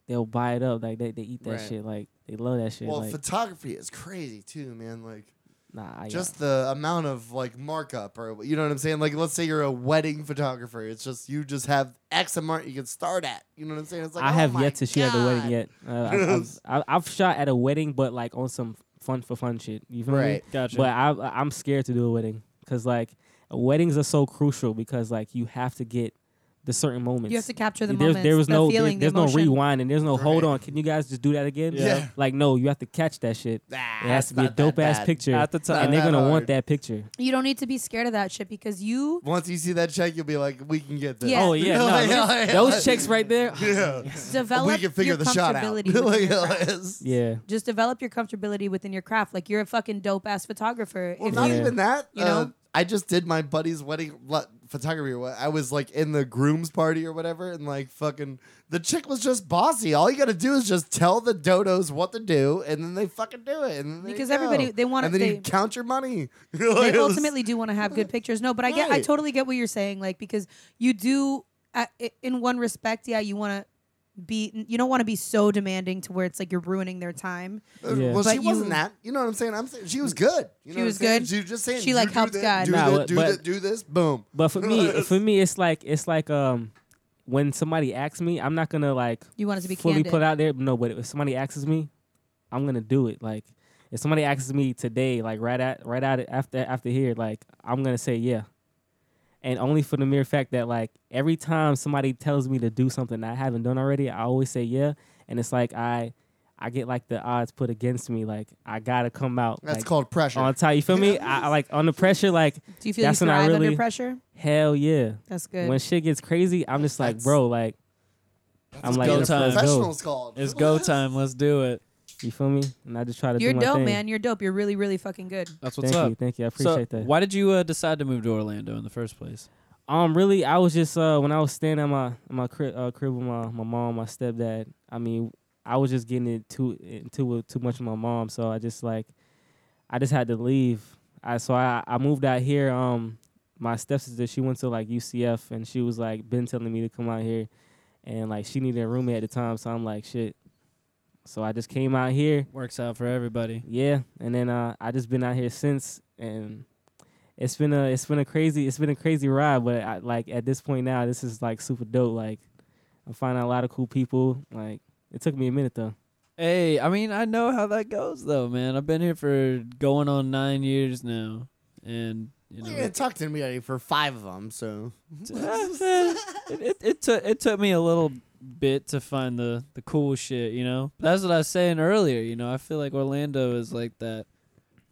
Speaker 5: they'll buy it up. Like they, they eat that
Speaker 3: Right.
Speaker 5: shit. Like they love that shit.
Speaker 3: Well,
Speaker 5: like
Speaker 3: photography is crazy too, man. Like
Speaker 5: nah, I- uh,
Speaker 3: just the amount of like markup or you know what I'm saying. Like let's say you're a wedding photographer. It's just you just have X amount you can start at. You know what I'm saying? It's like
Speaker 5: I
Speaker 3: oh
Speaker 5: have
Speaker 3: my
Speaker 5: yet to shoot at the wedding
Speaker 3: God.
Speaker 5: yet. Uh, I- I've, I've, I've shot at a wedding, but like on some fun for fun shit. You feel me?
Speaker 3: Right.
Speaker 1: Gotcha.
Speaker 5: But I, I'm scared to do a wedding because like weddings are so crucial because like you have to get the certain moments.
Speaker 4: You have to capture the
Speaker 5: There's-
Speaker 4: moments,
Speaker 5: there was
Speaker 4: the
Speaker 5: no there-
Speaker 4: feeling,
Speaker 5: there's
Speaker 4: the
Speaker 5: no
Speaker 4: emotion.
Speaker 5: rewind and there's no hold
Speaker 3: Right.
Speaker 5: on. Can you guys just do that again?
Speaker 3: Yeah.
Speaker 5: Like no, you have to catch that shit.
Speaker 3: Nah,
Speaker 5: It has
Speaker 3: it's
Speaker 5: to be a
Speaker 3: not that
Speaker 5: dope ass
Speaker 3: bad.
Speaker 5: picture,
Speaker 1: At the time.
Speaker 5: and they're
Speaker 3: Not that
Speaker 5: gonna want
Speaker 3: hard.
Speaker 5: that picture.
Speaker 4: You don't need to be scared of that shit because you
Speaker 3: Once you see that check, you'll be like, we can get this.
Speaker 4: Yeah.
Speaker 5: Oh yeah, no,
Speaker 3: Like,
Speaker 5: those-
Speaker 3: like,
Speaker 5: those
Speaker 3: like-
Speaker 5: checks right there.
Speaker 3: Yeah.
Speaker 4: develop
Speaker 3: we can figure
Speaker 4: your
Speaker 3: the shot out.
Speaker 4: comfortability. within
Speaker 3: Like,
Speaker 4: your craft.
Speaker 3: it's-
Speaker 5: Yeah,
Speaker 4: Just develop your comfortability within your craft. Like you're a fucking dope ass photographer.
Speaker 3: Well,
Speaker 4: If
Speaker 3: not
Speaker 4: you-
Speaker 3: even that.
Speaker 4: you
Speaker 3: uh,
Speaker 4: know?
Speaker 3: I just did my buddy's wedding lo- photography. or what- I was like in the groom's party or whatever, and like fucking the chick was just bossy. All you gotta do is just tell the dodos what to do, and then they fucking do it. And then there you
Speaker 4: Because
Speaker 3: go.
Speaker 4: everybody- they wanna-
Speaker 3: and then
Speaker 4: they-
Speaker 3: you count your money.
Speaker 4: they ultimately do want to have good pictures. No, but I get, I
Speaker 3: Right.
Speaker 4: totally get what you're saying. Like because you do, I- i- in one respect, yeah, you want to be, you don't want to be so demanding to where it's like you're ruining their time.
Speaker 3: Uh,
Speaker 5: Yeah.
Speaker 3: Well,
Speaker 4: But
Speaker 3: she wasn't
Speaker 4: you-
Speaker 3: that. You know what I'm saying? I'm saying she was good. You know
Speaker 4: She
Speaker 3: what I'm
Speaker 4: was
Speaker 3: saying?
Speaker 4: good?
Speaker 3: She was just saying
Speaker 4: She,
Speaker 3: you
Speaker 4: like,
Speaker 3: do
Speaker 4: helped
Speaker 3: thi-
Speaker 4: God.
Speaker 3: Do,
Speaker 5: Nah,
Speaker 3: thi-
Speaker 5: but-
Speaker 3: do,
Speaker 5: but-
Speaker 3: thi- do this. Boom.
Speaker 5: But for me, for me, it's like it's like um, when somebody asks me, I'm not gonna like
Speaker 4: You want it to be
Speaker 5: fully
Speaker 4: candid.
Speaker 5: put out there. No, but if somebody asks me, I'm gonna do it. Like if somebody asks me today, like right at right out after after here, like I'm gonna say yeah, and only for the mere fact that like every time somebody tells me to do something I haven't done already, I always say yeah, and it's like I I get like the odds put against me. Like I gotta come out.
Speaker 3: That's
Speaker 5: like,
Speaker 3: called pressure.
Speaker 5: on top. You feel me? I, I, like under pressure. Like
Speaker 4: Do you feel
Speaker 5: That's
Speaker 4: you
Speaker 5: when I
Speaker 4: thrive under
Speaker 5: really-
Speaker 4: pressure?
Speaker 5: hell yeah.
Speaker 4: That's good.
Speaker 5: When shit gets crazy, I'm just like,
Speaker 3: That's-
Speaker 5: bro. Like I'm
Speaker 3: That's
Speaker 5: like
Speaker 1: go
Speaker 3: what
Speaker 5: in a
Speaker 1: time.
Speaker 5: professional.
Speaker 3: professionals called.
Speaker 1: It's go time. Let's do it.
Speaker 5: You feel me? And I just try to
Speaker 4: You're
Speaker 5: do my
Speaker 4: dope,
Speaker 5: thing.
Speaker 4: man. You're dope. You're really, really fucking good.
Speaker 1: That's what's
Speaker 5: Thank
Speaker 1: up.
Speaker 5: you, thank you. I
Speaker 1: So,
Speaker 5: appreciate that.
Speaker 1: why did you uh, decide to move to Orlando in the first place?
Speaker 5: Um, really, I was just uh when I was staying at my my crib, uh, crib with my my mom, my stepdad. I mean, I was just getting it too into it too much with my mom, so I just like, I just had to leave. I so I I moved out here. Um, my stepsister she went to like UCF, and she was like been telling me to come out here, and like she needed a roommate at the time, so I'm like shit. So I just came out here,
Speaker 1: Works out for everybody.
Speaker 5: yeah, and then uh, I just been out here since, and it's been a it's been a crazy it's been a crazy ride. But I, like at this point now, this is like super dope. Like I'm finding a lot of cool people. Like it took me a minute though.
Speaker 1: Hey, I mean, I know how that goes though, man. I've been here for going on nine years now, and you know,
Speaker 3: You yeah, talked to me already for five of them, so
Speaker 1: it it, it took it took me a little bit to find the the cool shit. You know, that's what I was saying earlier. You know, I feel like Orlando is like that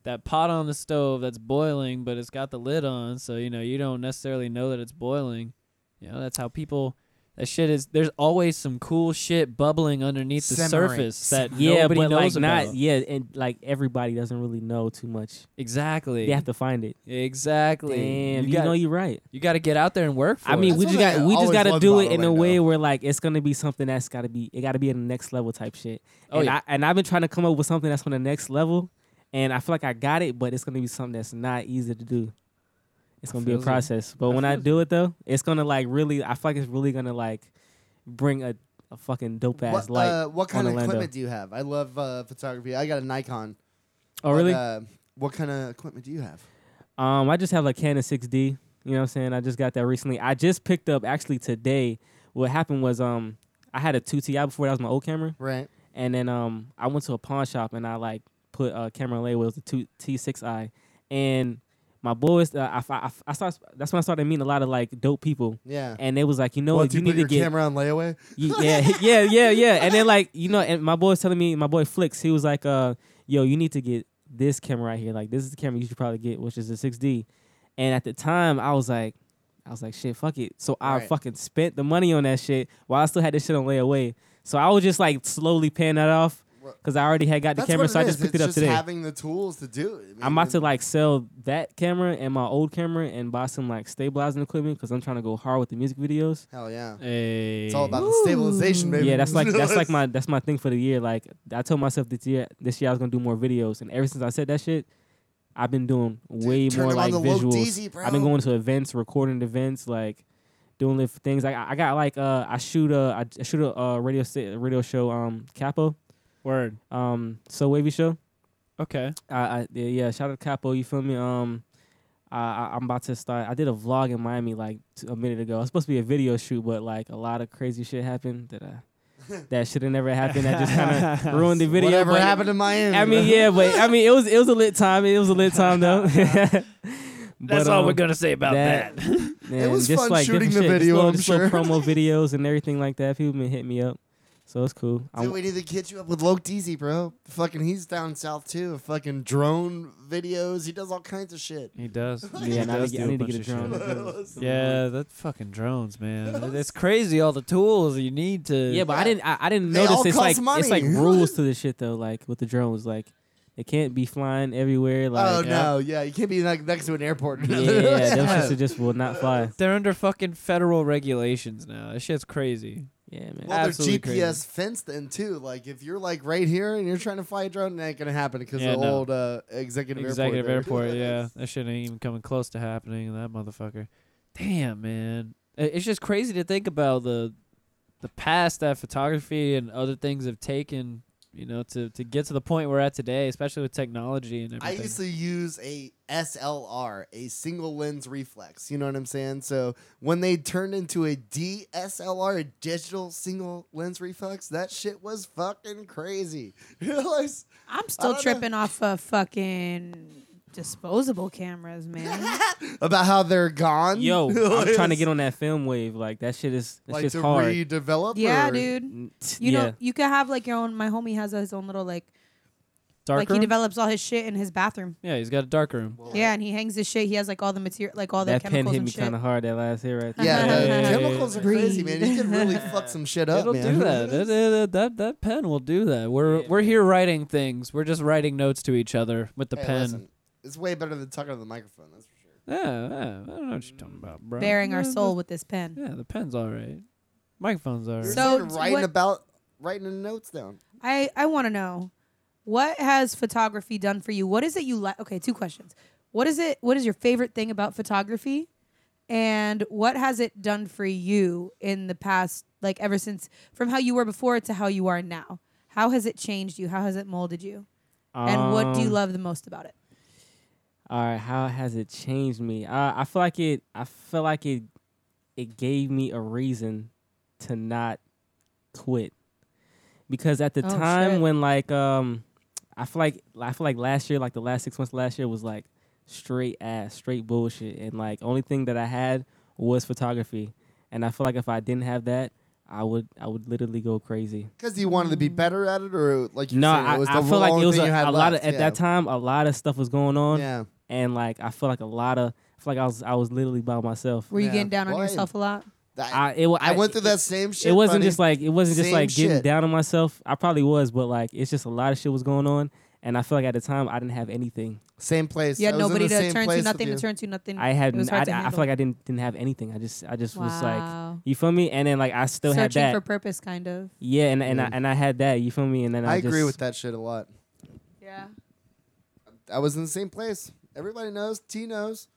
Speaker 1: that pot on the stove that's boiling, but it's got the lid on, so you know you don't necessarily know that it's boiling. You know, that's how people. That shit is. There's always some cool shit bubbling underneath the
Speaker 3: Simmering.
Speaker 1: surface that
Speaker 5: Yeah,
Speaker 1: nobody
Speaker 5: but like
Speaker 1: knows about.
Speaker 5: not yeah, and like everybody doesn't really know too much.
Speaker 1: Exactly.
Speaker 5: You have to find it.
Speaker 1: Exactly.
Speaker 5: Damn,
Speaker 1: you,
Speaker 5: you,
Speaker 1: got,
Speaker 5: know you're right.
Speaker 1: you got to get out there and work for
Speaker 5: I mean,
Speaker 1: it.
Speaker 5: we
Speaker 3: That's
Speaker 5: just
Speaker 3: what I
Speaker 5: got we just
Speaker 3: always
Speaker 5: got to
Speaker 3: loved
Speaker 5: do
Speaker 3: about
Speaker 5: it in a
Speaker 3: Orlando.
Speaker 5: way where like it's gonna be something that's got to be it got to be a next level type shit.
Speaker 1: Oh,
Speaker 5: and
Speaker 1: yeah.
Speaker 5: I, and I've been trying to come up with something that's on the next level, and I feel like I got it, but it's gonna be something that's not easy to do. It's gonna be a
Speaker 1: feels you.
Speaker 5: process, but when I
Speaker 1: feels
Speaker 5: do it though, it's gonna like really. I feel like it's really gonna like bring a, a fucking dope ass
Speaker 3: what,
Speaker 5: light.
Speaker 3: uh, what
Speaker 5: on
Speaker 3: kind of
Speaker 5: Orlando.
Speaker 3: equipment do you have? I love uh, photography. I got a Nikon.
Speaker 5: oh really?
Speaker 3: But, uh, what kind of equipment do you have?
Speaker 5: Um, I just have a Canon 6D. You know what I'm saying? I just got that recently. I just picked up actually today. What happened was um, I had a 2Ti before. That was my old camera.
Speaker 3: Right.
Speaker 5: And then um, I went to a pawn shop and I like put uh, Cameron Lay was the two T six I, and my boys. Uh, I, I, I started, that's when I started meeting a lot of like dope people,
Speaker 3: Yeah.
Speaker 5: and they was like, you know,
Speaker 3: Once
Speaker 5: what,
Speaker 3: you,
Speaker 5: you
Speaker 3: put
Speaker 5: need
Speaker 3: your
Speaker 5: to get,
Speaker 3: camera on layaway,
Speaker 5: you- yeah, yeah, yeah, yeah. And then like you know, and my boy was telling me, my boy Flicks, he was like, uh, yo, you need to get this camera right here. Like this is the camera you should probably get, which is the 6D. And at the time, I was like. I was like, shit, fuck it. So I
Speaker 3: Right.
Speaker 5: fucking spent the money on that shit while I still had this shit on layaway. So I was just like slowly paying that off
Speaker 3: Well,
Speaker 5: because I already had got the
Speaker 3: that's
Speaker 5: camera,
Speaker 3: what
Speaker 5: so I
Speaker 3: is.
Speaker 5: just picked
Speaker 3: it's
Speaker 5: it up
Speaker 3: just
Speaker 5: today.
Speaker 3: Having the tools to do it. I mean,
Speaker 5: I'm about to
Speaker 3: it-
Speaker 5: like sell that camera and my old camera and buy some like stabilizing equipment because I'm trying to go hard with the music videos.
Speaker 3: Hell yeah!
Speaker 1: Hey.
Speaker 3: It's all about the stabilization, baby.
Speaker 5: Yeah, that's like that's like my that's my thing for the year. Like I told myself this year this year I was gonna do more videos, and ever since I said that shit, I've been doing way
Speaker 3: turn
Speaker 5: more
Speaker 3: it on
Speaker 5: like
Speaker 3: the low
Speaker 5: visuals.
Speaker 3: DZ, bro.
Speaker 5: I've been going to events, recording events, like doing little things. Like I I got like uh I shoot a I- I shoot a uh, radio sta- radio show um Capo
Speaker 1: Word.
Speaker 5: um So Wavy show.
Speaker 1: Okay.
Speaker 5: I, I yeah, yeah, shout out to Capo. You feel me? Um, I, I I'm about to start. I did a vlog in Miami like t- a minute ago. It's supposed to be a video shoot, but like a lot of crazy shit happened that I that should have never happened. That just kind of ruined the video.
Speaker 3: Whatever
Speaker 5: but-
Speaker 3: happened to Miami?
Speaker 5: I mean,
Speaker 3: bro?
Speaker 5: yeah, but I mean, it was it was a lit time. It was a lit time though. um,
Speaker 1: That's all we're gonna say about um, that.
Speaker 5: that- It
Speaker 3: was fun shooting the video,
Speaker 5: Just little,
Speaker 3: I'm
Speaker 5: just little
Speaker 3: sure.
Speaker 5: promo videos and everything like that. People been hitting me up, so it's cool. I'm-
Speaker 3: Dude, we need to get you up with Loke Deasy, bro. Fucking, he's down south too. Fucking drone videos. He does all kinds of shit.
Speaker 1: He does.
Speaker 5: yeah, and I need to get- I need to get a drone.
Speaker 1: Yeah, that fucking drones, man. It's crazy all the tools you need to.
Speaker 5: Yeah, but I didn't. I, I didn't
Speaker 3: They
Speaker 5: notice.
Speaker 3: all
Speaker 5: It's like
Speaker 3: cost
Speaker 5: it's like
Speaker 3: money.
Speaker 5: rules to this shit though. Like with the drones, like it can't be flying everywhere.
Speaker 3: oh
Speaker 5: Like
Speaker 3: no, yeah, you can't be like next to an airport.
Speaker 5: yeah, those shits are just will not fly.
Speaker 1: They're under fucking federal regulations now. That shit's crazy.
Speaker 5: Yeah, man.
Speaker 3: Well, they're
Speaker 1: Absolutely
Speaker 3: GPS
Speaker 1: crazy.
Speaker 3: fenced then too. Like if you're like right here and you're trying to fly a drone, it ain't gonna happen because
Speaker 1: Yeah,
Speaker 3: the
Speaker 1: no.
Speaker 3: old uh, executive
Speaker 1: Executive
Speaker 3: airport.
Speaker 1: airport.
Speaker 3: there.
Speaker 1: yeah, that shit ain't even coming close to happening. That motherfucker. Damn, man. I- It's just crazy to think about the the past that photography and other things have taken. You know, to to get to the point we're at today, especially with technology and
Speaker 3: I
Speaker 1: everything.
Speaker 3: used to use a SLR, a single lens reflex. You know what I'm saying? So when they turned into a DSLR, a digital single lens reflex, that shit was fucking crazy. You know, like,
Speaker 4: I'm
Speaker 3: I
Speaker 4: still
Speaker 3: don't know.
Speaker 4: tripping off of fucking disposable cameras, man.
Speaker 3: about how they're gone.
Speaker 5: Yo, I'm trying to get on that film wave. Like that shit is that
Speaker 3: like
Speaker 5: shit's
Speaker 3: to
Speaker 5: hard.
Speaker 3: redevelop.
Speaker 4: yeah,
Speaker 3: or-
Speaker 4: dude.
Speaker 5: N-
Speaker 4: You
Speaker 5: yeah.
Speaker 4: know, you could have like your own. My homie has his own little like,
Speaker 1: Dark
Speaker 4: like
Speaker 1: room?
Speaker 4: he develops all his shit in his bathroom.
Speaker 1: yeah, he's got a dark room.
Speaker 4: Yeah, and he hangs his shit. He has like all the material, like all the
Speaker 5: that pen
Speaker 4: chemicals
Speaker 5: hit
Speaker 4: and
Speaker 5: me
Speaker 4: shit.
Speaker 5: kind of hard. That last hit right there.
Speaker 3: Yeah, the
Speaker 1: Yeah.
Speaker 3: chemicals are crazy, man. You can really
Speaker 5: Breathe.
Speaker 3: fuck some shit up,
Speaker 1: It'll
Speaker 3: man.
Speaker 1: do that. It- it- that that pen will do that. We're
Speaker 5: Yeah,
Speaker 1: we're
Speaker 5: man.
Speaker 1: here writing things. We're just writing notes to each other with the
Speaker 3: Hey,
Speaker 1: pen.
Speaker 3: listen, it's way better than talking to the microphone. That's for sure.
Speaker 1: Yeah, yeah, I don't know what you're talking about, bro.
Speaker 4: Bearing our
Speaker 1: Yeah,
Speaker 4: soul with this pen.
Speaker 1: the- Yeah, the pen's all right. Microphone's all right.
Speaker 3: You're
Speaker 4: So-
Speaker 3: starting
Speaker 4: d-
Speaker 3: writing
Speaker 4: what-
Speaker 3: about writing the notes down.
Speaker 4: I I want to know what has photography done for you? What is it you like? Okay, two questions. What is it? What is your favorite thing about photography? And what has it done for you in the past, like ever since from how you were before to how you are now? How has it changed you? How has it molded you? And what do you
Speaker 5: Um,
Speaker 4: love the most about it?
Speaker 5: All right, how has it changed me? Uh, I feel like it. I feel like it. It gave me a reason to not quit, because at the
Speaker 4: Oh,
Speaker 5: time
Speaker 4: shit.
Speaker 5: when like um, I feel like I feel like last year, like the last six months of last year was like straight ass, straight bullshit, and like only thing that I had was photography, and I feel like if I didn't have that, I would I would literally go crazy.
Speaker 3: Because you wanted to be better at it, or like you
Speaker 5: no,
Speaker 3: saying,
Speaker 5: I,
Speaker 3: it was
Speaker 5: I
Speaker 3: the
Speaker 5: feel like
Speaker 3: wrong
Speaker 5: it was
Speaker 3: thing
Speaker 5: a,
Speaker 3: you had
Speaker 5: a lot of
Speaker 3: left.
Speaker 5: at
Speaker 3: yeah.
Speaker 5: that time a lot of stuff was going on
Speaker 3: Yeah,
Speaker 5: and like I feel like a lot of I feel like I was I was literally by myself.
Speaker 4: Were you
Speaker 3: yeah.
Speaker 4: getting down on
Speaker 3: Why?
Speaker 4: yourself a lot?
Speaker 3: That- I,
Speaker 5: I it, wa- I
Speaker 3: went through
Speaker 5: it-
Speaker 3: that same shit.
Speaker 5: It wasn't
Speaker 3: buddy.
Speaker 5: just like it wasn't just
Speaker 3: Same
Speaker 5: like getting
Speaker 3: shit.
Speaker 5: down on myself. I probably was, but like it's just a lot of shit was going on, and I feel like at the time I didn't have anything.
Speaker 3: same place.
Speaker 4: You had
Speaker 3: I was in
Speaker 4: nobody
Speaker 3: the
Speaker 4: to
Speaker 3: same
Speaker 4: turn to,
Speaker 3: place with
Speaker 4: nothing
Speaker 3: you.
Speaker 4: to turn to, nothing.
Speaker 5: I had
Speaker 4: Mm. It was
Speaker 5: I,
Speaker 4: hard to
Speaker 5: I, I
Speaker 4: handle.
Speaker 5: feel like I didn't didn't have anything. I just I just was like
Speaker 4: Wow.
Speaker 5: you feel me, and then like I still had
Speaker 4: searching
Speaker 5: that.
Speaker 4: for purpose, kind of.
Speaker 5: yeah, and and I,
Speaker 3: Yeah.
Speaker 5: and I had that. You feel me, and then I,
Speaker 3: I agree
Speaker 5: just-
Speaker 3: with that shit a lot.
Speaker 4: Yeah.
Speaker 3: I was in the same place. Everybody knows. T knows.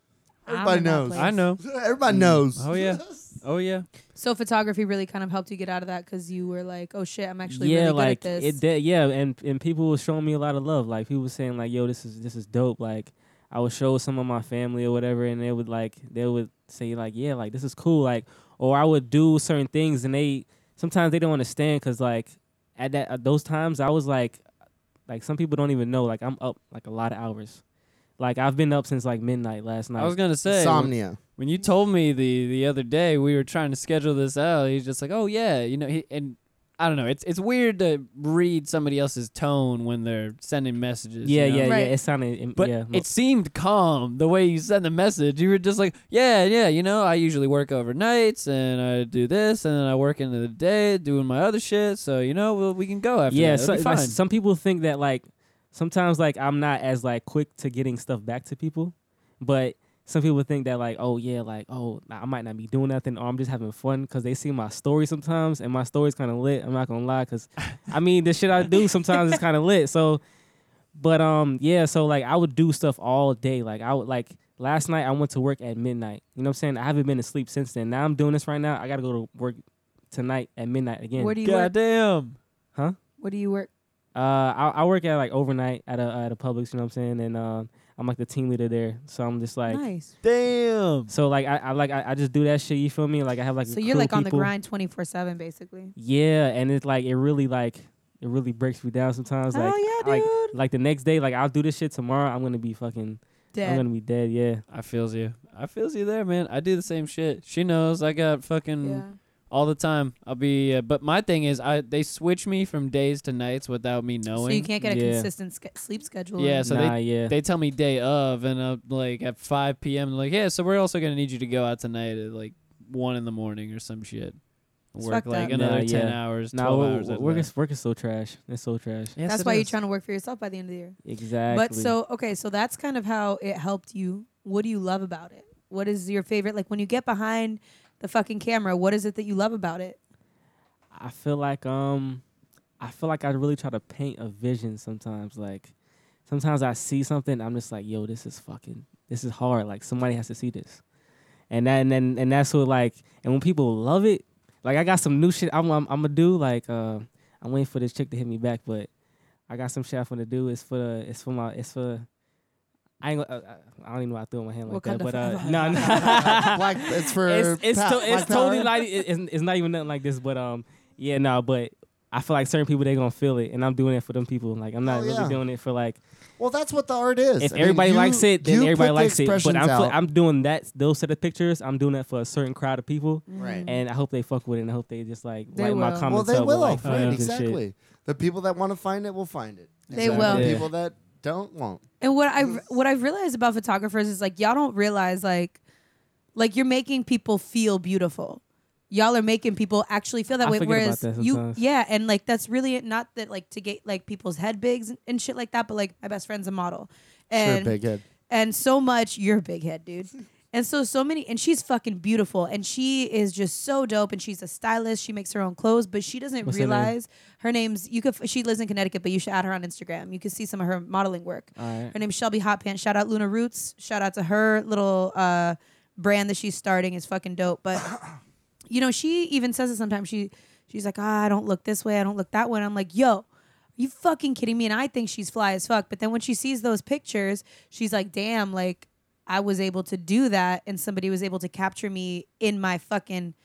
Speaker 4: I'm
Speaker 3: Everybody
Speaker 4: in that
Speaker 3: knows.
Speaker 4: place.
Speaker 1: I know.
Speaker 5: Mm.
Speaker 3: Everybody knows.
Speaker 1: Oh, yeah. Oh yeah.
Speaker 4: So photography really kind of helped you get out of that because you were like, oh shit, I'm actually
Speaker 5: yeah,
Speaker 4: really
Speaker 5: like
Speaker 4: good at this.
Speaker 5: it did. Yeah, and and people were showing me a lot of love. Like people were saying like, "Yo, this is this is dope." Like I would show some of my family or whatever, and they would like they would say like, "Yeah, like this is cool." Like or I would do certain things, and they sometimes they don't understand because like at that at those times I was like, like some people don't even know like I'm up like a lot of hours. Like I've been up since like midnight last night.
Speaker 1: I was gonna say when,
Speaker 3: Insomnia.
Speaker 1: when you told me the the other day we were trying to schedule this out. He's just like, oh yeah, you know. He, and I don't know. It's it's weird to read somebody else's tone when they're sending messages.
Speaker 5: yeah,
Speaker 1: you know?
Speaker 5: yeah,
Speaker 4: Right.
Speaker 5: yeah. It sounded, im-
Speaker 1: But
Speaker 5: yeah, mo-
Speaker 1: it seemed calm the way you sent the message. You were just like, yeah, yeah, you know, I usually work overnights and I do this and then I work into the day doing my other shit. So, you know, we we can go after
Speaker 5: yeah,
Speaker 1: that.
Speaker 5: so-
Speaker 1: It'll be
Speaker 5: like,
Speaker 1: fine.
Speaker 5: some people think that like sometimes like I'm not as like quick to getting stuff back to people, but some people think that like oh yeah like oh I might not be doing nothing or I'm just having fun because they see my story sometimes and my story's kind of lit. I'm not gonna lie because I mean the shit I do sometimes is kind of lit. So, but um yeah, so like I would do stuff all day. Like I would like last night I went to work at midnight. You know what I'm saying? I haven't been asleep since then. Now I'm doing this right now. I gotta go to work tonight at midnight again.
Speaker 4: Where do you work?
Speaker 1: Goddamn.
Speaker 4: Where do you work?
Speaker 5: Uh, I, I work at like overnight at a at a Publix, you know what I'm saying, and um, I'm like the team leader there, so I'm just like,
Speaker 4: nice.
Speaker 1: Damn.
Speaker 5: so like I, I like I, I just do that shit. You feel me? Like I have like a
Speaker 4: so you're
Speaker 5: crew
Speaker 4: like on the
Speaker 5: people.
Speaker 4: grind 24 seven basically.
Speaker 5: Yeah, and it's like it really like it really breaks me down sometimes. Like
Speaker 4: oh yeah,
Speaker 5: like
Speaker 4: dude.
Speaker 5: like the next day, like I'll do this shit tomorrow. I'm gonna be fucking. I'm
Speaker 4: Dead.
Speaker 5: gonna be dead. Yeah.
Speaker 1: I feels you. I feels you there, man. I do the same shit. She knows I got fucking
Speaker 4: Yeah.
Speaker 1: all the time. I'll be uh, but my thing is I they switch me from days to nights without me knowing.
Speaker 4: So you can't get a
Speaker 5: Yeah.
Speaker 4: consistent sch- sleep schedule.
Speaker 1: Yeah, so
Speaker 5: nah. yeah.
Speaker 1: they tell me day of and I'm like at 5 p.m. like yeah so we're also gonna need you to go out tonight at like 1 in the morning or some shit
Speaker 4: It's
Speaker 1: work
Speaker 4: fucked
Speaker 1: like
Speaker 4: up.
Speaker 1: another 10
Speaker 5: Nah, yeah.
Speaker 1: hours 12
Speaker 5: Nah, wo-
Speaker 1: hours
Speaker 5: wo-
Speaker 1: after
Speaker 5: work
Speaker 1: that.
Speaker 5: is work is so trash. It's so trash.
Speaker 1: Yes,
Speaker 4: that's
Speaker 1: it
Speaker 4: why you're
Speaker 1: is.
Speaker 4: trying to work for yourself by the end of the year.
Speaker 5: Exactly.
Speaker 4: But so okay, so that's kind of how it helped you. What do you love about it? What is your favorite? Like when you get behind the fucking camera, what is it that you love about it?
Speaker 5: I feel like um I feel like I really try to paint a vision sometimes. Like sometimes I see something, I'm just like, yo, this is fucking this is hard. Like somebody has to see this. And that and then and that's what like and when people love it, like I got some new shit I'm I'm, I'm gonna do. Like uh, I'm waiting for this chick to hit me back, but I got some shit I'm gonna do. It's for the it's for my it's for I ain't gonna, uh, I don't even know why I threw it in my hand like
Speaker 4: Wakanda
Speaker 5: that, but uh,
Speaker 4: forever.
Speaker 5: no, no.
Speaker 3: Black- it's for
Speaker 5: it's it's,
Speaker 3: pa-
Speaker 5: to- it's
Speaker 3: Black Power.
Speaker 5: totally like it- it's, it's not even nothing like this, but um yeah no, but I I feel like certain people they gonna feel it, and I'm doing it for them people. Like I'm not
Speaker 3: Hell
Speaker 5: really
Speaker 3: Oh, yeah.
Speaker 5: doing it for like
Speaker 3: Well, that's what the art is.
Speaker 5: if
Speaker 3: I mean,
Speaker 5: everybody
Speaker 3: you-
Speaker 5: likes it,
Speaker 3: you
Speaker 5: then everybody
Speaker 3: put the
Speaker 5: likes it. But
Speaker 3: expressions
Speaker 5: I'm
Speaker 3: out.
Speaker 5: I'm doing that those set of pictures. I'm doing that for a certain crowd of people,
Speaker 3: Right.
Speaker 5: and I hope they fuck with it. and I hope they just like
Speaker 4: They
Speaker 5: like my
Speaker 4: will.
Speaker 3: well, Mm-hmm.
Speaker 5: comments
Speaker 3: they
Speaker 5: up
Speaker 3: will.
Speaker 5: with like
Speaker 3: right,
Speaker 5: thumbs and shit.
Speaker 3: exactly. The people that want to find it will find it.
Speaker 4: They
Speaker 3: Exactly.
Speaker 4: will.
Speaker 3: The
Speaker 5: Yeah.
Speaker 3: people that don't won't.
Speaker 4: And what I what I've realized about photographers is like y'all don't realize like like you're making people feel beautiful. Y'all are making people actually feel that
Speaker 5: I
Speaker 4: way.
Speaker 5: forget about
Speaker 4: Whereas
Speaker 5: that
Speaker 4: you,
Speaker 5: sometimes.
Speaker 4: yeah, and like that's really not that like to get like people's head bigs and, and shit like that. But like my best friend's a model, and
Speaker 3: sure, big head.
Speaker 4: and so much you're a big head dude and so so many and she's fucking beautiful and she is just so dope and she's a stylist she makes her own clothes but she doesn't
Speaker 5: What's her name?
Speaker 4: realize her, name's you could she lives in connecticut but you should add her on instagram you can see some of her modeling work
Speaker 5: Alright.
Speaker 4: her name's shelby hot pants shout out luna roots shout out to her little uh brand that she's starting is fucking dope but you know she even says it sometimes she she's like ah, i don't look this way i don't look that way and i'm like yo are you fucking kidding me? And I think she's fly as fuck. But then when she sees those pictures, she's like, damn, like I was able to do that and somebody was able to capture me in my fucking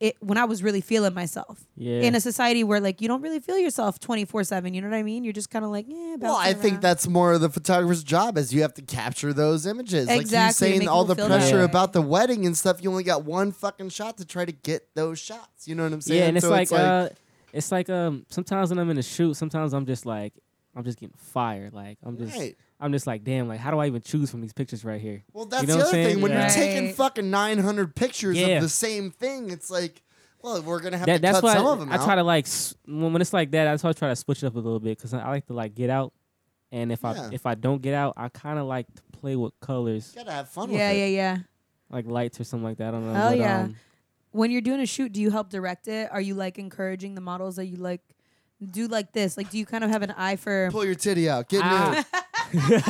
Speaker 4: it when I was really feeling myself.
Speaker 5: Yeah.
Speaker 4: In a society where like you don't really feel yourself twenty four seven, you know what I mean? You're just kinda like, yeah,
Speaker 3: Well, I think that's more of the photographer's job is you have to capture those images. Like
Speaker 4: Exactly,
Speaker 3: you saying
Speaker 4: make
Speaker 3: all
Speaker 4: people
Speaker 3: the
Speaker 4: feel that
Speaker 3: pressure
Speaker 4: way.
Speaker 3: about the wedding and stuff, you only got one fucking shot to try to get those shots. You know what I'm saying?
Speaker 5: Yeah, and it's
Speaker 3: So
Speaker 5: like, uh, it's like um sometimes when I'm in a shoot, sometimes I'm just like I'm just getting fired. Like I'm just
Speaker 3: Right.
Speaker 5: I'm just like damn, like how do I even choose from these pictures right here?
Speaker 3: well, that's
Speaker 5: know
Speaker 3: the
Speaker 5: what
Speaker 3: other
Speaker 5: I'm saying?
Speaker 3: thing. When
Speaker 4: Yeah.
Speaker 3: you're taking
Speaker 4: Right.
Speaker 3: fucking 900 pictures
Speaker 5: Yeah.
Speaker 3: of the same thing, it's like, well, we're gonna have
Speaker 5: That,
Speaker 3: to
Speaker 5: that's
Speaker 3: cut
Speaker 5: why
Speaker 3: some
Speaker 5: I,
Speaker 3: of them
Speaker 5: I
Speaker 3: out.
Speaker 5: try to like s- when, when it's like that. That's why I try to switch it up a little bit because I, I like to like get out, and if
Speaker 3: Yeah.
Speaker 5: I if I don't get out, I kind of like to play with colors
Speaker 3: you gotta have fun.
Speaker 4: Yeah,
Speaker 3: with
Speaker 4: yeah,
Speaker 3: it.
Speaker 4: yeah.
Speaker 5: like lights or something like that. I don't know.
Speaker 4: Hell
Speaker 5: but,
Speaker 4: yeah.
Speaker 5: um,
Speaker 4: When you're doing a shoot, do you help direct it? Are you like encouraging the models that you like do like this? Like do you kind of have an eye for
Speaker 3: Pull your titty out. Get
Speaker 5: Ah.
Speaker 3: nude.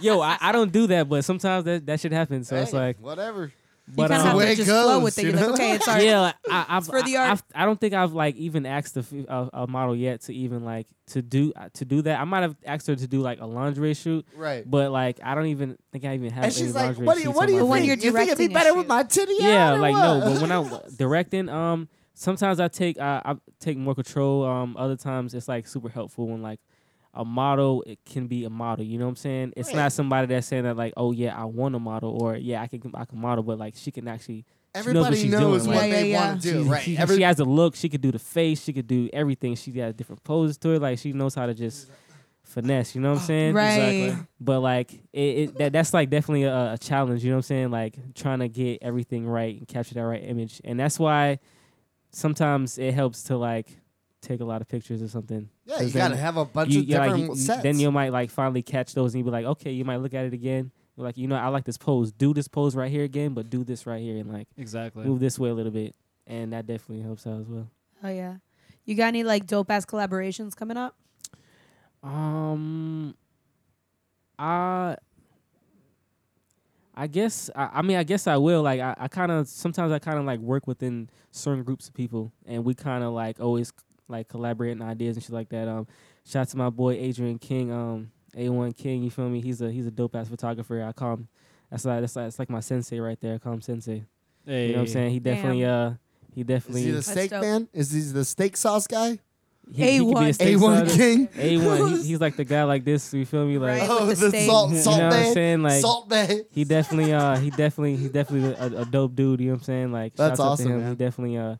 Speaker 5: Yo, I, I don't do that, but sometimes that, that shit happens. So it's
Speaker 3: Hey,
Speaker 5: like,
Speaker 3: whatever.
Speaker 4: you
Speaker 5: but
Speaker 4: kind of
Speaker 5: um,
Speaker 4: have
Speaker 3: Way
Speaker 4: to
Speaker 3: it
Speaker 4: just flow
Speaker 3: goes,
Speaker 4: with it.
Speaker 3: you
Speaker 4: You're like,
Speaker 3: know?
Speaker 4: okay, it's all right.
Speaker 5: yeah, like, I, I've,
Speaker 4: for the
Speaker 5: I,
Speaker 4: art.
Speaker 5: I've, I don't think I've like even asked a, f- a, a model yet to even like to do uh, to do that. I might have asked her to do like a lingerie shoot,
Speaker 3: Right.
Speaker 5: but like I don't even think I even have.
Speaker 3: And
Speaker 5: any
Speaker 3: she's like,
Speaker 5: lingerie
Speaker 3: "What do you?
Speaker 5: shoots
Speaker 3: What do
Speaker 5: on
Speaker 3: you
Speaker 5: my
Speaker 4: when
Speaker 3: think?
Speaker 5: thing."
Speaker 3: you
Speaker 4: you're
Speaker 3: think it'd be
Speaker 4: directing a
Speaker 3: better with
Speaker 4: shoot.
Speaker 3: my titty
Speaker 5: yeah,
Speaker 3: out? or
Speaker 5: like no.
Speaker 3: what?
Speaker 5: But when I directing, um, sometimes I take I, I take more control. Um, other times it's like super helpful when like a model it can be a model. You know what I'm saying? It's
Speaker 3: Right.
Speaker 5: not somebody that's saying that like, oh yeah, I want a model or yeah, I can I can model, but like she can actually. she knows what
Speaker 3: Everybody
Speaker 5: she's
Speaker 3: knows
Speaker 5: doing,
Speaker 3: what
Speaker 5: like-
Speaker 4: Yeah,
Speaker 3: they
Speaker 4: yeah,
Speaker 3: want to
Speaker 5: She,
Speaker 3: do, right?
Speaker 5: she,
Speaker 3: Every-
Speaker 5: she has the look. She could do the face. She could do everything. She has different poses to it. Like she knows how to just finesse. You know what I'm saying?
Speaker 4: Right.
Speaker 5: But like it, it that, that's like definitely a, a challenge. You know what I'm saying? Like trying to get everything right and capture that right image. And that's why sometimes it helps to like take a lot of pictures or something.
Speaker 3: yeah,
Speaker 5: 'Cause
Speaker 3: you gotta
Speaker 5: then
Speaker 3: have a bunch
Speaker 5: you-
Speaker 3: of
Speaker 5: yeah, like,
Speaker 3: different
Speaker 5: you-
Speaker 3: sets.
Speaker 5: Then you might like finally catch those and you be like, okay, you might look at it again. You're like, you know, I like this pose. Do this pose right here again, but do this right here and like
Speaker 1: Exactly.
Speaker 5: move this way a little bit. And that definitely helps out as well.
Speaker 4: Oh yeah. You got any like dope ass collaborations coming up?
Speaker 5: Um, I, I guess I, I mean I guess I will. Like I, I kind of sometimes I kind of like work within certain groups of people, and we kind of like always like collaborating ideas and shit like that. Um, shout out to my boy Adrian King. Um, A One King. You feel me? He's a he's a dope ass photographer. I call him. That's like that's like it's like my sensei right there. I call him sensei. You know what I'm saying? He definitely uh he
Speaker 3: Is
Speaker 5: definitely
Speaker 3: he the
Speaker 4: That's
Speaker 3: steak
Speaker 4: dope.
Speaker 3: man? Is he the steak sauce guy?
Speaker 5: he, he could be
Speaker 4: A1.
Speaker 5: a
Speaker 3: A
Speaker 5: state
Speaker 3: one
Speaker 5: side-
Speaker 3: king.
Speaker 5: A one. He, he's like the guy like this. You feel me? Like
Speaker 4: Right.
Speaker 3: Oh,
Speaker 4: With the
Speaker 3: the
Speaker 4: steak.
Speaker 3: salt,
Speaker 5: You
Speaker 3: salt
Speaker 5: know what I'm
Speaker 3: bay,
Speaker 5: saying? Like-
Speaker 3: salt bay.
Speaker 5: he definitely uh he definitely he's definitely a, a dope dude. You know what I'm saying? Like
Speaker 3: That's
Speaker 5: shouts out to
Speaker 3: awesome,
Speaker 5: him.
Speaker 3: man.
Speaker 5: He definitely uh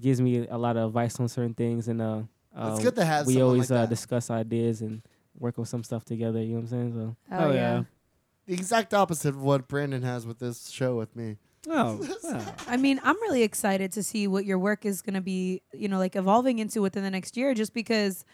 Speaker 5: gives me a lot of advice on certain things, and uh, uh
Speaker 3: It's
Speaker 1: Um,
Speaker 3: good to have.
Speaker 5: we
Speaker 3: someone
Speaker 5: always
Speaker 3: like
Speaker 5: uh
Speaker 3: that.
Speaker 5: discuss ideas and work on some stuff together. You know what I'm saying? So
Speaker 1: Oh, yeah.
Speaker 3: the exact opposite of what Brandon has with this show with me.
Speaker 1: Oh, yeah.
Speaker 4: I mean, I'm really excited to see what your work is going to be, you know, like evolving into within the next year just because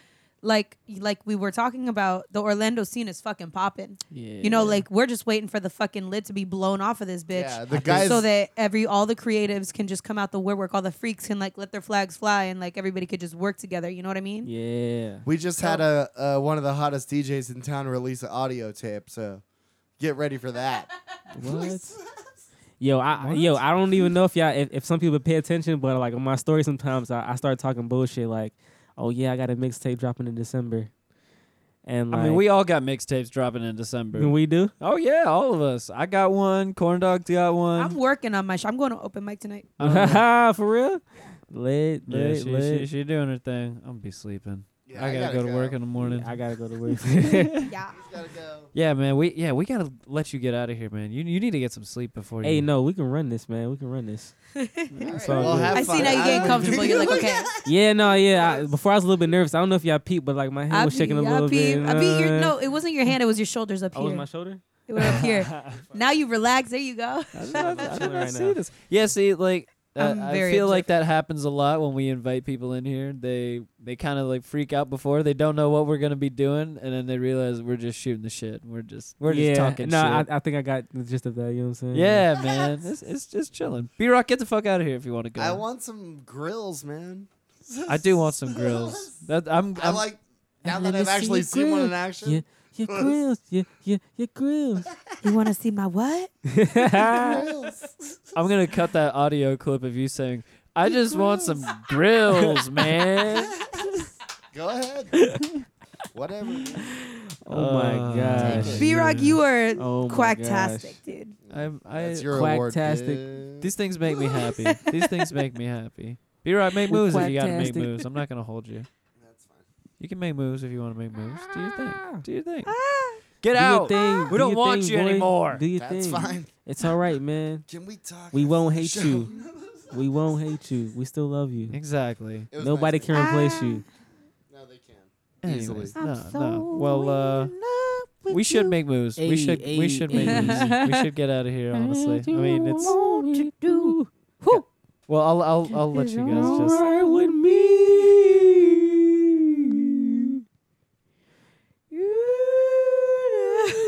Speaker 4: like like we were talking about the Orlando scene is fucking popping.
Speaker 5: yeah,
Speaker 4: You know, like we're just waiting for the fucking lid to be blown off of this bitch.
Speaker 3: Yeah, the
Speaker 5: think-
Speaker 3: guys.
Speaker 4: so that every all the creatives can just come out the woodwork, all the freaks can like let their flags fly, and like everybody could just work together. You know what I mean?
Speaker 5: yeah.
Speaker 3: we just had a uh, one of the hottest DJs in town release an audio tape, so get ready for that.
Speaker 5: What? Yo, I I- yo, I don't even know if y'all if, if some people pay attention, but like on my story sometimes I, I start talking bullshit like, oh yeah, I got a mixtape dropping in December, and like,
Speaker 1: I mean, we all got mixtapes dropping in December.
Speaker 5: we do.
Speaker 1: Oh yeah, all of us. I got one. Corn Dog's got one.
Speaker 4: I'm working on my. Sh- I'm going to open mic tonight.
Speaker 5: for real? Lit,
Speaker 1: Yeah,
Speaker 5: lit,
Speaker 1: she,
Speaker 5: lit.
Speaker 1: she, she doing her thing. I'm gonna be sleeping.
Speaker 3: Yeah,
Speaker 1: I, gotta go to work in the morning.
Speaker 5: I gotta go to work.
Speaker 4: Yeah.
Speaker 3: He's gotta go.
Speaker 1: yeah, man. We yeah we gotta let you get out of here, man. You you need to get some sleep before.
Speaker 5: hey,
Speaker 1: you,
Speaker 5: no, we can run this, man. We can run this. It's all
Speaker 3: Well,
Speaker 5: good.
Speaker 3: have
Speaker 4: I see
Speaker 3: fun.
Speaker 4: now you're getting
Speaker 3: I-
Speaker 4: comfortable. You're like, okay.
Speaker 5: yeah, no, yeah. I, before I was a little bit nervous. I don't know if y'all peeped, but like my hand
Speaker 4: I
Speaker 5: was
Speaker 4: beat-
Speaker 5: shaking a
Speaker 4: I
Speaker 5: little
Speaker 4: beat-
Speaker 5: bit.
Speaker 4: I beat your
Speaker 5: uh,
Speaker 4: no. It wasn't your hand. It was your shoulders up
Speaker 5: Oh, was
Speaker 4: here.
Speaker 5: my shoulder?
Speaker 4: It was up here. now you relax. There you go.
Speaker 1: I did not, I did
Speaker 5: Chilling
Speaker 1: not
Speaker 5: right
Speaker 1: see
Speaker 5: now.
Speaker 1: this. Yeah, see, like uh,
Speaker 4: I'm
Speaker 1: I
Speaker 4: very
Speaker 1: feel like that happens a lot when we invite people in here. They they kind of like freak out before they don't know what we're gonna be doing, and then they realize we're just shooting the shit. We're just we're
Speaker 5: yeah,
Speaker 1: just talking
Speaker 5: no,
Speaker 1: shit.
Speaker 5: I, I think I got the gist of that. You know what I'm saying?
Speaker 1: yeah, man, it's, it's just chilling. B Rock, get the fuck out of here if you want to go.
Speaker 3: I want some grills, man.
Speaker 1: I do want some grills. That I'm,
Speaker 3: I
Speaker 1: I'm
Speaker 3: like now
Speaker 5: I've
Speaker 3: that
Speaker 5: never
Speaker 3: I've
Speaker 5: seen
Speaker 3: actually
Speaker 5: a
Speaker 3: seen one
Speaker 5: grill.
Speaker 3: in action.
Speaker 5: Yeah, your grills, yeah, yeah, your grills.
Speaker 4: You want to see my what?
Speaker 5: Oh
Speaker 1: I'm gonna cut that audio clip of you saying, "I just want some grills, man."
Speaker 3: Go ahead. Whatever.
Speaker 5: oh my
Speaker 1: Uh,
Speaker 5: gosh.
Speaker 4: B Rock, you are
Speaker 5: Oh my
Speaker 4: quacktastic,
Speaker 5: gosh.
Speaker 4: dude.
Speaker 1: I'm, I
Speaker 3: That's your award.
Speaker 5: Quacktastic.
Speaker 3: dude.
Speaker 1: These things make me happy. These things make me happy. Be right. Make moves if you gotta make
Speaker 5: Quacktastic.
Speaker 1: moves. I'm not gonna hold you.
Speaker 3: That's fine.
Speaker 1: You can make moves if you want to make moves. Do your thing. Do your thing.
Speaker 4: Ah.
Speaker 1: Get
Speaker 5: Do your
Speaker 1: out.
Speaker 5: thing,
Speaker 1: We
Speaker 5: do
Speaker 1: don't
Speaker 5: your
Speaker 1: want
Speaker 5: thing,
Speaker 1: you
Speaker 5: boy.
Speaker 1: anymore.
Speaker 5: Do your
Speaker 3: That's
Speaker 5: thing.
Speaker 3: fine.
Speaker 5: It's all right, man.
Speaker 3: Can we talk?
Speaker 5: We
Speaker 3: after
Speaker 5: won't
Speaker 3: the
Speaker 5: hate
Speaker 3: show?
Speaker 5: you. We won't hate you. We still love you.
Speaker 1: Exactly.
Speaker 3: It was
Speaker 5: Nobody
Speaker 3: nice
Speaker 5: can replace you.
Speaker 3: No, they can.
Speaker 1: Easily.
Speaker 3: Easily.
Speaker 1: No, no. Well, uh, we should make moves. we
Speaker 5: Hey,
Speaker 1: should. we
Speaker 5: hey,
Speaker 1: should make
Speaker 5: hey.
Speaker 1: moves. we should get out of here. Honestly. I mean, it's.
Speaker 5: to do.
Speaker 1: Well, I'll. I'll. I'll let you guys just.
Speaker 5: right with me.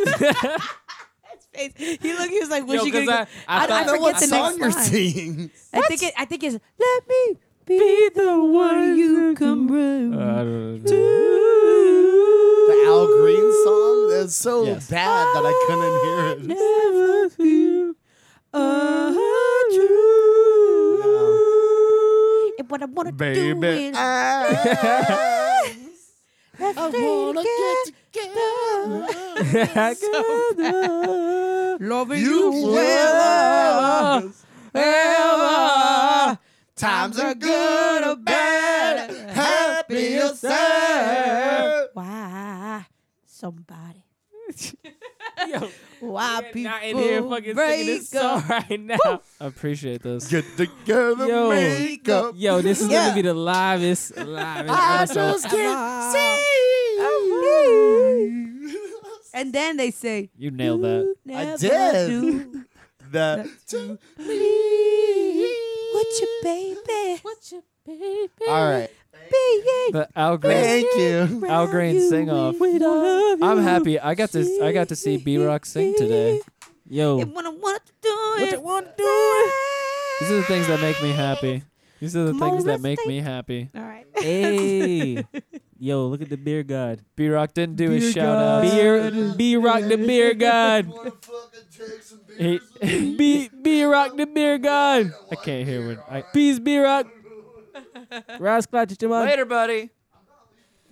Speaker 4: His face. He looked. He was like, "Was
Speaker 5: Yo,
Speaker 4: she
Speaker 5: 'cause
Speaker 4: gonna?" go- I
Speaker 5: I, I, thought
Speaker 4: don't-
Speaker 3: I know
Speaker 4: forget
Speaker 3: what
Speaker 4: the
Speaker 3: song
Speaker 4: next
Speaker 3: you're
Speaker 4: line.
Speaker 3: singing.
Speaker 4: I think it. I think it's. Let me.
Speaker 5: be the one
Speaker 4: you come
Speaker 1: uh,
Speaker 4: round.
Speaker 3: The Al Green song? That's so
Speaker 1: Yes.
Speaker 3: bad that I couldn't hear it.
Speaker 5: Never feel untrue.
Speaker 4: And what I wanna do
Speaker 3: Baby.
Speaker 4: is
Speaker 3: I
Speaker 4: let's
Speaker 3: wanna
Speaker 4: take
Speaker 3: get together.
Speaker 5: Together
Speaker 4: Loving
Speaker 3: You will.
Speaker 5: forever.
Speaker 3: Times are good or bad, happy or sad.
Speaker 4: Why somebody?
Speaker 5: Yo,
Speaker 4: Why
Speaker 5: we're
Speaker 4: people
Speaker 5: not in here fucking singing this
Speaker 4: break up?
Speaker 5: song right now.
Speaker 1: I appreciate this.
Speaker 3: Get together,
Speaker 5: Yo.
Speaker 3: make up.
Speaker 5: Yo, this is
Speaker 3: Yeah.
Speaker 5: gonna be the livest, livest
Speaker 3: I
Speaker 5: episode.
Speaker 3: just can't see.
Speaker 4: And then they say,
Speaker 1: You nailed that.
Speaker 4: Never
Speaker 3: did.
Speaker 4: do
Speaker 3: That to me.
Speaker 4: what your baby
Speaker 3: All right.
Speaker 4: be.
Speaker 1: The Al Green.
Speaker 3: Thank you.
Speaker 1: Al Green sing off.
Speaker 5: We don't love
Speaker 1: I'm
Speaker 5: you.
Speaker 1: happy. I got to. I got to see B Rock sing today.
Speaker 5: Yo,
Speaker 4: And what I want to do is
Speaker 5: want to do?
Speaker 1: These are the things that make me happy. These are the
Speaker 4: Come on,
Speaker 1: things that
Speaker 4: let's
Speaker 1: make
Speaker 4: take-
Speaker 1: me happy.
Speaker 4: All right.
Speaker 5: Hey, yo, look at the beer god.
Speaker 1: B Rock didn't do his
Speaker 5: Beer
Speaker 1: shout out.
Speaker 5: god. Beer, B rock the beer god.
Speaker 1: He-
Speaker 5: B B rock the beer god.
Speaker 1: I can't hear what. I,
Speaker 5: Peace, B rock. Rise, clutch, Jamal.
Speaker 1: Later, buddy.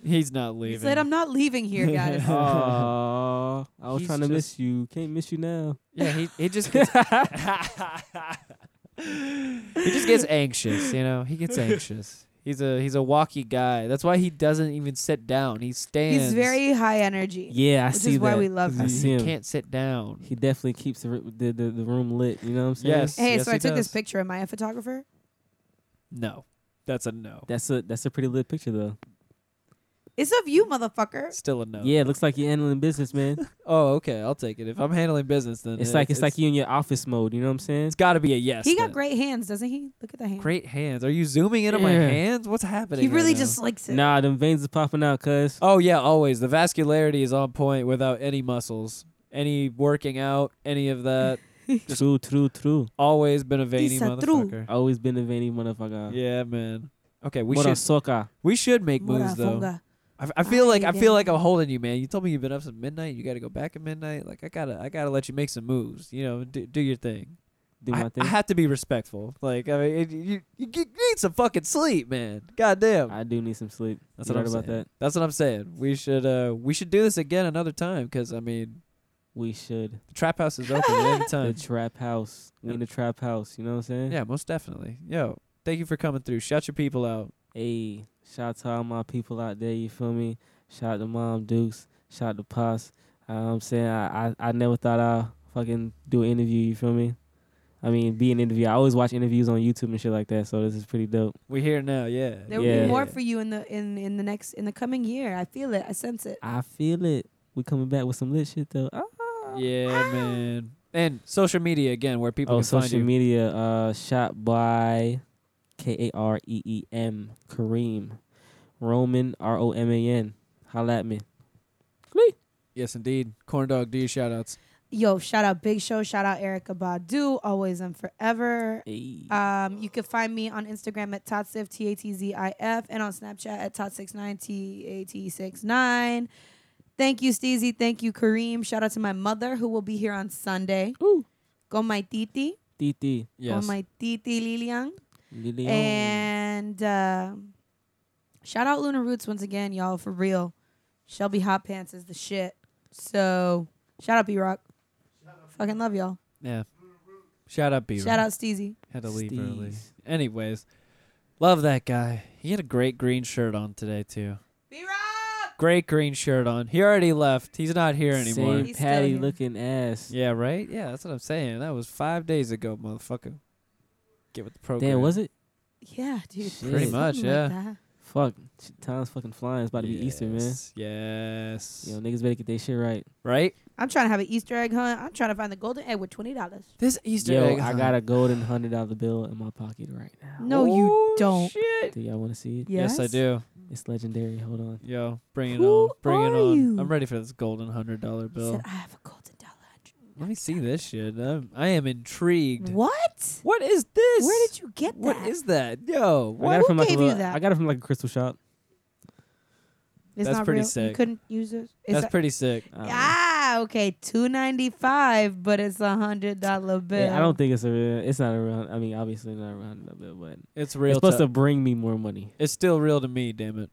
Speaker 1: He's not
Speaker 4: He
Speaker 1: leaving.
Speaker 4: said, I'm not leaving here, guys.
Speaker 5: Aw, I was
Speaker 1: He's
Speaker 5: trying to
Speaker 1: just-
Speaker 5: miss you. Can't miss you now.
Speaker 1: yeah, he he just gets, he just gets anxious. You know, he gets anxious. He's a he's a walkie guy. That's why he doesn't even sit down. He stands.
Speaker 4: He's very high energy.
Speaker 5: Yeah, I
Speaker 4: Which
Speaker 5: see
Speaker 4: is why
Speaker 5: that.
Speaker 4: we love
Speaker 5: I
Speaker 4: him.
Speaker 5: see
Speaker 1: He
Speaker 5: him.
Speaker 1: can't sit down.
Speaker 5: He definitely keeps the, r- the, the, the room lit. You know what I'm saying?
Speaker 1: Yes.
Speaker 4: Hey,
Speaker 1: yes,
Speaker 4: so
Speaker 1: he
Speaker 4: I took
Speaker 1: does.
Speaker 4: this picture. Am I a photographer?
Speaker 1: No, that's a no.
Speaker 5: That's a that's a pretty lit picture though.
Speaker 4: It's of you, motherfucker.
Speaker 1: Still a no.
Speaker 5: Yeah, it looks like you're handling business, man.
Speaker 1: Oh, okay. I'll take it. If I'm handling business, then
Speaker 5: it's
Speaker 1: it-
Speaker 5: like it's, like you in your office mode. You know what I'm saying?
Speaker 1: It's got to be a yes.
Speaker 4: He got
Speaker 1: then.
Speaker 4: great hands, doesn't he? Look at the hand.
Speaker 1: Great hands. Are you zooming in on my
Speaker 5: Yeah.
Speaker 1: hands? What's happening?
Speaker 4: He
Speaker 1: right
Speaker 4: really
Speaker 1: now?
Speaker 4: just likes it.
Speaker 5: Nah, them veins is popping out, cuz.
Speaker 1: Oh yeah, always. The vascularity is on point without any muscles, any working out, any of that.
Speaker 5: True, true, true.
Speaker 1: always been a veiny
Speaker 4: These are true.
Speaker 1: motherfucker.
Speaker 5: Always been a veiny motherfucker.
Speaker 1: Yeah, man. Okay, we
Speaker 5: what a
Speaker 1: should
Speaker 5: soccer.
Speaker 1: we should make moves though.
Speaker 4: Motherfucker.
Speaker 1: I, I feel like I
Speaker 4: Baby.
Speaker 1: feel like I'm holding you, man. You told me you've been up since midnight. You got to go back at midnight. Like I gotta I gotta let you make some moves. You know, do, do your thing.
Speaker 5: Do
Speaker 1: I,
Speaker 5: my thing.
Speaker 1: I have to be respectful. Like I mean, it, you, you g- need some fucking sleep, man. Goddamn.
Speaker 5: I do need some sleep.
Speaker 1: That's
Speaker 5: You
Speaker 1: what I'm
Speaker 5: right about
Speaker 1: saying.
Speaker 5: that.
Speaker 1: That's what I'm saying. We should uh we should do this again another time because I mean
Speaker 5: We should.
Speaker 1: the trap house is open
Speaker 5: The
Speaker 1: anytime.
Speaker 5: trap house. We in the trap house. You know what I'm saying?
Speaker 1: yeah, most definitely. Yo, Thank you for coming through. Shout your people out.
Speaker 5: Hey, shout to all my people out there, you feel me? Shout to Mom Dukes, shout to Pops. Uh, I'm saying I, I, I never thought I'd fucking do an interview, you feel me? I mean, be an interview. I always watch interviews on YouTube and shit like that, so this is pretty dope.
Speaker 1: We're here now. Yeah.
Speaker 4: There will
Speaker 5: Yeah.
Speaker 4: be more for you in the in in the next in the coming year. I feel it. I sense it.
Speaker 5: I feel it. We coming back with some lit shit though. Ah.
Speaker 1: Yeah, man. And social media again, where people
Speaker 5: Oh,
Speaker 1: can find
Speaker 5: social
Speaker 1: you.
Speaker 5: media. Uh, shot by K A R E E M Kareem Roman R O M A N. Holla at me.
Speaker 1: Yes, indeed. Corn Dog D shout outs.
Speaker 4: Yo, shout out Big Show. Shout out Erica Badu. Always and forever.
Speaker 5: Hey.
Speaker 4: Um, you can find me on Instagram at Totsif, T A T Z I F, and on Snapchat at Tot69, T A T 69. Thank you, Steezy. Thank you, Kareem. Shout out to my mother who will be here on Sunday.
Speaker 5: Ooh.
Speaker 4: Go my titi.
Speaker 5: Titi.
Speaker 1: Yes.
Speaker 4: Go Oh my titi Lilian.
Speaker 5: Lilian.
Speaker 4: And uh, shout out Lunar Roots once again, y'all, for real. Shelby Hot Pants is the shit. So shout out B Rock. Fucking love y'all.
Speaker 1: yeah. Shout out Beaver.
Speaker 4: Shout out Steezy.
Speaker 1: Had to leave early.
Speaker 5: Steez.
Speaker 1: Anyways, love that guy. He had a great green shirt on today too.
Speaker 4: B Rock!
Speaker 1: Great green shirt on. He already left. He's not here anymore.
Speaker 5: Same
Speaker 4: He's still
Speaker 5: Patty
Speaker 4: here.
Speaker 5: looking ass.
Speaker 1: Yeah, right? Yeah, that's what I'm saying. That was five days ago, motherfucker. Get with the program.
Speaker 5: Damn, was it?
Speaker 4: Yeah, dude.
Speaker 5: Shit. Pretty
Speaker 1: much,
Speaker 4: Something like that.
Speaker 5: Fuck. Sh- Time's fucking flying. It's about to be Easter, man.
Speaker 1: Yes.
Speaker 5: Yo, niggas better get their shit right.
Speaker 1: right?
Speaker 4: I'm trying to have an Easter egg hunt. I'm trying to find the golden egg with twenty dollars.
Speaker 1: This Easter
Speaker 5: Yo,
Speaker 1: egg.
Speaker 5: I
Speaker 1: hunt.
Speaker 5: got a golden hundred dollar bill in my pocket right now.
Speaker 4: No, you
Speaker 1: Oh,
Speaker 4: don't.
Speaker 1: Shit.
Speaker 5: Do y'all want to see it?
Speaker 1: Yes, I do.
Speaker 5: It's legendary. Hold on.
Speaker 1: Yo, bring it
Speaker 4: Who
Speaker 1: on. Bring it
Speaker 4: are
Speaker 1: on.
Speaker 4: you?
Speaker 1: I'm ready for this golden hundred dollar
Speaker 4: He
Speaker 1: bill.
Speaker 4: said I have a golden dollar.
Speaker 1: Let me see this shit. I'm, I am intrigued.
Speaker 4: What?
Speaker 1: What is this?
Speaker 4: Where did you get that?
Speaker 1: What is that? Yo,
Speaker 5: I got
Speaker 1: what?
Speaker 5: it from like
Speaker 4: gave
Speaker 5: a
Speaker 4: you
Speaker 5: little,
Speaker 4: that?
Speaker 5: I got it from like a crystal shop.
Speaker 4: It's
Speaker 1: That's
Speaker 4: not
Speaker 1: pretty
Speaker 4: real. You
Speaker 1: sick.
Speaker 4: couldn't use it. It's
Speaker 1: That's pretty sick.
Speaker 5: I don't know.
Speaker 4: ah, okay, two ninety five, but it's a hundred dollar bill.
Speaker 5: Yeah, I don't think it's a real. It's not a real. I mean, obviously not a real hundred dollar bill, but
Speaker 1: It's
Speaker 5: it's
Speaker 1: real.
Speaker 5: supposed
Speaker 1: to-
Speaker 5: to bring me more money.
Speaker 1: it's still real to me, damn it.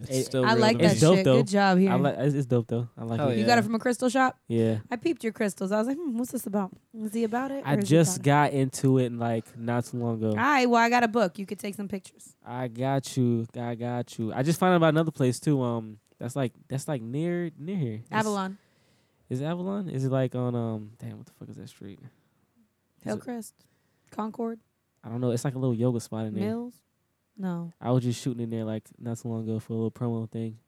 Speaker 1: It's
Speaker 5: It-
Speaker 1: still
Speaker 4: I
Speaker 1: real
Speaker 4: like
Speaker 1: to
Speaker 4: that
Speaker 1: me.
Speaker 5: It's dope,
Speaker 4: shit.
Speaker 5: though.
Speaker 4: Good job here.
Speaker 5: I like. It's, it's dope though. I like
Speaker 1: Hell
Speaker 5: it.
Speaker 4: You
Speaker 1: yeah.
Speaker 4: got it from a crystal shop.
Speaker 5: Yeah.
Speaker 4: I peeped your crystals. I was like, hmm, what's this about? Is he about it?
Speaker 5: I
Speaker 4: or is he
Speaker 5: just
Speaker 4: about
Speaker 5: got into it like not too long ago.
Speaker 4: it? All right, well, I got a book. You could take some pictures.
Speaker 5: I got you. I got you. I just found out about another place too. Um, that's like that's like near near here. It's-
Speaker 4: Avalon,
Speaker 5: Is it Avalon? Is it like on um? Damn, what the fuck is that street? it-
Speaker 4: Hillcrest, Concord,
Speaker 5: I don't know. It's like a little yoga spot in there.
Speaker 4: Mills. No.
Speaker 5: I was just shooting in there like not so long ago for a little promo thing.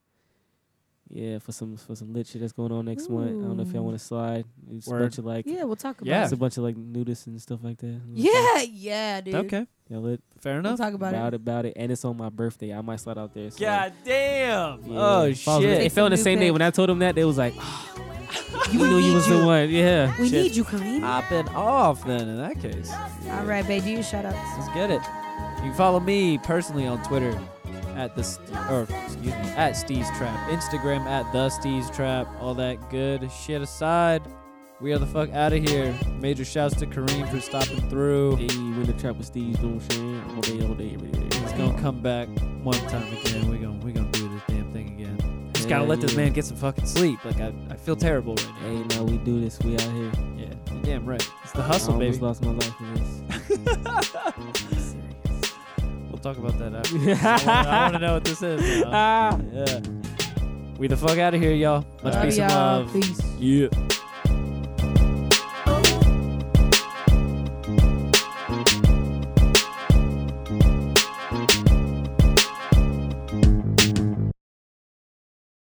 Speaker 5: Yeah, for some for some lit shit that's going on next month. I don't know if y'all
Speaker 4: Ooh.
Speaker 5: want to slide. It's
Speaker 1: Word.
Speaker 5: a bunch of like
Speaker 4: Yeah, we'll talk about
Speaker 1: Yeah.
Speaker 5: it's a bunch of like nudists and stuff like that.
Speaker 4: it. Yeah, yeah, dude.
Speaker 1: Okay,
Speaker 5: Yeah, lit
Speaker 1: fair
Speaker 4: We'll
Speaker 1: enough.
Speaker 4: talk about,
Speaker 5: about
Speaker 4: it.
Speaker 5: it. about it, and it's on my birthday. I might slide out there. So
Speaker 1: God damn.
Speaker 5: yeah.
Speaker 1: Oh
Speaker 5: If I was- It
Speaker 1: shit.
Speaker 4: Take
Speaker 5: fell
Speaker 4: some
Speaker 5: on the
Speaker 4: new
Speaker 5: same day
Speaker 4: pics.
Speaker 5: when I told them that they was like, "You knew you was the one." Yeah.
Speaker 4: We
Speaker 1: Shit.
Speaker 4: need you, Kareem.
Speaker 1: Popping off then in that case.
Speaker 4: All right, babe, do your shout outs.
Speaker 1: Let's get it. You can follow me personally on Twitter at the St- or excuse me at Steve's Trap, Instagram at the Steve's Trap. All that good shit aside, we are the fuck out of here. Major shouts to Kareem for stopping through.
Speaker 5: Hey, when the trap with Steve's doing shit all day, all day, every day.
Speaker 1: He's gonna come back one time again. We gonna we gonna do this damn thing again. Just gotta
Speaker 5: Hell
Speaker 1: let this
Speaker 5: yeah.
Speaker 1: man get some fucking sleep. Like I, I feel terrible right now.
Speaker 5: Hey, now we do this. We out here.
Speaker 1: Yeah, you're damn right. It's the
Speaker 5: I
Speaker 1: hustle,
Speaker 5: almost
Speaker 1: baby.
Speaker 5: lost my life for this.
Speaker 1: We'll talk about that after. I want to know what this is. now. Yeah. We the fuck out of here, y'all. Much
Speaker 4: Love
Speaker 1: peace and
Speaker 4: y'all.
Speaker 1: love.
Speaker 4: Peace.
Speaker 1: Yeah.